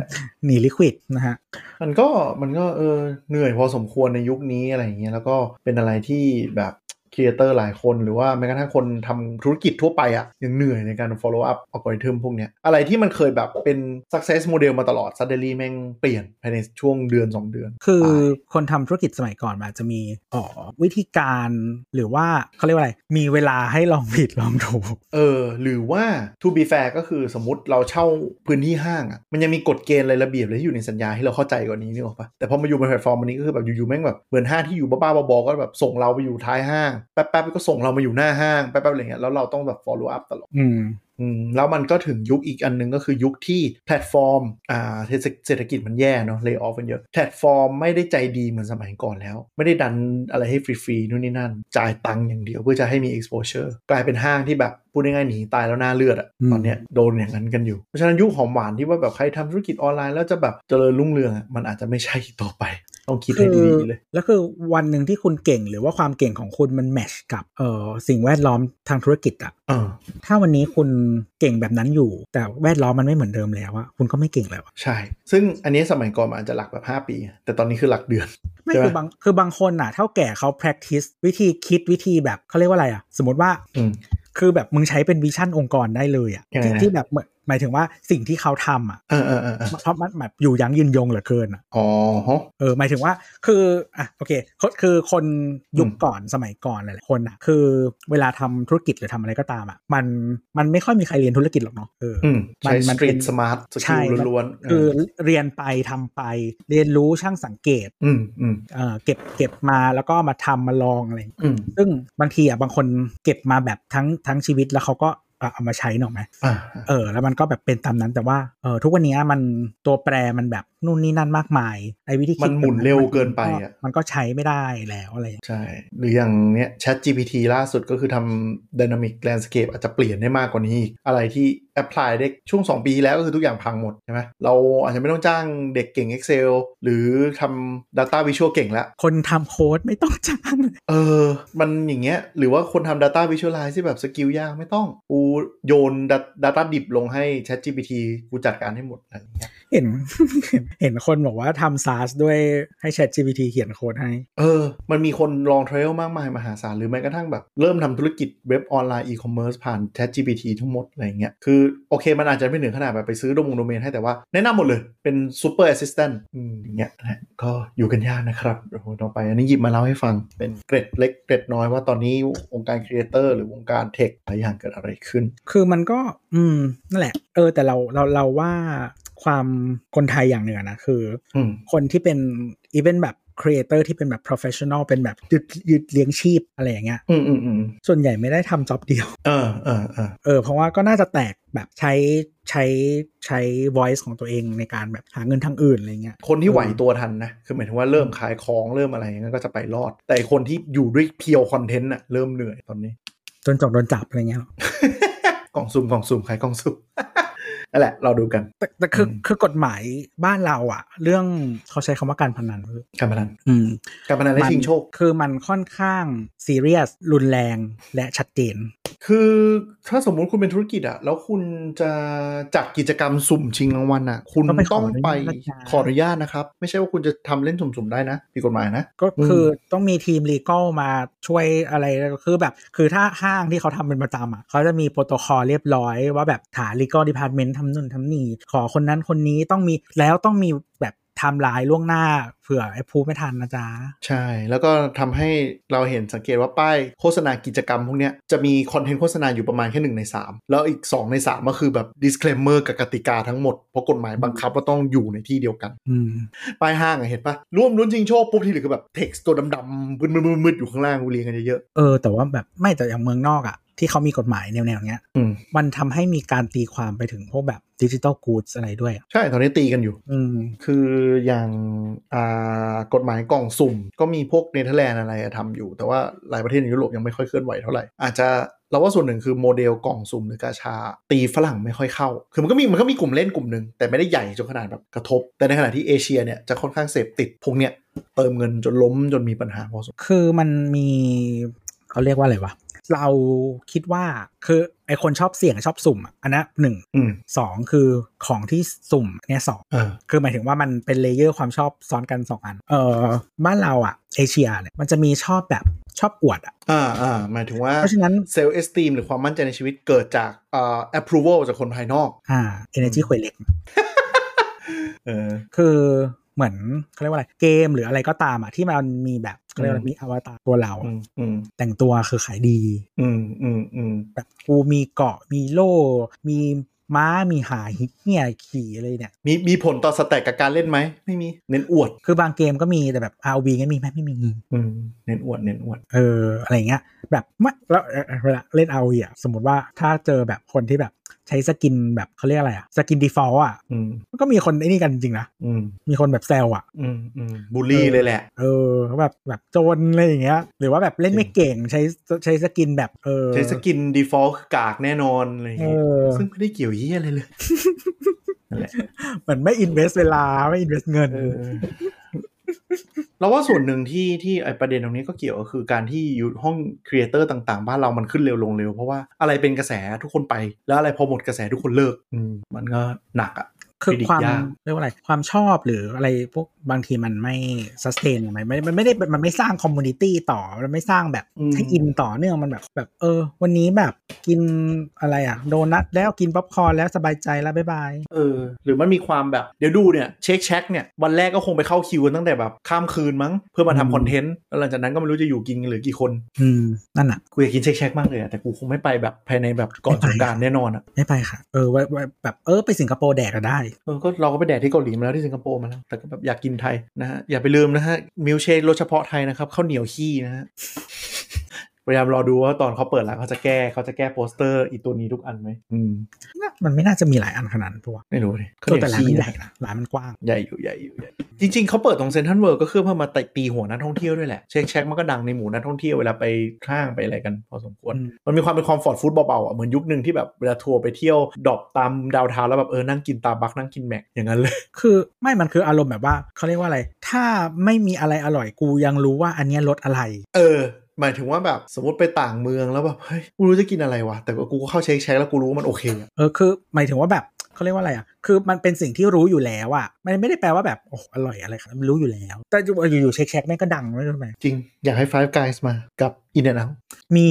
Speaker 2: หนีลิควิดนะฮะ
Speaker 3: มันก็มันก็เออเหนื่อยพอสมควรในยุคนี้อะไรอย่างเงี้ยแล้วก็เป็นอะไรที่แบบครีเอเตอร์หลายคนหรือว่าแม้กระทั่งคนทำธุรกิจทั่วไปอะยังเหนื่อยในการ follow up อัลกอริทึมพวกเนี้ยอะไรที่มันเคยแบบเป็น success model มาตลอด suddenly แม่งเปลี่ยนภายในช่วงเดือนสองเดือน
Speaker 2: คือ
Speaker 3: ตาย
Speaker 2: คนทำธุรกิจสมัยก่อนมันอาจจะมีเอ๋อวิธีการหรือว่าเขาเรียกว่าอะไร มีเวลาให้ลองผิดลองถูก
Speaker 3: เออหรือว่า to be fair ก็คือสมมติเราเช่าพื้นที่ห้างอ่ะมันยังมีกฎเกณฑ์อะไรระเบียบอะไรที่อยู่ในสัญญาให้เราเข้าใจกว่านี้นึกออกปะแต่พอมาอยู่บนแพลตฟอร์มอันนี้ก็คือแบบอยู่ๆแม่งแบบเหมือนห้างที่อยู่บ้าๆบอๆก็แบบส่งเราไปอยู่ท้ายห้างแป๊บๆก็ส่งเรามาอยู่หน้าห้างแป๊บๆอะไรเงี้ยแล้วเราต้องแบบ follow up ตลอด
Speaker 2: อืม
Speaker 3: อืมแล้วมันก็ถึงยุคอีกอันหนึงก็คือยุคที่แพลตฟอร์มอ่าเศรษฐเศรษฐกิจมันแย่เนาะเล y o อ f มันเยอะแพลตฟอร์มไม่ได้ใจดีเหมือนสมัยก่อนแล้ว ไม่ได้ดันอะไรให้ฟรีๆนู่นนี่นั่น จ่ายตังค์อย่างเดียวเพื่อจะให้มี exposure กลายเป็นห้างที่แบบพูดง่ายๆหนีตายแล้วหน้าเลือดอะ
Speaker 2: อืม
Speaker 3: ตอนเนี้ยโดนอย่างนั้นกันอยู่ เพราะฉะนั้นยุคหอมหวานที่ว่าแบบใครทำธุรกิจออนไลน์แล้วจะแบบเจริญรุ่งเรืองอะมันอาจจะไม่ใช่อีกต่อไป ต้องคิดให้ดีๆเลย
Speaker 2: แล้วคือวันหนึ่งที่คุณเก่งหรือว่าความเก่งของคุณมันแมชกับเอ่อสิ่งแวดล้อมทางธุรกิจอะ
Speaker 3: อ่า
Speaker 2: ถ้าวันนี้คุณเก่งแบบนั้นอยู่ แต่แวดล้อมมันไม่เหมือนเดิมแล้วอะคุณก็ไม่เก่งแล้วอะ
Speaker 3: ใช่ ซึ่งอันนี้สมัยก่อนมันอาจจะหลักแบบ 5 ปี แต่ตอนนี้คือหลักเดือน
Speaker 2: ไม่
Speaker 3: ใช่ไหม
Speaker 2: คือบางคือบางคนอะเท่าแก่เขา practice วิธีคิดวิธีแบบเขาเรียกว่าอะไรอะสมมติว่า
Speaker 3: อืม
Speaker 2: คือแบบมึงใช้เป็นวิชั่นองค์กรได้เลยอะ
Speaker 3: ยังไง
Speaker 2: ที่
Speaker 3: นะ
Speaker 2: ที่แบบเหมือนหมายถึงว่าสิ่งที่เขาทำอะ
Speaker 3: เออเออเออเออ
Speaker 2: เพราะมันแบบอยู่ยั้งยืนยงเหลือเกินอะ
Speaker 3: อ๋อฮะ
Speaker 2: เออหมายถึงว่าคืออ่ะโอเคคนคือคนยุค
Speaker 3: อืม
Speaker 2: ก่อนสมัยก่อนหลายๆคนอ่ะคือเวลาทำธุรกิจหรือทำอะไรก็ตามอ่ะมันมันไม่ค่อยมีใครเรียนธุรกิจหรอกเนาะเอออ
Speaker 3: อืมใช้
Speaker 2: มั
Speaker 3: ส
Speaker 2: น
Speaker 3: ตรี
Speaker 2: เป็
Speaker 3: ท
Speaker 2: น
Speaker 3: สมาร์ทสกิ
Speaker 2: ใช่
Speaker 3: ล
Speaker 2: มัน
Speaker 3: ล้วนๆ
Speaker 2: คือเรียนไปทำไป เรียนรู้ช่างสังเกต
Speaker 3: อืมอืม
Speaker 2: เอ่อเก็บเก็บมาแล้วก็มาทำมาลองอะไรอย่างเงี้ย
Speaker 3: อืม
Speaker 2: ซึ่งบางทีอ่ะบางคนเก็บมาแบบทั้งทั้งชีวิตแล้วเขาก็เอาเอามาใช้หน่อยไหม
Speaker 3: อ่า
Speaker 2: เออแล้วมันก็แบบเป็นตามนั้นแต่ว่าเออทุกวันนี้มันตัวแปรมันแบบนู่นนี่นั่นมากมายไอ้วิธีคิด
Speaker 3: มันหมุนเร็วเกินไปอะ
Speaker 2: มันก็ใช้ไม่ได้แล้วอะไรอย่างเงี้ย
Speaker 3: ใช่ หรืออย่างเนี้ย Chat GPT ล่าสุดก็คือทำ Dynamic Landscape อาจจะเปลี่ยนได้มากกว่านี้อีก อะไรที่แอ p พลายได้ช่วง 2 ปีแล้วก็คือทุกอย่างพังหมดใช่ไหมเราอาจจะไม่ต้องจ้างเด็กเก่ง Excel หรือทำ Data Visual เก่งแล้ว
Speaker 2: คนทำโค้ดไม่ต้องจ้างเลย
Speaker 3: เออ มันอย่างเงี้ย หรือว่าคนทำ Data Visualize ที่แบบสกิลยากไม่ต้อง กูโยน Dat- Data ดิบลงให้ Chat GPT กูจัดการให้หมดอะไรอย่างเงี้ย
Speaker 2: เห็น เห็นคนบอกว่าทำซา s ด้วยให้ Chat GPT เขียนโค้ดให้
Speaker 3: เออ มันมีคนลองเทรลมากมายมหาศาล หรือแม้กระทั่งแบบ เริ่มทำธุรกิจเว็บออนไลน์อีคอมเมิร์ซผ่าน Chat GPT ทั้งหมดอะไรอย่างเงี้ย คือ โอเค มันอาจจะไม่ถึงขนาดแบบไปซื้อโดมงโดเมนให้แต่ว่าแนะนำหมดเลย เป็น Super Assistant อืมอย่างเงี้ยนะก็อยู่กันยากนะครับโอ้โหต่อไปอันนี้หยิบมาเล่าให้ฟังเป็นเกร็ดเล็กเกร็ดน้อยว่าตอนนี้วงการครีเอเตอร์หรือวงการเทคหลายอย่างเกิดอะไรขึ้น
Speaker 2: คือมันก็ อืม นั่นแหละ เออ แต่เราเราเราว่าความคนไทยอย่างหนึ่งอะนะคือ
Speaker 3: อืม
Speaker 2: คนที่เป็นอีเวนแบบครีเอเตอร์ที่เป็นแบบ professional เป็นแบบยืดยืดเลี้ยงชีพอะไรอย่างเงี้ย
Speaker 3: อืมอืมอืม
Speaker 2: ส่วนใหญ่ไม่ได้ทำจ็อบเดียว
Speaker 3: เออเออเออ
Speaker 2: เออเพราะว่าก็น่าจะแตกแบบใช้ใช้ใช้ voice ของตัวเองในการแบบหาเงินทางอื่นอะไรเงี้ย
Speaker 3: คนที่ไหวตัวทันนะ คือหมายถึงว่าเริ่มขายของเริ่มอะไรอย่างนั้นก็จะไปรอด แต่คนที่อยู่ด้วยเพียวคอนเทนต์น่ะเริ่มเหนื่อยตอนนี้
Speaker 2: จนจบโดนจับอะไรเงี้ยหรอก
Speaker 3: ล่องซุ่มกล่องซุ่มขายกล่องซุ่ม นั่นแหละ เราดูกัน
Speaker 2: แต่แต่คือ
Speaker 3: อืม
Speaker 2: คือกฎหมายบ้านเราอะเรื่องเขาใช้คำว่าการพนัน
Speaker 3: การพนัน
Speaker 2: อืม
Speaker 3: การพนันและชิงโชค
Speaker 2: คือมันค่อนข้างซีเรียสรุนแรงและชัดเจน
Speaker 3: คือถ้าสมมุติคุณเป็นธุรกิจอะแล้วคุณจะจัดกิจกรรมสุ่มชิงรางวัลอะคุณ
Speaker 2: ต้องไปขอ
Speaker 3: ต้องไป
Speaker 2: อนุญาต
Speaker 3: ขออนุญาตนะครับ ไม่ใช่ว่าคุณจะทำเล่นสุ่มๆได้นะผิดกฎหมายนะ
Speaker 2: ก็คือต้องมีทีมลีก a l มาช่วยอะไรคือแบบ คือถ้าห้างที่เขาทำเป็นประจำอ่ะเขาจะมีโปรโตคอลเรียบร้อยว่าแบบหา legal department ทำนู่นทำนี่ ขอคนนั้นคนนี้ต้องมีแล้วต้องมีแบบไทม์ไลน์ล่วงหน้าเผื่อไอ้พูไม่ทันนะจ๊ะ
Speaker 3: ใช่ แล้วก็ทำให้เราเห็นสังเกตว่าป้ายโฆษณากิจกรรมพวกเนี้ยจะมีคอนเทนต์โฆษณาอยู่ประมาณแค่หนึ่งใน 3 แล้วอีก 2 ใน 3 ก็คือแบบ disclaimer กับกติกาทั้งหมด เพราะกฎหมายบังคับว่าต้องอยู่ในที่เดียวกัน
Speaker 2: อืม
Speaker 3: ป้ายห้างอะเห็นปะร่วมลุ้นชิงโชคปุ๊บที่เหลือคือแบบ text ตัวดำๆมืดๆๆๆอยู่ข้างล่างกูเรียงกันเยอะ
Speaker 2: เออ แต่ว่าแบบไม่แต่อย่างเมืองนอกอ่ะ ที่เขามีกฎหมายแนวๆเนี้ย
Speaker 3: ๆอืม
Speaker 2: มันทำให้มีการตีความไปถึงพวกแบบดิจิตอลกู d s อะไรด้วยอะ
Speaker 3: ใช่ตอนนี้ตีกันอยู่
Speaker 2: อืม
Speaker 3: คืออย่างอ่ากฎหมายกล่องสุ่ม ก็มีพวกเนเธอร์แลนด์อะไรอะทำอยู่ แต่ว่าหลายประเทศในยุโรปยังไม่ค่อยเคลื่อนไหวเท่าไหร่ อาจจะเราว่าส่วนหนึ่งคือโมเดลกล่องสุ่มหรือกาชา ตีฝรั่งไม่ค่อยเข้า คือมันก็มีมันก็มีกลุ่มเล่นกลุ่มหนึ่งแต่ไม่ได้ใหญ่จนขนาดแบบกระทบ แต่ในขณะที่เอเชียเนี่ยจะค่อนข้างเสพติดพวกเนี้ยเติมเงินจนล้มจนมีปัญหาพอสมควร
Speaker 2: คือมันมีเขาเรียกว่าอะไรวะ เราคิดว่าคือไอคนชอบเสี่ยงชอบสุ่มอะอันนั้นหนึ่ง
Speaker 3: อืม
Speaker 2: สองคือของที่สุ่มเนี่ยสอง
Speaker 3: เออ
Speaker 2: คือหมายถึงว่ามันเป็นเลเยอร์ความชอบซ้อนกันสองอัน เออบ้านเราอะเอเชียเนี่ยมันจะมีชอบแบบชอบอวดอะ
Speaker 3: อ่าอ่าหมายถึงว่า
Speaker 2: เพราะฉะนั้น
Speaker 3: self esteem หรือความมั่นใจในชีวิตเกิดจากอ่า approval จากคนภายนอก
Speaker 2: อ่า energy ควยเล็ก
Speaker 3: เออ
Speaker 2: คือเหมือนเขาเรียกว่าอะไรเกมหรืออะไรก็ตามอะที่มันมีแบบเขาเรียกว่า
Speaker 3: อืม
Speaker 2: มีอวตารตัวเรา
Speaker 3: อืมอืม
Speaker 2: แต่งตัวคือขายดี
Speaker 3: อืมอืมอืม
Speaker 2: แบบกูมีเกาะมีโล่ มี ม้ามีหายเหี้ยขี่อะไรเนี่ย
Speaker 3: มีมีผลต่อสแต็กกับการเล่นไหมไม่มีเน้นอวด
Speaker 2: คือบางเกมก็มีแต่แบบ RV งั้นมีไหมไม่มี
Speaker 3: อืมเน้นอวดเน้นอวด
Speaker 2: เอออะไรเงี้ยแบบไม่แล้วเอ่อเวลาเล่น RV อ่ะสมมติว่าถ้าเจอแบบคนที่แบบใช้สกินแบบเขาเรียกอะไรอ่ะสกินดีฟอลต์อ่ะ
Speaker 3: อืม
Speaker 2: มันก็มีคนไอ้นี่กันจริงๆนะ
Speaker 3: อืม
Speaker 2: มีคนแบบแซวอ่ะ
Speaker 3: อืมอืมบูลลี่เลยแหละ
Speaker 2: เออแบบแบบโจรอะไรอย่างเงี้ย หรือว่าแบบเล่นไม่เก่งใช้ใช้สกินแบบเออ
Speaker 3: ใช้สกิน default คือกากแน่นอนอะไรอย่างเงี้ย
Speaker 2: เออ
Speaker 3: ซึ่งไม่ได้เกี่ยวเยี่ยอะไรเลย นั่นแหละ
Speaker 2: เหมือนไม่อินเวสเวลาไม่อินเวสเงิน
Speaker 3: เออเราว่าส่วนหนึ่งที่ที่ไอประเด็นตรงนี้ก็เกี่ยวก็คือการที่อยู่ห้องครีเอเตอร์ต่างๆ บ้านเรามันขึ้นเร็วลงเร็ว เพราะว่าอะไรเป็นกระแสทุกคนไป แล้วอะไรพอหมดกระแสทุกคนเลิก อืมมันก็หนักอ่ะ
Speaker 2: คือ
Speaker 3: predict
Speaker 2: ความ
Speaker 3: ยาก
Speaker 2: เรียกว่าอะไรความชอบหรืออะไรพวกบางทีมันไม่สแตนมันไม่มันไม่ได้มันไม่สร้างคอมมูนิตี้ต่อมันไม่สร้างแบบ
Speaker 3: อืม
Speaker 2: ให้อินต่อเนื่องมันแบบแบบเออ วันนี้แบบกินอะไรอ่ะ โดนัทแล้วกินป๊อปคอร์นแล้วสบายใจแล้วบ๊ายบาย
Speaker 3: เออ หรือมันมีความแบบ เดี๋ยวดูเนี่ยเช็คแช็คเนี่ย วันแรกก็คงไปเข้าคิวกันตั้งแต่แบบข้ามคืนมั้ง เพื่อมา
Speaker 2: อืม
Speaker 3: ทำคอนเทนต์แล้วหลังจากนั้นก็ไม่รู้จะอยู่กินกันเหรือกี่คน
Speaker 2: อืมนั่นอ่ะ
Speaker 3: กูอยากกินเช็คแช็กมากเลยอะแต่กูคงไม่ไปแบบภายในแบบก่อนสงกราร แน่นอนอะ
Speaker 2: ไม่ไปค่ะ เออไว้ไว้แบบเออไปสิงคโปร์แดกก็ได้
Speaker 3: เออก็เราก็ไปแดดที่เกาหลีมาแล้วที่สิงคโปร์มาแล้วแต่ก็แบบอยากกินไทยนะฮะ อย่าไปลืมนะฮะ มิลเชครสเฉพาะไทยนะครับข้าวเหนียวขี้นะ ฮะพยายามรอดูว่าตอนเขาเปิดร้านเขาจะแก้เขาจะแก้โปสเตอร์อีตัวนี้ทุกอันไหมอืม
Speaker 2: มันไม่น่าจะมีหลายอันขนาดนั้นปะวะ
Speaker 3: ไม่รู้เลยข้าว
Speaker 2: ก็
Speaker 3: เหนีย
Speaker 2: แต่
Speaker 3: ว
Speaker 2: ร้านมัน
Speaker 3: ขี้
Speaker 2: ใหญ่
Speaker 3: นะ
Speaker 2: นะร้านมันกว้าง
Speaker 3: ใหญ่อยู่ใหญ่อยู่ใหญ่จริง ๆเขาเปิดตรงเซนทรัลเวิร์ก็คือเพื่อมาตีหัวนักท่องเที่ยวด้วยแหละเช็คแช็กมันก็ดังในหมู่นักท่องเที่ยวเวลาไปห้างไปอะไรกันพอสมควร
Speaker 2: อืม
Speaker 3: มันมีความเป็นความฟอร์ดฟู้ดเบาๆอ่ะเหมือนยุคหนึ่งที่แบบเวลาทัวร์ไปเที่ยวดรอปตามดาวเทาแล้วแบบเออนั่งกินตาบักนั่งกินแม็กอย่างนั้นเลย
Speaker 2: คือไม่มันคืออารมณ์แบบว่าเขาเรียกว่าอะไร ถ้าไม่มีอะไรอร่อยกูยังรู้ว่าอันเนี้ยรสอะไร
Speaker 3: เออ หมายถึงว่าแบบสมมติไปต่างเมืองแล้วแบบเฮ้ยกูรู้จะกินอะไรวะแต่ว่ากูก็เข้าเช็คเช็คแล้วกูรู้ว่ามันโอเคอ่ะ
Speaker 2: เออคือหมายถึงว่าแบบเขาเรียกว่าอะไรอ่ะคือมันเป็นสิ่งที่รู้อยู่แล้วอ่ะมันไม่ได้แปลว่าแบบโอ้โหอร่อยอะไรครับมันรู้อยู่แล้ว แต่อยู่อยู่เช็คเช็คแม่งก็ดังไม่รู้ทำไม
Speaker 3: จริงอยากให้ Five Guys มากับอินเดียน
Speaker 2: มี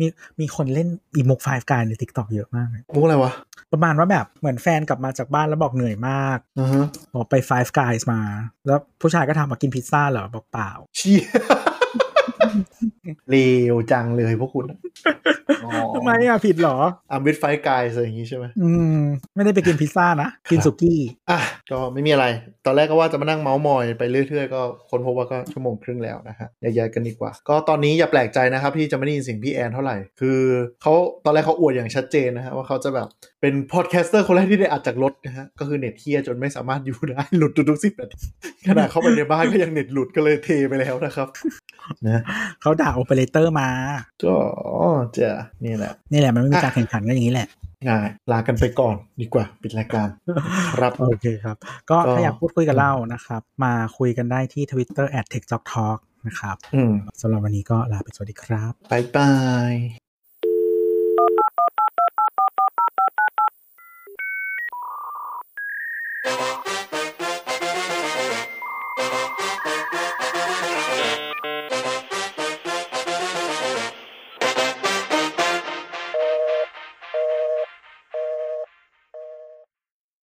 Speaker 2: มีมีคนเล่นอีมุกไฟล์การในทิกตอกเยอะมากเลย
Speaker 3: มุกอะไรวะ
Speaker 2: ประมาณว่าแบบเหมือนแฟนกลับมาจากบ้านแล้วบอกเหนื่อยมาก
Speaker 3: อ่าฮะ
Speaker 2: บอกไป Five Guys มา แล้วผู้ชายก็ถามมากินพิซซ่าเหรอบอกเปล่า
Speaker 3: เชีย เลวจังเลยพวกคุณ
Speaker 2: ทำไมอ่ะผิดเหรอ
Speaker 3: อัมวิดไฟกายอะไรอย่างงี้ใช่ไหม
Speaker 2: อืม ไม่ได้ไปกินพิซซ่านะ กินสุกี้
Speaker 3: อ่ะก็ไม่มีอะไร ตอนแรกก็ว่าจะมานั่งเมาส์มอยไปเรื่อยๆก็ค้นพบว่าก็ชั่วโมงครึ่งแล้วนะฮะแยกๆกันดีกว่า ก็ตอนนี้อย่าแปลกใจนะครับที่จะไม่ได้ยินเสียงพี่แอนเท่าไหร่ คือเขาตอนแรกเขาอวดอย่างชัดเจนนะฮะว่าเขาจะแบบเป็นพอดแคสเตอร์คนแรกที่ได้อัดจากรถนะฮะก็คือเน็ตเฮียจนไม่สามารถอยู่ได้ หลุดทุกๆสิบนาทีขณะเข้าไปในบ้านก็ยังเน็ตหลุดก็เลยเทไปแล้วนะครับนะ
Speaker 2: เขาด่าโอเปอเรเตอร์มา
Speaker 3: ก็จะนี่แหละ
Speaker 2: นี่แหละมันไม่มีการแข่งขันกันอย่างนี้แหละ
Speaker 3: ง่ายลากันไปก่อนดีกว่าปิดรายการครับ
Speaker 2: โอเคครับ ก็
Speaker 3: ก็
Speaker 2: ถ้าอยากพูดคุยกับเรานะครับ มาคุยกันได้ที่ Twitter at t e c h t a l k นะครับ
Speaker 3: อืม
Speaker 2: สำหรับวันนี้ก็ลาไปสวัสดีครับ
Speaker 3: บายบาย